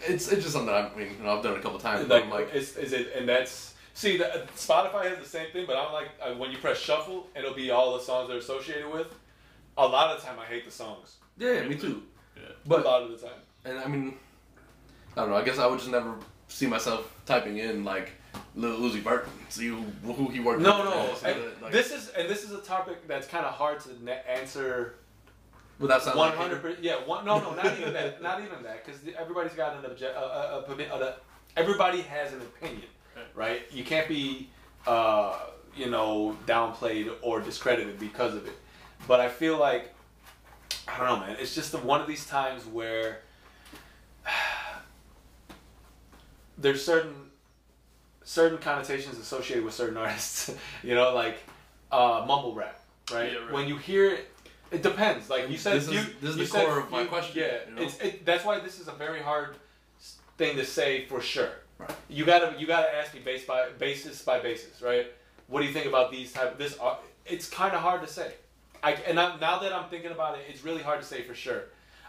[SPEAKER 1] it's it's just something that I mean you know, I've done it a couple times. but
[SPEAKER 2] like,
[SPEAKER 1] I'm like
[SPEAKER 2] is, is it? And that's see, the, Spotify has the same thing, but I'm like uh, when you press shuffle, it'll be all the songs they're associated with. A lot of the time, I hate the songs.
[SPEAKER 1] Yeah, me too.
[SPEAKER 3] Yeah.
[SPEAKER 2] a
[SPEAKER 1] But
[SPEAKER 2] lot of the time,
[SPEAKER 1] and I mean, I don't know. I guess I would just never see myself typing in like Lil Uzi Vert, see who, who he worked
[SPEAKER 2] no,
[SPEAKER 1] with.
[SPEAKER 2] no.
[SPEAKER 1] and see
[SPEAKER 2] and
[SPEAKER 1] that, like,
[SPEAKER 2] this is and this is a topic that's kind of hard to ne- answer
[SPEAKER 1] without sounding
[SPEAKER 2] One
[SPEAKER 1] like
[SPEAKER 2] hundred percent. Yeah. One. No. No. Not even that. Not even that. Because everybody's got an object. Uh, uh, uh, opinion- uh, everybody has an opinion,
[SPEAKER 3] Right.
[SPEAKER 2] right? You can't be, uh, you know, downplayed or discredited because of it. But I feel like, I don't know, man. It's just the, one of these times where there's certain certain connotations associated with certain artists. you know, like uh, mumble rap, right?
[SPEAKER 3] Yeah, right.
[SPEAKER 2] When you hear it, it depends. Like you said,
[SPEAKER 1] This is-
[SPEAKER 2] you,
[SPEAKER 1] this is
[SPEAKER 2] you
[SPEAKER 1] the
[SPEAKER 2] said
[SPEAKER 1] core of my
[SPEAKER 2] few-
[SPEAKER 1] question,
[SPEAKER 2] Yeah,
[SPEAKER 1] you know?
[SPEAKER 2] it's, it, that's why this is a very hard s- thing to say for sure.
[SPEAKER 1] Right.
[SPEAKER 2] You gotta you gotta ask me base by basis by basis, right? What do you think about these type this? ar- It's kind of hard to say. I and I, now that I'm thinking about it, it's really hard to say for sure.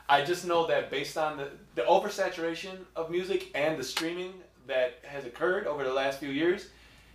[SPEAKER 2] I just know that based on the, the oversaturation of music and the streaming that has occurred over the last few years,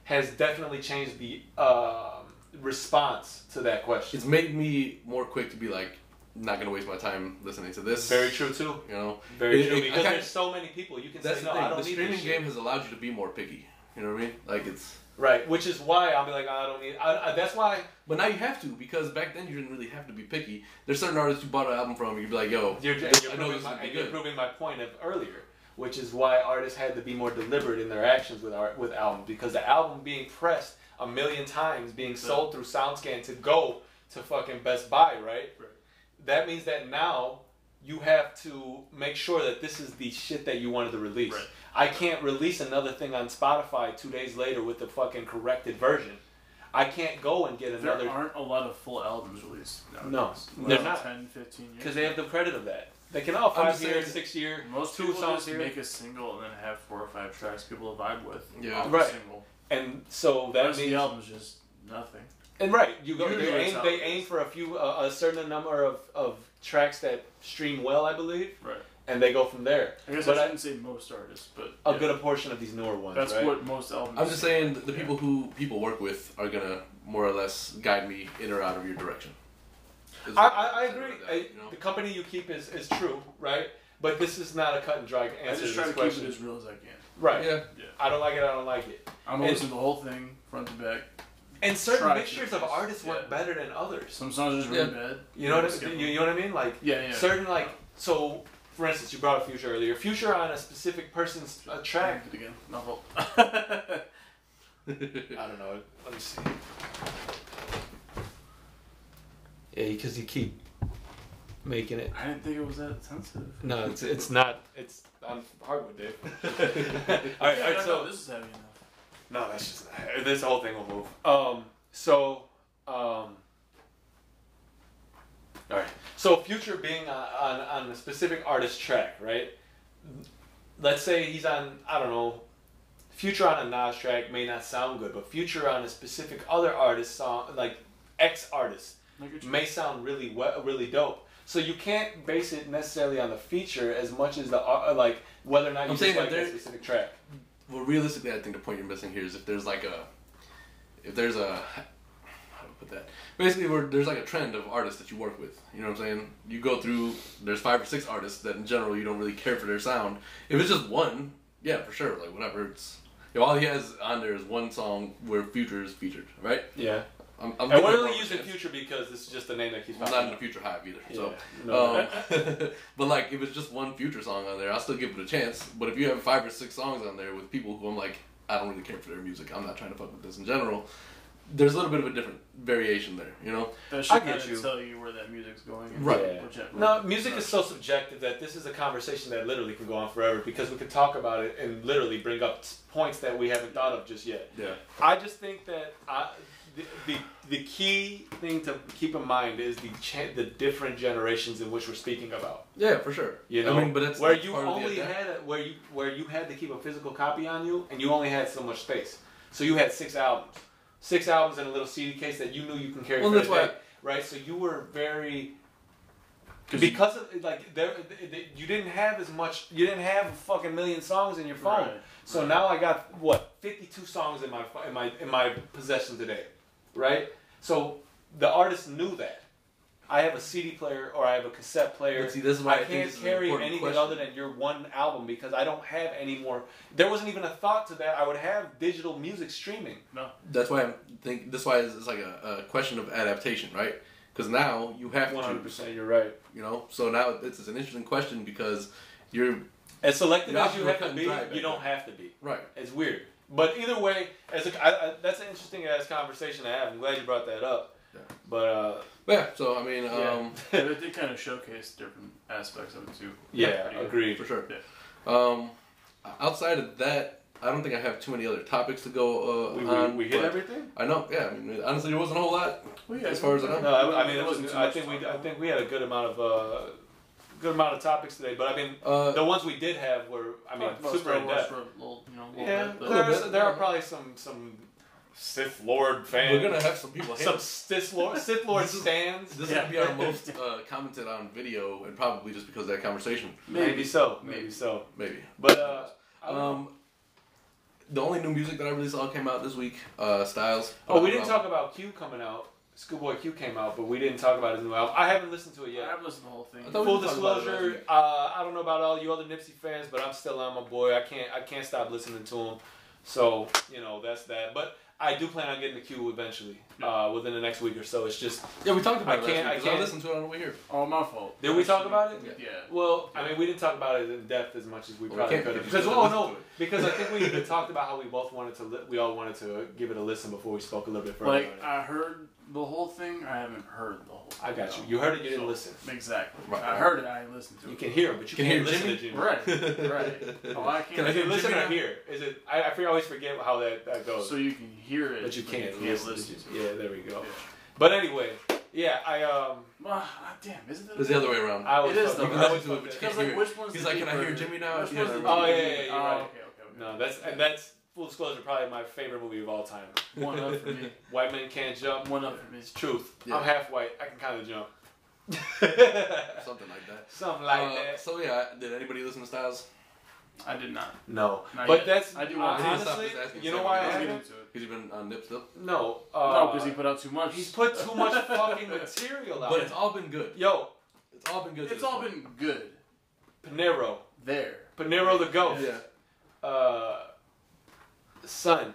[SPEAKER 2] has definitely changed the um, response to that question.
[SPEAKER 1] it's made me more quick to be like not gonna waste my time listening to this.
[SPEAKER 2] It's very true too.
[SPEAKER 1] You know,
[SPEAKER 2] Very
[SPEAKER 1] It-
[SPEAKER 2] true.
[SPEAKER 1] it- I
[SPEAKER 2] because
[SPEAKER 1] kinda-
[SPEAKER 2] there's so many people you can
[SPEAKER 1] that's
[SPEAKER 2] say
[SPEAKER 1] the
[SPEAKER 2] no.
[SPEAKER 1] thing.
[SPEAKER 2] I don't
[SPEAKER 1] The
[SPEAKER 2] need
[SPEAKER 1] streaming
[SPEAKER 2] this
[SPEAKER 1] game
[SPEAKER 2] shit."
[SPEAKER 1] has allowed you to be more picky. You know what I mean? Like it's,
[SPEAKER 2] right? Which is why I'll be like, I don't need. I, I, that's why
[SPEAKER 1] but now you have to because back then you didn't really have to be picky. There's certain artists you bought an album from, and you'd be like, "Yo,
[SPEAKER 2] you're, you're,
[SPEAKER 1] this- I know
[SPEAKER 2] proving,
[SPEAKER 1] this
[SPEAKER 2] my,
[SPEAKER 1] would be
[SPEAKER 2] and you're
[SPEAKER 1] good."
[SPEAKER 2] proving my point of earlier, which is why artists had to be more deliberate in their actions with art with albums because the album being pressed a million times, being sold through SoundScan to go to fucking Best Buy, right?
[SPEAKER 3] Right.
[SPEAKER 2] That means that now you have to make sure that this is the shit that you wanted to release.
[SPEAKER 3] Right.
[SPEAKER 2] I can't release another thing on Spotify two days later with the fucking corrected version. I can't go and get
[SPEAKER 3] There
[SPEAKER 2] another
[SPEAKER 3] aren't a lot of full albums released. nowadays.
[SPEAKER 2] No,
[SPEAKER 3] Like
[SPEAKER 2] they're not.
[SPEAKER 3] 10, 15 years.
[SPEAKER 2] because they have the credit of that. They can all
[SPEAKER 1] I'm
[SPEAKER 2] five
[SPEAKER 1] just
[SPEAKER 2] year,
[SPEAKER 1] saying-
[SPEAKER 2] six year,
[SPEAKER 3] Most
[SPEAKER 2] two
[SPEAKER 3] people
[SPEAKER 2] songs
[SPEAKER 3] just
[SPEAKER 2] here.
[SPEAKER 3] make a single and then have four or five tracks people to vibe with.
[SPEAKER 1] Yeah.
[SPEAKER 3] off the
[SPEAKER 2] Right.
[SPEAKER 3] Single.
[SPEAKER 2] And so
[SPEAKER 3] The
[SPEAKER 2] that
[SPEAKER 3] rest of the
[SPEAKER 2] means,
[SPEAKER 3] album's just nothing.
[SPEAKER 2] and right, you go. They
[SPEAKER 3] Usually it's
[SPEAKER 2] aim,
[SPEAKER 3] how
[SPEAKER 2] they
[SPEAKER 3] it
[SPEAKER 2] aim
[SPEAKER 3] is.
[SPEAKER 2] for a few, uh, a certain number of, of tracks that stream well, I believe,
[SPEAKER 3] Right.
[SPEAKER 2] and they go from there.
[SPEAKER 3] I guess
[SPEAKER 2] But I-
[SPEAKER 3] I shouldn't say most artists, but
[SPEAKER 2] A
[SPEAKER 3] yeah,
[SPEAKER 2] good portion of these newer ones.
[SPEAKER 3] that's
[SPEAKER 2] right?
[SPEAKER 3] what most albums.
[SPEAKER 1] I'm just saying that the people who people work with are gonna more or less guide me in or out of your direction. Is
[SPEAKER 2] I,
[SPEAKER 1] what
[SPEAKER 2] I, I
[SPEAKER 1] I'm saying about
[SPEAKER 2] agree. I-
[SPEAKER 1] that, you know?
[SPEAKER 2] The company you keep is, is true, right? But this is not a cut and dry
[SPEAKER 3] I
[SPEAKER 2] answer to
[SPEAKER 3] just try
[SPEAKER 2] this
[SPEAKER 3] to
[SPEAKER 2] question.
[SPEAKER 3] keep it as real as I can.
[SPEAKER 2] right.
[SPEAKER 1] Yeah,
[SPEAKER 2] I don't like it. I don't like it.
[SPEAKER 3] I'm
[SPEAKER 2] And-
[SPEAKER 3] gonna listen to the whole thing, front to back.
[SPEAKER 2] And certain
[SPEAKER 3] Try to
[SPEAKER 2] mixtures
[SPEAKER 3] keep
[SPEAKER 2] of
[SPEAKER 3] it-
[SPEAKER 2] artists
[SPEAKER 3] yeah.
[SPEAKER 2] work better than others.
[SPEAKER 3] Some songs are just really bad.
[SPEAKER 2] You know what I
[SPEAKER 3] Skip
[SPEAKER 2] mean?
[SPEAKER 3] them.
[SPEAKER 2] You, you know what I mean? Like
[SPEAKER 3] Yeah, yeah.
[SPEAKER 2] certain like so. For instance, you brought up Future earlier. Future on a specific person's uh, track.
[SPEAKER 3] Did it again. Novel.
[SPEAKER 2] I don't know. Let me see.
[SPEAKER 4] Yeah, because you keep making it.
[SPEAKER 3] I didn't think it was that sensitive.
[SPEAKER 4] No, it's it's not.
[SPEAKER 2] It's on hardwood, dude. all right, all right. So
[SPEAKER 3] this is heavy enough.
[SPEAKER 2] No, that's just this whole thing will move. Um, so, um, all right. So, future being on, on on a specific artist track, right? Let's say he's on I don't know. Future on a Nas track may not sound good, but Future on a specific other artist song, like X artist,
[SPEAKER 3] Like your
[SPEAKER 2] may sound really well, really dope. So you can't base it necessarily on the feature as much as the ar- like whether or not you
[SPEAKER 1] I'm
[SPEAKER 2] just
[SPEAKER 1] saying
[SPEAKER 2] like
[SPEAKER 1] that
[SPEAKER 2] that
[SPEAKER 1] there-
[SPEAKER 2] specific track.
[SPEAKER 1] Well, realistically, I think the point you're missing here is if there's like a, if there's a, how to put that? Basically, where there's like a trend of artists that you work with. You know what I'm saying? You go through. There's five or six artists that in general you don't really care for their sound. If it's just one, yeah, for sure, like whatever. It's if all he has on there is one song where Future is featured, right?
[SPEAKER 2] Yeah.
[SPEAKER 1] I'm, I'm
[SPEAKER 2] And
[SPEAKER 1] giving
[SPEAKER 2] we're
[SPEAKER 1] more of
[SPEAKER 2] only
[SPEAKER 1] a
[SPEAKER 2] using
[SPEAKER 1] chance.
[SPEAKER 2] future because this is just the name that keeps
[SPEAKER 1] I'm
[SPEAKER 2] popping
[SPEAKER 1] not in the
[SPEAKER 2] up.
[SPEAKER 1] future hive either.
[SPEAKER 2] Yeah,
[SPEAKER 1] So,
[SPEAKER 2] no.
[SPEAKER 1] um, but like if it's just one future song on there, I'll still give it a chance. But if you have five or six songs on there with people who I'm like, I don't really care for their music. I'm not trying to fuck with this in general. There's a little bit of a different variation there, you know.
[SPEAKER 3] That should
[SPEAKER 2] I get
[SPEAKER 3] kinda
[SPEAKER 2] you.
[SPEAKER 3] tell you where that music's going. and
[SPEAKER 1] Right.
[SPEAKER 2] Yeah.
[SPEAKER 3] what jet-
[SPEAKER 2] No, music is so subjective that this is a conversation that literally can go on forever because we could talk about it and literally bring up s- points that we haven't thought of just yet.
[SPEAKER 1] Yeah.
[SPEAKER 2] I just think that I, the, the the key thing to keep in mind is the cha- the different generations in which we're speaking about.
[SPEAKER 1] Yeah, for sure.
[SPEAKER 2] You know,
[SPEAKER 1] I mean, but that's
[SPEAKER 2] where
[SPEAKER 1] that's
[SPEAKER 2] you
[SPEAKER 1] part of the
[SPEAKER 2] only
[SPEAKER 1] adapt-
[SPEAKER 2] had a, where you where you had to keep a physical copy on you, and you only had so much space. So you had six albums, six albums in a little CD case that you knew you can carry.
[SPEAKER 1] Well,
[SPEAKER 2] for
[SPEAKER 1] that's
[SPEAKER 2] the
[SPEAKER 1] why-
[SPEAKER 2] day, right. So you were very
[SPEAKER 3] 'Cause you-
[SPEAKER 2] because of like there, th- th- you didn't have as much. You didn't have a fucking million songs in your phone.
[SPEAKER 3] Right,
[SPEAKER 2] So
[SPEAKER 3] right.
[SPEAKER 2] now I got what fifty-two songs in my pho- in my in my possession today, right? So the artist knew that. I have a CD player or I have a cassette player.
[SPEAKER 1] But see, this is why I
[SPEAKER 2] I
[SPEAKER 1] think
[SPEAKER 2] can't
[SPEAKER 1] this is an
[SPEAKER 2] carry
[SPEAKER 1] important
[SPEAKER 2] anything
[SPEAKER 1] question.
[SPEAKER 2] other than your one album because I don't have any more. There wasn't even a thought to that. I would have digital music streaming.
[SPEAKER 1] That's why I think. That's why it's, it's like a, a question of adaptation, right? Because now you have to,
[SPEAKER 2] you're right.
[SPEAKER 1] you know. So now it's, it's an interesting question because you're
[SPEAKER 2] As selective
[SPEAKER 1] Your
[SPEAKER 2] as you
[SPEAKER 1] options were
[SPEAKER 2] have
[SPEAKER 1] cut
[SPEAKER 2] to
[SPEAKER 1] and
[SPEAKER 2] be,
[SPEAKER 1] dry back
[SPEAKER 2] you
[SPEAKER 1] then.
[SPEAKER 2] don't have to be.
[SPEAKER 1] right.
[SPEAKER 2] It's weird. But either way, as a, I, I, that's an interesting ass conversation to have. I'm glad you brought that up.
[SPEAKER 1] Yeah.
[SPEAKER 2] But uh,
[SPEAKER 1] Yeah. So I mean, um,
[SPEAKER 3] Yeah, but it did kind of showcase different aspects of it too.
[SPEAKER 2] yeah,
[SPEAKER 3] Pretty good.
[SPEAKER 2] agreed.
[SPEAKER 1] for sure. Um, outside of that, I don't think I have too many other topics to go uh,
[SPEAKER 2] We, we,
[SPEAKER 1] on.
[SPEAKER 2] we hit
[SPEAKER 1] but
[SPEAKER 2] everything.
[SPEAKER 1] I know. Yeah. I mean, honestly, there wasn't a whole lot.
[SPEAKER 3] Well,
[SPEAKER 1] As far as I know.
[SPEAKER 2] No, I, I mean,
[SPEAKER 3] There
[SPEAKER 2] it was,
[SPEAKER 3] wasn't too
[SPEAKER 2] I
[SPEAKER 3] much
[SPEAKER 2] think we,
[SPEAKER 3] talk
[SPEAKER 2] I
[SPEAKER 3] about
[SPEAKER 2] think we had a good amount of, uh, good amount of topics today. But I mean,
[SPEAKER 1] Uh,
[SPEAKER 2] the ones we did have were, I mean,
[SPEAKER 3] Talked about
[SPEAKER 2] super
[SPEAKER 3] Star
[SPEAKER 2] in
[SPEAKER 3] Wars
[SPEAKER 2] depth.
[SPEAKER 3] for a little, you know, a little
[SPEAKER 2] Yeah,
[SPEAKER 3] bit, but-
[SPEAKER 1] little
[SPEAKER 2] there, is,
[SPEAKER 1] bit.
[SPEAKER 2] there are probably some some Sith Lord fans.
[SPEAKER 1] we're gonna have some people. Some,
[SPEAKER 2] some Sith Lord Sith Lord
[SPEAKER 1] This is-
[SPEAKER 2] stands.
[SPEAKER 1] this
[SPEAKER 3] Yeah.
[SPEAKER 1] will be our most uh, commented on video, and probably just because of that conversation,
[SPEAKER 2] Maybe, so. Maybe,
[SPEAKER 3] Maybe.
[SPEAKER 2] so.
[SPEAKER 1] maybe.
[SPEAKER 2] But uh, um,
[SPEAKER 1] Um, the only new music that I really saw came out this week. Uh, Styles.
[SPEAKER 2] oh, we didn't
[SPEAKER 1] Um,
[SPEAKER 2] talk about Q coming out. Schoolboy Q came out, but we didn't talk about his new album. I haven't listened to it
[SPEAKER 3] Yeah,
[SPEAKER 2] yet.
[SPEAKER 3] I've listened to the whole thing.
[SPEAKER 1] I thought we
[SPEAKER 2] Full
[SPEAKER 1] were talking about it last
[SPEAKER 2] disclosure,
[SPEAKER 1] week.
[SPEAKER 2] uh, I don't know about all you other Nipsey fans, but I'm still on my boy. I can't I can't stop listening to him. So you know that's that. But I do plan on getting the Q eventually, uh, within the next week or so. It's just
[SPEAKER 1] Yeah, we talked about it
[SPEAKER 2] I
[SPEAKER 1] last week.
[SPEAKER 2] can't- I
[SPEAKER 1] 'cause I,
[SPEAKER 2] can't-
[SPEAKER 1] listened to it on the way here.
[SPEAKER 3] All my fault.
[SPEAKER 2] Did we talk about it?
[SPEAKER 3] Yeah.
[SPEAKER 2] Well, I mean, we didn't talk about it in depth as much as we
[SPEAKER 1] Well, we
[SPEAKER 2] probably
[SPEAKER 1] can't
[SPEAKER 2] could have.
[SPEAKER 1] because
[SPEAKER 2] Because
[SPEAKER 1] we
[SPEAKER 2] oh
[SPEAKER 1] didn't
[SPEAKER 2] no,
[SPEAKER 1] listen
[SPEAKER 2] because I think we even talked about how we both wanted to, li- we all wanted to give it a listen before we spoke a little bit further.
[SPEAKER 3] Like
[SPEAKER 2] about it.
[SPEAKER 3] I heard the whole thing. I haven't heard the whole. thing.
[SPEAKER 2] I got you.
[SPEAKER 3] though.
[SPEAKER 2] You heard it. You didn't
[SPEAKER 3] So-
[SPEAKER 2] listen.
[SPEAKER 3] Exactly.
[SPEAKER 1] Right.
[SPEAKER 3] I heard it. I ain't listened to
[SPEAKER 2] You
[SPEAKER 3] it.
[SPEAKER 2] can hear, it, but you
[SPEAKER 1] Can
[SPEAKER 2] can
[SPEAKER 1] hear
[SPEAKER 2] not listen to Jimmy.
[SPEAKER 3] Right. Right. Oh, I can't.
[SPEAKER 1] Can I
[SPEAKER 2] Is it
[SPEAKER 1] hear
[SPEAKER 2] listen
[SPEAKER 1] Jimmy
[SPEAKER 2] or
[SPEAKER 1] now?
[SPEAKER 2] hear? Is it? I, I forget- always forget how that, that goes.
[SPEAKER 3] So you can hear it,
[SPEAKER 2] but you can't, listen. to it. Yeah, there we go.
[SPEAKER 3] Yeah.
[SPEAKER 2] But anyway, yeah, I um,
[SPEAKER 3] Well, ah, damn, isn't it?
[SPEAKER 1] It's the other way around.
[SPEAKER 2] I was.
[SPEAKER 3] It is
[SPEAKER 1] you
[SPEAKER 3] though,
[SPEAKER 1] can
[SPEAKER 3] I
[SPEAKER 1] listen to it, but you
[SPEAKER 3] Because
[SPEAKER 1] can't
[SPEAKER 3] like,
[SPEAKER 1] hear it.
[SPEAKER 3] which one's
[SPEAKER 1] He's
[SPEAKER 3] the
[SPEAKER 1] like, "Can I
[SPEAKER 3] deeper-
[SPEAKER 1] hear Jimmy now?"
[SPEAKER 3] Which
[SPEAKER 1] Yeah,
[SPEAKER 3] one's
[SPEAKER 1] I
[SPEAKER 3] the
[SPEAKER 1] remember.
[SPEAKER 2] Oh, yeah,
[SPEAKER 3] deeper-
[SPEAKER 2] yeah, yeah, you're
[SPEAKER 3] oh,
[SPEAKER 2] right.
[SPEAKER 3] okay, okay, okay.
[SPEAKER 2] No, that's and that's full disclosure, probably my favorite movie of all time.
[SPEAKER 3] One up for me.
[SPEAKER 2] White men can't jump.
[SPEAKER 3] One up for me.
[SPEAKER 2] It's truth.
[SPEAKER 1] Yeah.
[SPEAKER 2] I'm half white. I can kind of jump.
[SPEAKER 1] Something like that.
[SPEAKER 2] Something like
[SPEAKER 1] Uh,
[SPEAKER 2] that.
[SPEAKER 1] So yeah, did anybody listen to Styles?
[SPEAKER 3] I did not.
[SPEAKER 2] No,
[SPEAKER 3] Not
[SPEAKER 2] but
[SPEAKER 3] yet.
[SPEAKER 2] that's
[SPEAKER 3] I do
[SPEAKER 2] uh,
[SPEAKER 3] want to.
[SPEAKER 1] stop
[SPEAKER 2] honestly.
[SPEAKER 1] this asking
[SPEAKER 2] You know
[SPEAKER 1] Sam
[SPEAKER 2] why I
[SPEAKER 1] about
[SPEAKER 3] Let's get
[SPEAKER 2] haven't?
[SPEAKER 3] into it.
[SPEAKER 1] Because you've been on Nip still.
[SPEAKER 2] No, uh,
[SPEAKER 3] No, because he put out too much.
[SPEAKER 2] he's put too much fucking material out.
[SPEAKER 1] But it's all been good.
[SPEAKER 2] Yo,
[SPEAKER 1] It's all been good. to
[SPEAKER 3] It's
[SPEAKER 1] this
[SPEAKER 3] all
[SPEAKER 1] point.
[SPEAKER 3] been good.
[SPEAKER 2] Panero,
[SPEAKER 3] There.
[SPEAKER 2] Panero the ghost.
[SPEAKER 1] Oh, Yeah.
[SPEAKER 2] Uh, son,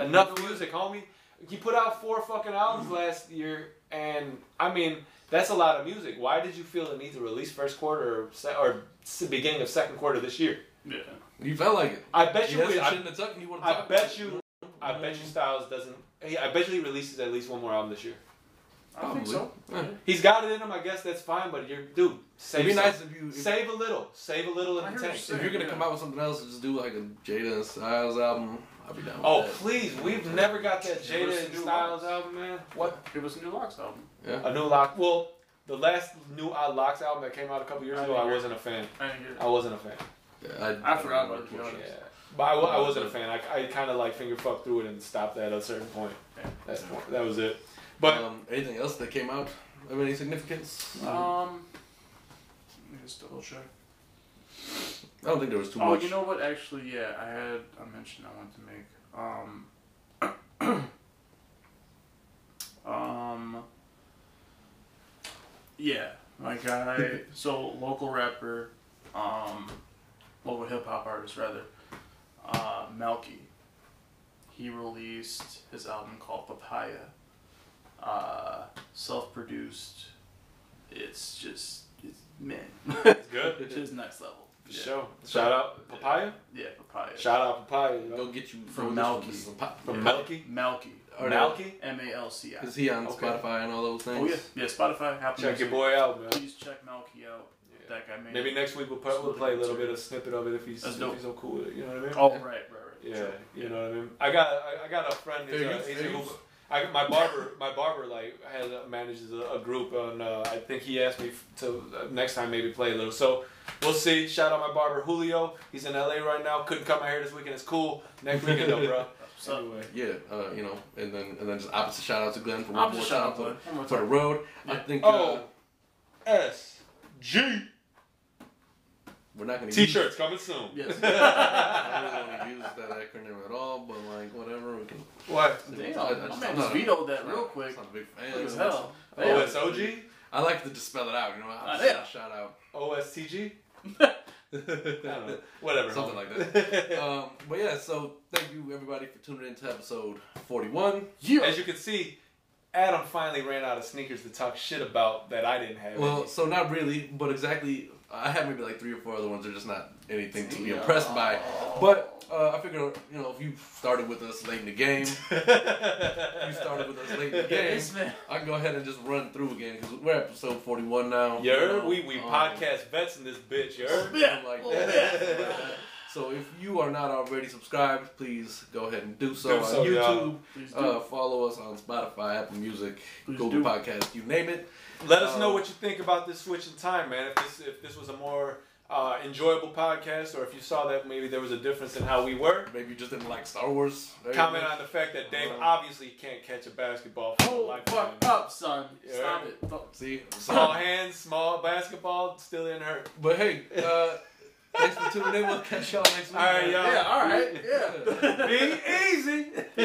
[SPEAKER 2] enough music, homie. He put out four fucking albums last year, and I mean that's a lot of music. Why did you feel the need to release first quarter or, se- or s- beginning of second quarter this year?
[SPEAKER 3] Yeah.
[SPEAKER 1] You felt like it.
[SPEAKER 2] I bet
[SPEAKER 1] You Mm.
[SPEAKER 2] you.
[SPEAKER 1] had
[SPEAKER 2] we-
[SPEAKER 1] some
[SPEAKER 2] I-
[SPEAKER 1] shit in the tuck and you wanna
[SPEAKER 2] I
[SPEAKER 1] talk
[SPEAKER 2] bet
[SPEAKER 1] about it.
[SPEAKER 2] you. I bet you Styles doesn't. Hey, I bet you he releases at least one more album this year.
[SPEAKER 3] I think
[SPEAKER 1] Probably.
[SPEAKER 3] so.
[SPEAKER 1] Yeah.
[SPEAKER 2] He's got it in him. I guess that's fine. But you're dude. Save
[SPEAKER 1] It'd be
[SPEAKER 2] some-
[SPEAKER 1] nice if you if,
[SPEAKER 2] Save a little. Save a little in
[SPEAKER 3] I
[SPEAKER 2] the
[SPEAKER 3] heard you
[SPEAKER 2] tank.
[SPEAKER 3] say-
[SPEAKER 1] if you're gonna
[SPEAKER 3] Yeah.
[SPEAKER 1] come out with something else, just do like a Jada and Styles album. I'll be down with
[SPEAKER 2] Oh
[SPEAKER 1] that.
[SPEAKER 2] please, we've never got that
[SPEAKER 3] Yeah,
[SPEAKER 2] Jada
[SPEAKER 3] what's the
[SPEAKER 2] and
[SPEAKER 3] new
[SPEAKER 2] Styles
[SPEAKER 3] one?
[SPEAKER 2] album, man. What
[SPEAKER 3] What? Give us a new Locks album.
[SPEAKER 1] Yeah.
[SPEAKER 2] a new lock? Well, the last new Odd Locks album that came out a couple years
[SPEAKER 3] I
[SPEAKER 2] ago, I
[SPEAKER 3] hear-
[SPEAKER 2] wasn't a fan.
[SPEAKER 3] I didn't get
[SPEAKER 2] I wasn't a fan.
[SPEAKER 1] yeah
[SPEAKER 3] I forgot about the
[SPEAKER 2] Yeah,
[SPEAKER 3] Honest.
[SPEAKER 2] but I, wa- I wasn't a fan. I, I kind of like finger fucked through it and stopped at a certain point.
[SPEAKER 3] Yeah.
[SPEAKER 2] That's point. That was it. But
[SPEAKER 1] um, anything else that came out of any significance?
[SPEAKER 3] it. Um, let me just double check.
[SPEAKER 1] I don't think there was too
[SPEAKER 3] oh,
[SPEAKER 1] much.
[SPEAKER 3] you know what? Actually, yeah, I had a mention I wanted to make. Um, um, yeah, my guy. so local rapper, um, local hip hop artist rather, uh, Melky. He released his album called Papaya. Uh, self-produced. It's just, it's man,
[SPEAKER 2] it's good.
[SPEAKER 3] it's just next level.
[SPEAKER 2] For
[SPEAKER 3] Yeah.
[SPEAKER 2] sure. Shout out Papaya.
[SPEAKER 3] Yeah, papaya.
[SPEAKER 2] Shout out Papaya. you know?
[SPEAKER 1] go get you
[SPEAKER 3] From
[SPEAKER 1] go
[SPEAKER 3] Malky.
[SPEAKER 1] get you some pop-
[SPEAKER 2] From
[SPEAKER 1] yeah.
[SPEAKER 2] Melky.
[SPEAKER 3] Malky.
[SPEAKER 1] Or
[SPEAKER 2] Malky.
[SPEAKER 3] M A L C I.
[SPEAKER 1] Is he on
[SPEAKER 2] Okay.
[SPEAKER 1] Spotify and all those things?
[SPEAKER 3] Oh yeah, yeah. Spotify. Apple
[SPEAKER 2] Check your
[SPEAKER 3] Music.
[SPEAKER 2] boy out, man.
[SPEAKER 3] Please check Malky out.
[SPEAKER 2] Yeah.
[SPEAKER 3] That guy made.
[SPEAKER 2] Maybe next week we'll, put, we'll play a little bit of snippet of it if he's,
[SPEAKER 3] That's
[SPEAKER 2] if
[SPEAKER 3] dope.
[SPEAKER 2] he's so cool with it. You know what I mean?
[SPEAKER 3] Oh right, right, right.
[SPEAKER 2] Yeah,
[SPEAKER 3] Sure.
[SPEAKER 2] you know what I mean. I got I, I got a friend. Who's,
[SPEAKER 1] Fair
[SPEAKER 2] uh,
[SPEAKER 1] use,
[SPEAKER 2] he's
[SPEAKER 1] fair
[SPEAKER 2] a-
[SPEAKER 1] use.
[SPEAKER 2] I got my barber. My barber like has uh, manages a, a group, and uh, I think he asked me f- to uh, next time maybe play a little. So we'll see. Shout out my barber Julio. He's in LA right now. Couldn't come out here this weekend. It's cool. Next weekend though, bro.
[SPEAKER 3] So,
[SPEAKER 2] anyway,
[SPEAKER 1] Yeah, uh, you know, and then and then just opposite shout out to Glenn for one
[SPEAKER 3] I'm
[SPEAKER 1] more
[SPEAKER 3] just shut
[SPEAKER 1] shout
[SPEAKER 3] up.
[SPEAKER 1] out
[SPEAKER 3] One more
[SPEAKER 1] for the
[SPEAKER 3] time.
[SPEAKER 1] road. I
[SPEAKER 3] Yeah.
[SPEAKER 1] think uh,
[SPEAKER 2] oh, S G
[SPEAKER 1] we're not gonna
[SPEAKER 2] t-shirts coming soon.
[SPEAKER 3] Yes.
[SPEAKER 1] Use, I don't want to use that acronym at all, but like whatever we can.
[SPEAKER 2] what?
[SPEAKER 3] Damn,
[SPEAKER 1] I, I
[SPEAKER 3] my
[SPEAKER 1] just-
[SPEAKER 3] man
[SPEAKER 1] I'm
[SPEAKER 3] just
[SPEAKER 1] not a-
[SPEAKER 3] vetoed that
[SPEAKER 1] I'm
[SPEAKER 3] real
[SPEAKER 1] not-
[SPEAKER 3] quick.
[SPEAKER 1] I'm not a big fan.
[SPEAKER 3] Quick as hell.
[SPEAKER 1] Oh,
[SPEAKER 2] O
[SPEAKER 3] Damn.
[SPEAKER 2] S O G
[SPEAKER 1] I like to just spell it out. You know, I
[SPEAKER 3] Ah, yeah.
[SPEAKER 1] shout out
[SPEAKER 2] O S T G. I don't know. Whatever.
[SPEAKER 1] something like that.
[SPEAKER 2] that.
[SPEAKER 1] um, but yeah, so thank you everybody for tuning in to episode 41.
[SPEAKER 3] Yeah.
[SPEAKER 2] As you can see, Adam finally ran out of sneakers to talk shit about that I didn't have.
[SPEAKER 1] Well, so not really, but exactly. I have maybe like three or four other ones. They're just not anything to be
[SPEAKER 3] Yeah.
[SPEAKER 1] impressed by. But uh, I figure, you know, if you started with us late in the game,
[SPEAKER 2] you started
[SPEAKER 1] started with us late in the game.
[SPEAKER 3] This man.
[SPEAKER 1] I can go ahead and just run through again because we're at episode 41 now.
[SPEAKER 2] You
[SPEAKER 1] You
[SPEAKER 2] heard?
[SPEAKER 1] know,
[SPEAKER 2] We, we
[SPEAKER 1] um,
[SPEAKER 2] podcast vets in this bitch, you heard?
[SPEAKER 3] Yeah.
[SPEAKER 1] Like
[SPEAKER 3] Oh,
[SPEAKER 1] that.
[SPEAKER 3] yeah.
[SPEAKER 1] So if you are not already subscribed, please go ahead and do so
[SPEAKER 2] Do
[SPEAKER 1] on
[SPEAKER 2] so,
[SPEAKER 1] YouTube.
[SPEAKER 3] Please do.
[SPEAKER 1] Uh, follow us on Spotify, Apple Music,
[SPEAKER 3] Please
[SPEAKER 1] Google
[SPEAKER 3] do.
[SPEAKER 1] Podcast, you name it.
[SPEAKER 2] Let us know
[SPEAKER 1] Um,
[SPEAKER 2] what you think about this switch in time, man. If this if this was a more uh, enjoyable podcast, or if you saw that maybe there was a difference in how we were.
[SPEAKER 1] Maybe you just didn't like Star Wars. There you
[SPEAKER 2] Comment
[SPEAKER 1] go.
[SPEAKER 2] on the fact that Dave
[SPEAKER 1] Um,
[SPEAKER 2] obviously can't catch a basketball for a
[SPEAKER 3] Oh,
[SPEAKER 2] lifetime.
[SPEAKER 3] fuck up, son.
[SPEAKER 2] Yeah.
[SPEAKER 3] Stop it. Fuck.
[SPEAKER 1] See? I'm
[SPEAKER 2] Small
[SPEAKER 1] sorry.
[SPEAKER 2] hands, small basketball, still didn't hurt.
[SPEAKER 1] but hey, uh, thanks for tuning in. We'll catch y'all next week.
[SPEAKER 2] All right, y'all.
[SPEAKER 3] Yeah. All right. Yeah.
[SPEAKER 2] Be easy.